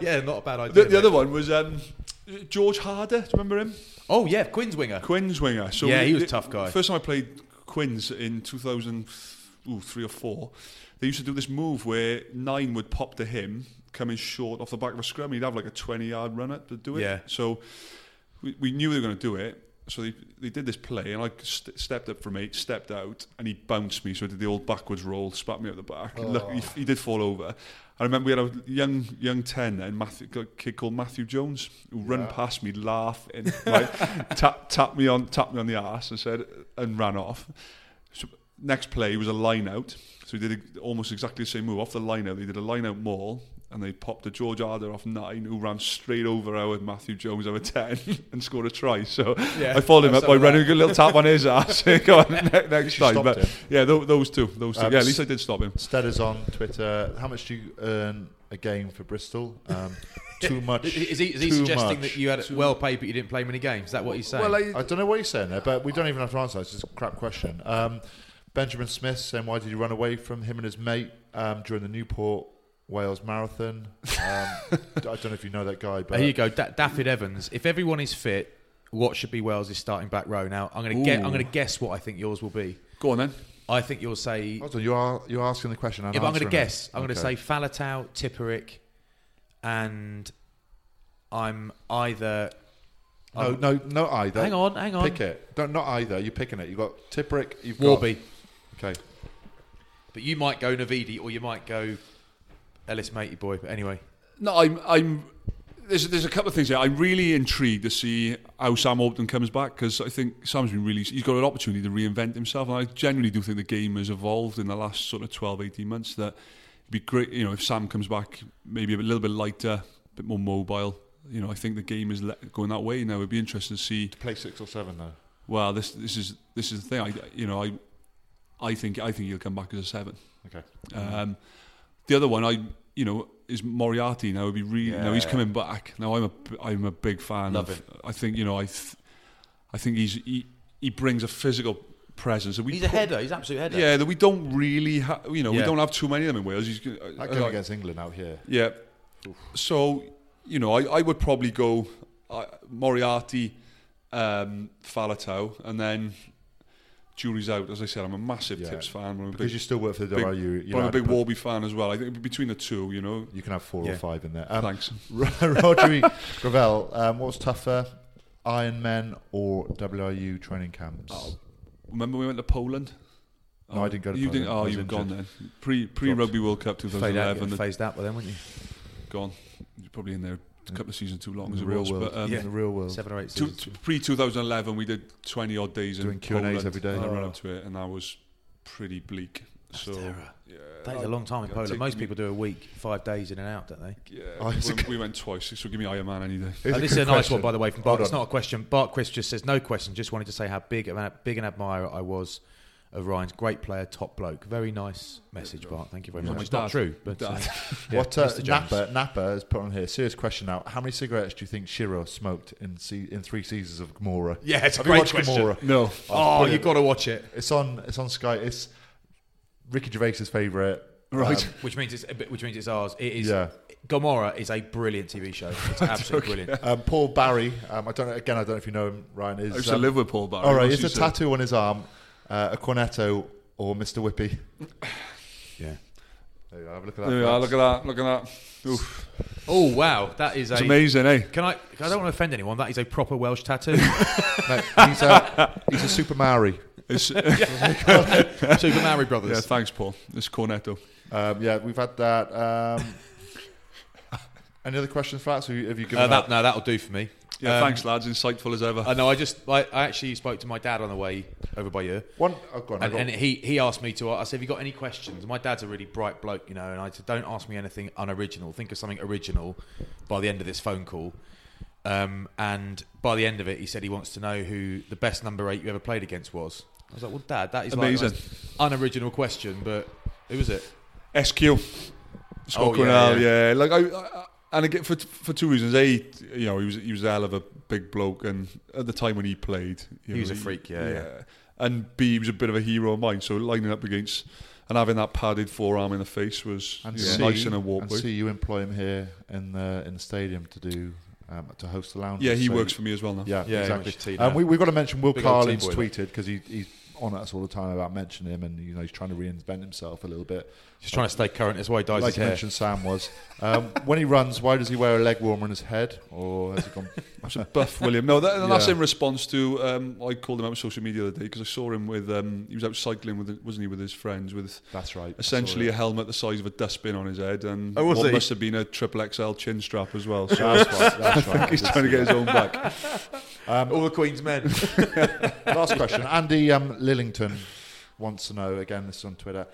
[SPEAKER 2] <laughs> yeah, not a bad idea.
[SPEAKER 4] The, the
[SPEAKER 2] mate.
[SPEAKER 4] other one was um, George Harder. Do you remember him?
[SPEAKER 2] oh yeah, Quinn's winger.
[SPEAKER 4] Quinn's winger. So
[SPEAKER 2] Yeah,
[SPEAKER 4] we-
[SPEAKER 2] he was a
[SPEAKER 4] the-
[SPEAKER 2] tough guy.
[SPEAKER 4] First time I played Quinn's in 2003 or four, they used to do this move where nine would pop to him, coming short off the back of a scrum. He'd have like a 20 yard run up to do it.
[SPEAKER 2] Yeah.
[SPEAKER 4] So we, we knew they were going to do it. So they, they did this play, and I st- stepped up from eight, stepped out, and he bounced me. So I did the old backwards roll, spat me out the back. Luckily, he, he did fall over. I remember we had a young young ten then, Matthew, a kid called Matthew Jones, who run past me laughing, right, <laughs> tap tap me on tap me on the ass and said and ran off. So next play was a line out, so he did a, almost exactly the same move off the line out. They did a line out maul. And they popped a George Arder off nine, who ran straight over our Matthew Jones, our 10, <laughs> and scored a try. So
[SPEAKER 2] Yeah,
[SPEAKER 4] I followed him
[SPEAKER 2] I
[SPEAKER 4] up
[SPEAKER 2] saw
[SPEAKER 4] by
[SPEAKER 2] that.
[SPEAKER 4] running a little tap on his ass. <laughs> Go on, ne- next
[SPEAKER 3] You
[SPEAKER 4] time.
[SPEAKER 3] stopped
[SPEAKER 4] But
[SPEAKER 3] him.
[SPEAKER 4] yeah, tho- those two. Those two.
[SPEAKER 3] Um,
[SPEAKER 4] yeah, at least I did stop him.
[SPEAKER 3] Steaders on Twitter. How much do you earn a game for Bristol?
[SPEAKER 2] <laughs>
[SPEAKER 3] Um, too much.
[SPEAKER 2] Is he, is he
[SPEAKER 3] too
[SPEAKER 2] suggesting
[SPEAKER 3] much.
[SPEAKER 2] that you had it well paid but you didn't play many games? Is that what he's saying?
[SPEAKER 3] Well, I, I don't know what he's saying there, but we don't even have to answer. It's just a crap question. Um, Benjamin Smith saying, "Why did you run away from him and his mate um, during the Newport Wales Marathon?"
[SPEAKER 2] <laughs>
[SPEAKER 3] Um, I don't know if you know that guy, but
[SPEAKER 2] There you go, da- Daffyd Evans. If everyone is fit, what should be Wales' starting back row? Now I'm going to I'm going to guess what I think yours will be.
[SPEAKER 4] Go on then.
[SPEAKER 2] I think you'll say.
[SPEAKER 3] Hold on, you are you're asking the question. And
[SPEAKER 2] if I'm going to
[SPEAKER 3] answering it.
[SPEAKER 2] guess, I'm
[SPEAKER 3] Okay.
[SPEAKER 2] going to say Falatau, Tipperick, and I'm either.
[SPEAKER 3] no, no, no. Either.
[SPEAKER 2] Hang on, hang on.
[SPEAKER 3] Pick it. Don't not either. You're picking it. You've got Tipperick. You've
[SPEAKER 2] Warby.
[SPEAKER 3] got okay.
[SPEAKER 2] But you might go Navidi or you might go Ellis Matey Boy. But anyway,
[SPEAKER 4] No, I'm. I'm there's, there's a couple of things here. I'm really intrigued to see how Sam Oldham comes back because I think Sam's been really. He's got an opportunity to reinvent himself. And I genuinely do think the game has evolved in the last sort of 12, 18 months. That it'd be great, you know, if Sam comes back maybe a bit- little bit lighter, a bit more mobile. You know, I think the game is le- going that way now. It'd be interesting to see.
[SPEAKER 3] Play six or seven though.
[SPEAKER 4] Well, this this is this is the thing. I you know I I think I think he'll come back as a seven.
[SPEAKER 3] Okay.
[SPEAKER 4] Um, the other one, I you know, is Moriarty. Now would be really now he's coming back. Now I'm a I'm a big fan.
[SPEAKER 2] Love
[SPEAKER 4] of,
[SPEAKER 2] him.
[SPEAKER 4] I think you know I th- I think he's he, he brings a physical presence. that We
[SPEAKER 2] he's a
[SPEAKER 4] pro-
[SPEAKER 2] header. He's an absolute header.
[SPEAKER 4] Yeah, that we don't really ha- you know we
[SPEAKER 2] Yeah.
[SPEAKER 4] don't have too many of them in Wales. He's, g-
[SPEAKER 3] That
[SPEAKER 4] uh,
[SPEAKER 3] game
[SPEAKER 4] like-
[SPEAKER 3] against England out here.
[SPEAKER 4] yeah. So, you know, I, I would probably go uh, Moriarty, um, Falatau, and then jury's out. As I said, I'm a massive
[SPEAKER 3] Yeah.
[SPEAKER 4] tips fan. I'm a
[SPEAKER 3] Because
[SPEAKER 4] big,
[SPEAKER 3] you still work for the
[SPEAKER 4] big-
[SPEAKER 3] WRU. You
[SPEAKER 4] but
[SPEAKER 3] know
[SPEAKER 4] I'm
[SPEAKER 3] how
[SPEAKER 4] a
[SPEAKER 3] to
[SPEAKER 4] big
[SPEAKER 3] put-
[SPEAKER 4] Warby fan as well. I think between the two, you know.
[SPEAKER 3] You can have four
[SPEAKER 2] Yeah.
[SPEAKER 3] or five in there. Um,
[SPEAKER 4] Thanks.
[SPEAKER 3] <laughs> Rodri Gravel, um, what was tougher, Ironman or WRU training camps?
[SPEAKER 4] Oh, Remember we went to Poland?
[SPEAKER 3] No, I didn't go to
[SPEAKER 4] you
[SPEAKER 3] Poland.
[SPEAKER 4] Didn't, oh,
[SPEAKER 3] I was
[SPEAKER 4] you were gone
[SPEAKER 3] injured.
[SPEAKER 4] then. Pre pre Rugby World Cup
[SPEAKER 2] Fade out, you
[SPEAKER 4] 2011.
[SPEAKER 2] phased out by then, wouldn't you?
[SPEAKER 4] gone. You're probably in there a couple of seasons too long
[SPEAKER 3] In
[SPEAKER 4] as
[SPEAKER 3] the
[SPEAKER 4] it
[SPEAKER 3] real
[SPEAKER 4] was.
[SPEAKER 3] world.
[SPEAKER 4] But, um,
[SPEAKER 3] in the real world.
[SPEAKER 2] Seven or eight
[SPEAKER 4] to,
[SPEAKER 2] seasons.
[SPEAKER 4] pre 2011 we did 20 odd days in
[SPEAKER 3] Doing Q&As
[SPEAKER 4] Poland
[SPEAKER 3] every day.
[SPEAKER 4] in the
[SPEAKER 3] Oh.
[SPEAKER 4] run up to it and that was pretty bleak so yeah
[SPEAKER 2] that is a long time in
[SPEAKER 4] I
[SPEAKER 2] Poland.
[SPEAKER 4] take-
[SPEAKER 2] Most people do a week, five days in and out, don't they?
[SPEAKER 4] yeah,
[SPEAKER 3] Oh, it's a
[SPEAKER 4] we, we went twice so give me Iron Man any day
[SPEAKER 3] Here's
[SPEAKER 2] Uh,
[SPEAKER 3] a
[SPEAKER 2] this is
[SPEAKER 3] good
[SPEAKER 2] a nice
[SPEAKER 3] question.
[SPEAKER 2] one, by the way, from Bart.
[SPEAKER 3] Hold
[SPEAKER 2] It's
[SPEAKER 3] on.
[SPEAKER 2] not a question. Bart Chris just says, no question. Just wanted to say how big of an, big an admirer I was of Ryan's great player, top bloke. Very nice message, Bart. Thank you very
[SPEAKER 4] Yeah,
[SPEAKER 2] much.
[SPEAKER 4] my
[SPEAKER 2] It's not
[SPEAKER 4] dad.
[SPEAKER 2] true, but <laughs>
[SPEAKER 4] Dad.
[SPEAKER 2] uh,
[SPEAKER 3] What uh,
[SPEAKER 2] Mr. Jones.
[SPEAKER 3] Napa Napa has put on here? Serious question now. How many cigarettes do you think Shiro smoked in se- in three seasons of Gamora?
[SPEAKER 2] yeah, it's a
[SPEAKER 3] Have you
[SPEAKER 2] great
[SPEAKER 3] watched
[SPEAKER 2] question.
[SPEAKER 3] Gamora?
[SPEAKER 4] no
[SPEAKER 2] Oh,
[SPEAKER 3] brilliant.
[SPEAKER 2] you've got to watch it.
[SPEAKER 3] It's on. It's on Sky. It's Ricky Gervais's favorite. Um,
[SPEAKER 4] Right.
[SPEAKER 2] Which means it's a bit- which means it's ours. It is.
[SPEAKER 3] Yeah.
[SPEAKER 2] Gomorrah is a brilliant TV
[SPEAKER 3] <laughs>
[SPEAKER 2] show. It's absolutely brilliant.
[SPEAKER 3] Um, Paul Barry. Um, I don't. know- Again, I don't know if you know him. Ryan is.
[SPEAKER 4] I used to
[SPEAKER 3] um,
[SPEAKER 4] live with Paul Barry
[SPEAKER 3] All right.
[SPEAKER 4] What's
[SPEAKER 3] It's
[SPEAKER 4] he
[SPEAKER 3] a
[SPEAKER 4] said?
[SPEAKER 3] tattoo on his arm, uh, a cornetto, or Mr. Whippy.
[SPEAKER 2] Yeah.
[SPEAKER 3] There you go. Have a look at that.
[SPEAKER 4] there we are look at that look at that Oof,
[SPEAKER 2] Oh wow, that is
[SPEAKER 4] it's
[SPEAKER 2] a.
[SPEAKER 4] amazing eh
[SPEAKER 2] Can I? I don't want to offend anyone. That is a proper Welsh tattoo. <laughs>
[SPEAKER 3] No, he's, a, he's a Super Maori.
[SPEAKER 2] <laughs>
[SPEAKER 4] it's, <laughs>
[SPEAKER 2] Super Mario Brothers.
[SPEAKER 4] yeah thanks Paul it's Cornetto
[SPEAKER 3] Um, yeah, we've had that. Um, any other questions for that? So have you given
[SPEAKER 2] Uh,
[SPEAKER 3] up?
[SPEAKER 2] that, no, that'll do for me.
[SPEAKER 4] yeah
[SPEAKER 2] Um,
[SPEAKER 4] thanks lads insightful as ever
[SPEAKER 2] I know. I just I, I actually spoke to my dad on the way over by you,
[SPEAKER 3] One, oh, go on, I
[SPEAKER 2] and,
[SPEAKER 3] got-
[SPEAKER 2] and he he asked me to. I said, "Have you got any questions?" My dad's a really bright bloke, you know, and I said, "Don't ask me anything unoriginal. Think of something original." By the end of this phone call, um, and by the end of it, he said he wants to know who the best number eight you ever played against was. I was like, "Well, Dad, that is like the
[SPEAKER 4] Amazing.
[SPEAKER 2] most unoriginal question, but who was it?"
[SPEAKER 4] SQ. Scott
[SPEAKER 2] Oh, yeah,
[SPEAKER 4] Cornell, yeah, Like I, I and again for for two reasons. A, you know, he was he was a hell of a big bloke, and at the time when he played,
[SPEAKER 2] He
[SPEAKER 4] you know,
[SPEAKER 2] was a freak, yeah, yeah.
[SPEAKER 4] And B, he was a bit of a hero of mine. So lining up against and having that padded forearm in the face was
[SPEAKER 3] and
[SPEAKER 4] you know,
[SPEAKER 3] see,
[SPEAKER 4] nice in a
[SPEAKER 3] and
[SPEAKER 4] walkway.
[SPEAKER 3] see you employ him here in the in the stadium to do um, to host the lounge.
[SPEAKER 4] Yeah, he works for me as well now.
[SPEAKER 3] Yeah,
[SPEAKER 2] Yeah, he
[SPEAKER 3] exactly.
[SPEAKER 2] must see
[SPEAKER 3] And
[SPEAKER 2] that.
[SPEAKER 3] we, we've got to mention Will
[SPEAKER 2] Big old
[SPEAKER 3] Carlin's
[SPEAKER 2] T-boy,
[SPEAKER 3] tweeted because he, he's on us all the time about mentioning him, and you know he's trying to reinvent himself a little bit.
[SPEAKER 2] Just trying to stay current. That's why he dyes
[SPEAKER 3] like
[SPEAKER 2] his
[SPEAKER 3] you
[SPEAKER 2] hair.
[SPEAKER 3] mentioned, Sam was. Um, when he runs, why does he wear a leg warmer in his head, or has he gone?
[SPEAKER 4] That's <laughs> a buff William. No, that, that's
[SPEAKER 3] Yeah.
[SPEAKER 4] in response to um, I called him out on social media the other day because I saw him with um, he was out cycling with wasn't he with his friends with
[SPEAKER 3] That's right. I saw
[SPEAKER 4] essentially
[SPEAKER 3] it.
[SPEAKER 4] a helmet the size of a dustbin on his head and
[SPEAKER 2] Oh, was
[SPEAKER 4] what
[SPEAKER 2] he?
[SPEAKER 4] must have been a triple XL chin strap as well. <laughs> So
[SPEAKER 3] That's right. That's
[SPEAKER 4] I think
[SPEAKER 3] right.
[SPEAKER 4] he's trying to get his own back.
[SPEAKER 2] All the Queen's
[SPEAKER 3] <laughs>
[SPEAKER 2] men.
[SPEAKER 3] Last question. Andy um, Lillington wants to know again. This is on Twitter.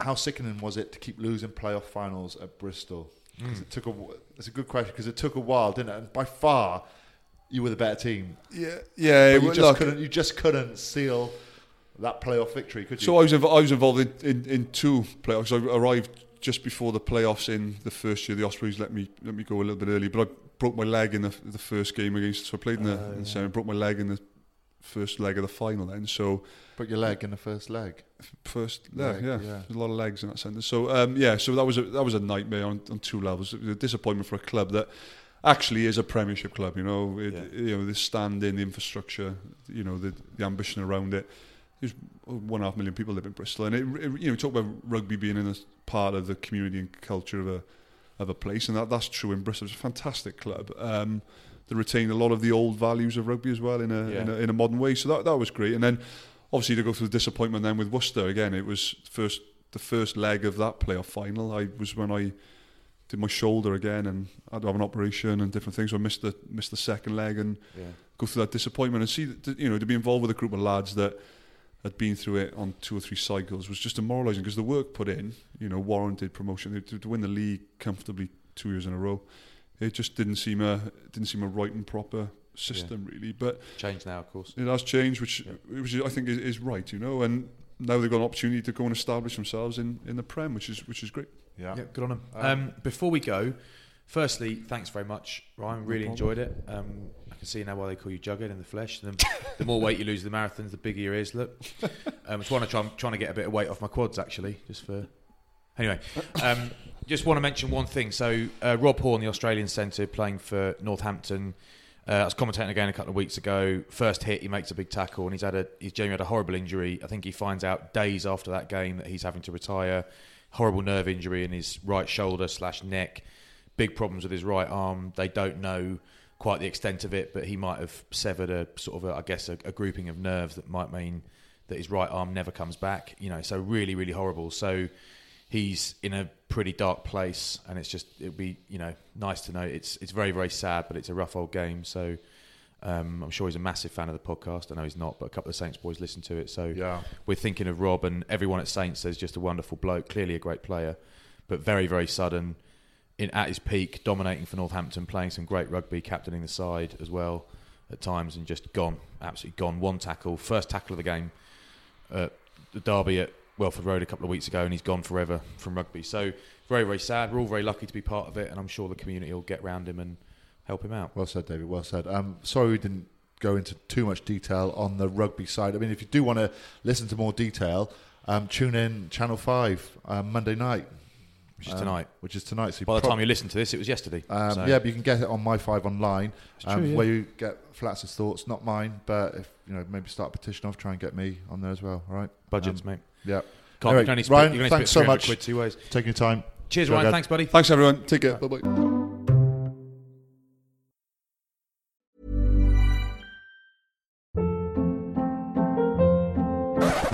[SPEAKER 3] How sickening was it to keep losing playoff finals at Bristol? 'Cause It took a. wh- It's a good question because it took a while, didn't it? And by far, you were the better team.
[SPEAKER 4] Yeah, yeah.
[SPEAKER 3] But you
[SPEAKER 4] well,
[SPEAKER 3] just
[SPEAKER 4] look,
[SPEAKER 3] couldn't. You just couldn't seal that playoff victory, could you?
[SPEAKER 4] So I was inv- I was involved in, in, in two playoffs. I arrived just before the playoffs in the first year. The Ospreys let me let me go a little bit early, but I broke my leg in the the first game against. So I played in the, in the semi. Broke my leg in the first leg of the final. Then so
[SPEAKER 3] Put your leg in the first leg.
[SPEAKER 4] first leg,
[SPEAKER 3] Leg,
[SPEAKER 4] yeah,
[SPEAKER 3] yeah.
[SPEAKER 4] There's a lot of legs in that sentence. So um, yeah, so that was a, that was a nightmare on, on two levels. It was a disappointment for a club that actually is a Premiership club. You know, it,
[SPEAKER 2] Yeah.
[SPEAKER 4] you know the standing, the infrastructure, you know the, the ambition around it. There's one and a half million people live in Bristol, and it, it- you know we talk about rugby being in a part of the community and culture of a of a place, and that that's true in Bristol. It's a fantastic club. Um, they retain a lot of the old values of rugby as well in a, in, a
[SPEAKER 2] Yeah.
[SPEAKER 4] in a modern way. So that that was great, and then obviously to go through the disappointment then with Worcester again it was first the first leg of that playoff final I was when I did my shoulder again and I had to have an operation and different things so I missed the missed the second leg and go through that disappointment and see that, you know to be involved with a group of lads that had been through it on two or three cycles was just demoralising because the work put in you know warranted promotion They- to, to win the league comfortably two years in a row it just didn't seem a didn't seem a right and proper system really but
[SPEAKER 2] Changed now, of course.
[SPEAKER 4] it has changed, which, which I think is, is right, you know. And now they've got an opportunity to go and establish themselves in, in the Prem, which is which is great.
[SPEAKER 3] Yeah.
[SPEAKER 2] Yeah, good on him. Um, before we go, firstly, thanks very much, Ryan. Really enjoyed it. Um, I can see now why they call you Jughead in the flesh. The, the more weight you lose in the marathons, the bigger your ears <laughs> look. Um, it's one I try, I'm trying to get a bit of weight off my quads actually, just for. Anyway, um, just want to mention one thing. So uh, Rob Horn, the Australian centre, playing for Northampton. Uh, I was commentating again a couple of weeks ago. First hit, he makes a big tackle, and he's had a he's genuinely had a horrible injury. I think he finds out days after that game that he's having to retire. Horrible nerve injury in his right shoulder slash neck. Big problems with his right arm. They don't know quite the extent of it, but he might have severed a sort of a, I guess a, a grouping of nerves that might mean that his right arm never comes back. You know, so really, really horrible. So he's in a pretty dark place, and it's just it'd be you know nice to know it's it's very very sad, but it's a rough old game. So um, I'm sure he's a massive fan of the podcast. I know he's not, but a couple of Saints boys listen to it. So
[SPEAKER 3] Yeah.
[SPEAKER 2] we're thinking of Rob and everyone at Saints is just a wonderful bloke, clearly a great player, but very very sudden. In, at his peak, dominating for Northampton, playing some great rugby, captaining the side as well at times, and just gone, absolutely gone. One tackle, first tackle of the game, at the derby at Welford Road a couple of weeks ago, and he's gone forever from rugby. So very, very sad. We're all very lucky to be part of it, and I'm sure the community will get round him and help him out.
[SPEAKER 3] Well said, David. Well said. Um, sorry we didn't go into too much detail on the rugby side. I mean, if you do want to listen to more detail, um, tune in Channel Five um, Monday night,
[SPEAKER 2] Which is tonight.
[SPEAKER 3] which is tonight. So Um, you
[SPEAKER 2] By the
[SPEAKER 3] prob-
[SPEAKER 2] time you listen to this, it was yesterday.
[SPEAKER 3] um,
[SPEAKER 2] so
[SPEAKER 3] yeah, but you can get it on My Five online, um, where you get Flats's thoughts, not mine. But if you know, maybe start a petition off, try and get me on there as well. All right,
[SPEAKER 2] budgets,
[SPEAKER 3] Um,
[SPEAKER 2] mate.
[SPEAKER 3] Yeah.
[SPEAKER 2] Can't,
[SPEAKER 3] Anyway,
[SPEAKER 2] you can only split,
[SPEAKER 3] Ryan,
[SPEAKER 2] you can only
[SPEAKER 3] thanks
[SPEAKER 2] split
[SPEAKER 3] so
[SPEAKER 2] 300
[SPEAKER 3] much.
[SPEAKER 2] Quid two ways.
[SPEAKER 3] for taking your time.
[SPEAKER 2] Cheers,
[SPEAKER 3] Go
[SPEAKER 2] Ryan.
[SPEAKER 3] ahead.
[SPEAKER 2] Thanks, buddy.
[SPEAKER 4] Thanks everyone. Take care. Bye bye.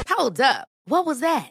[SPEAKER 8] Hold up. What was that?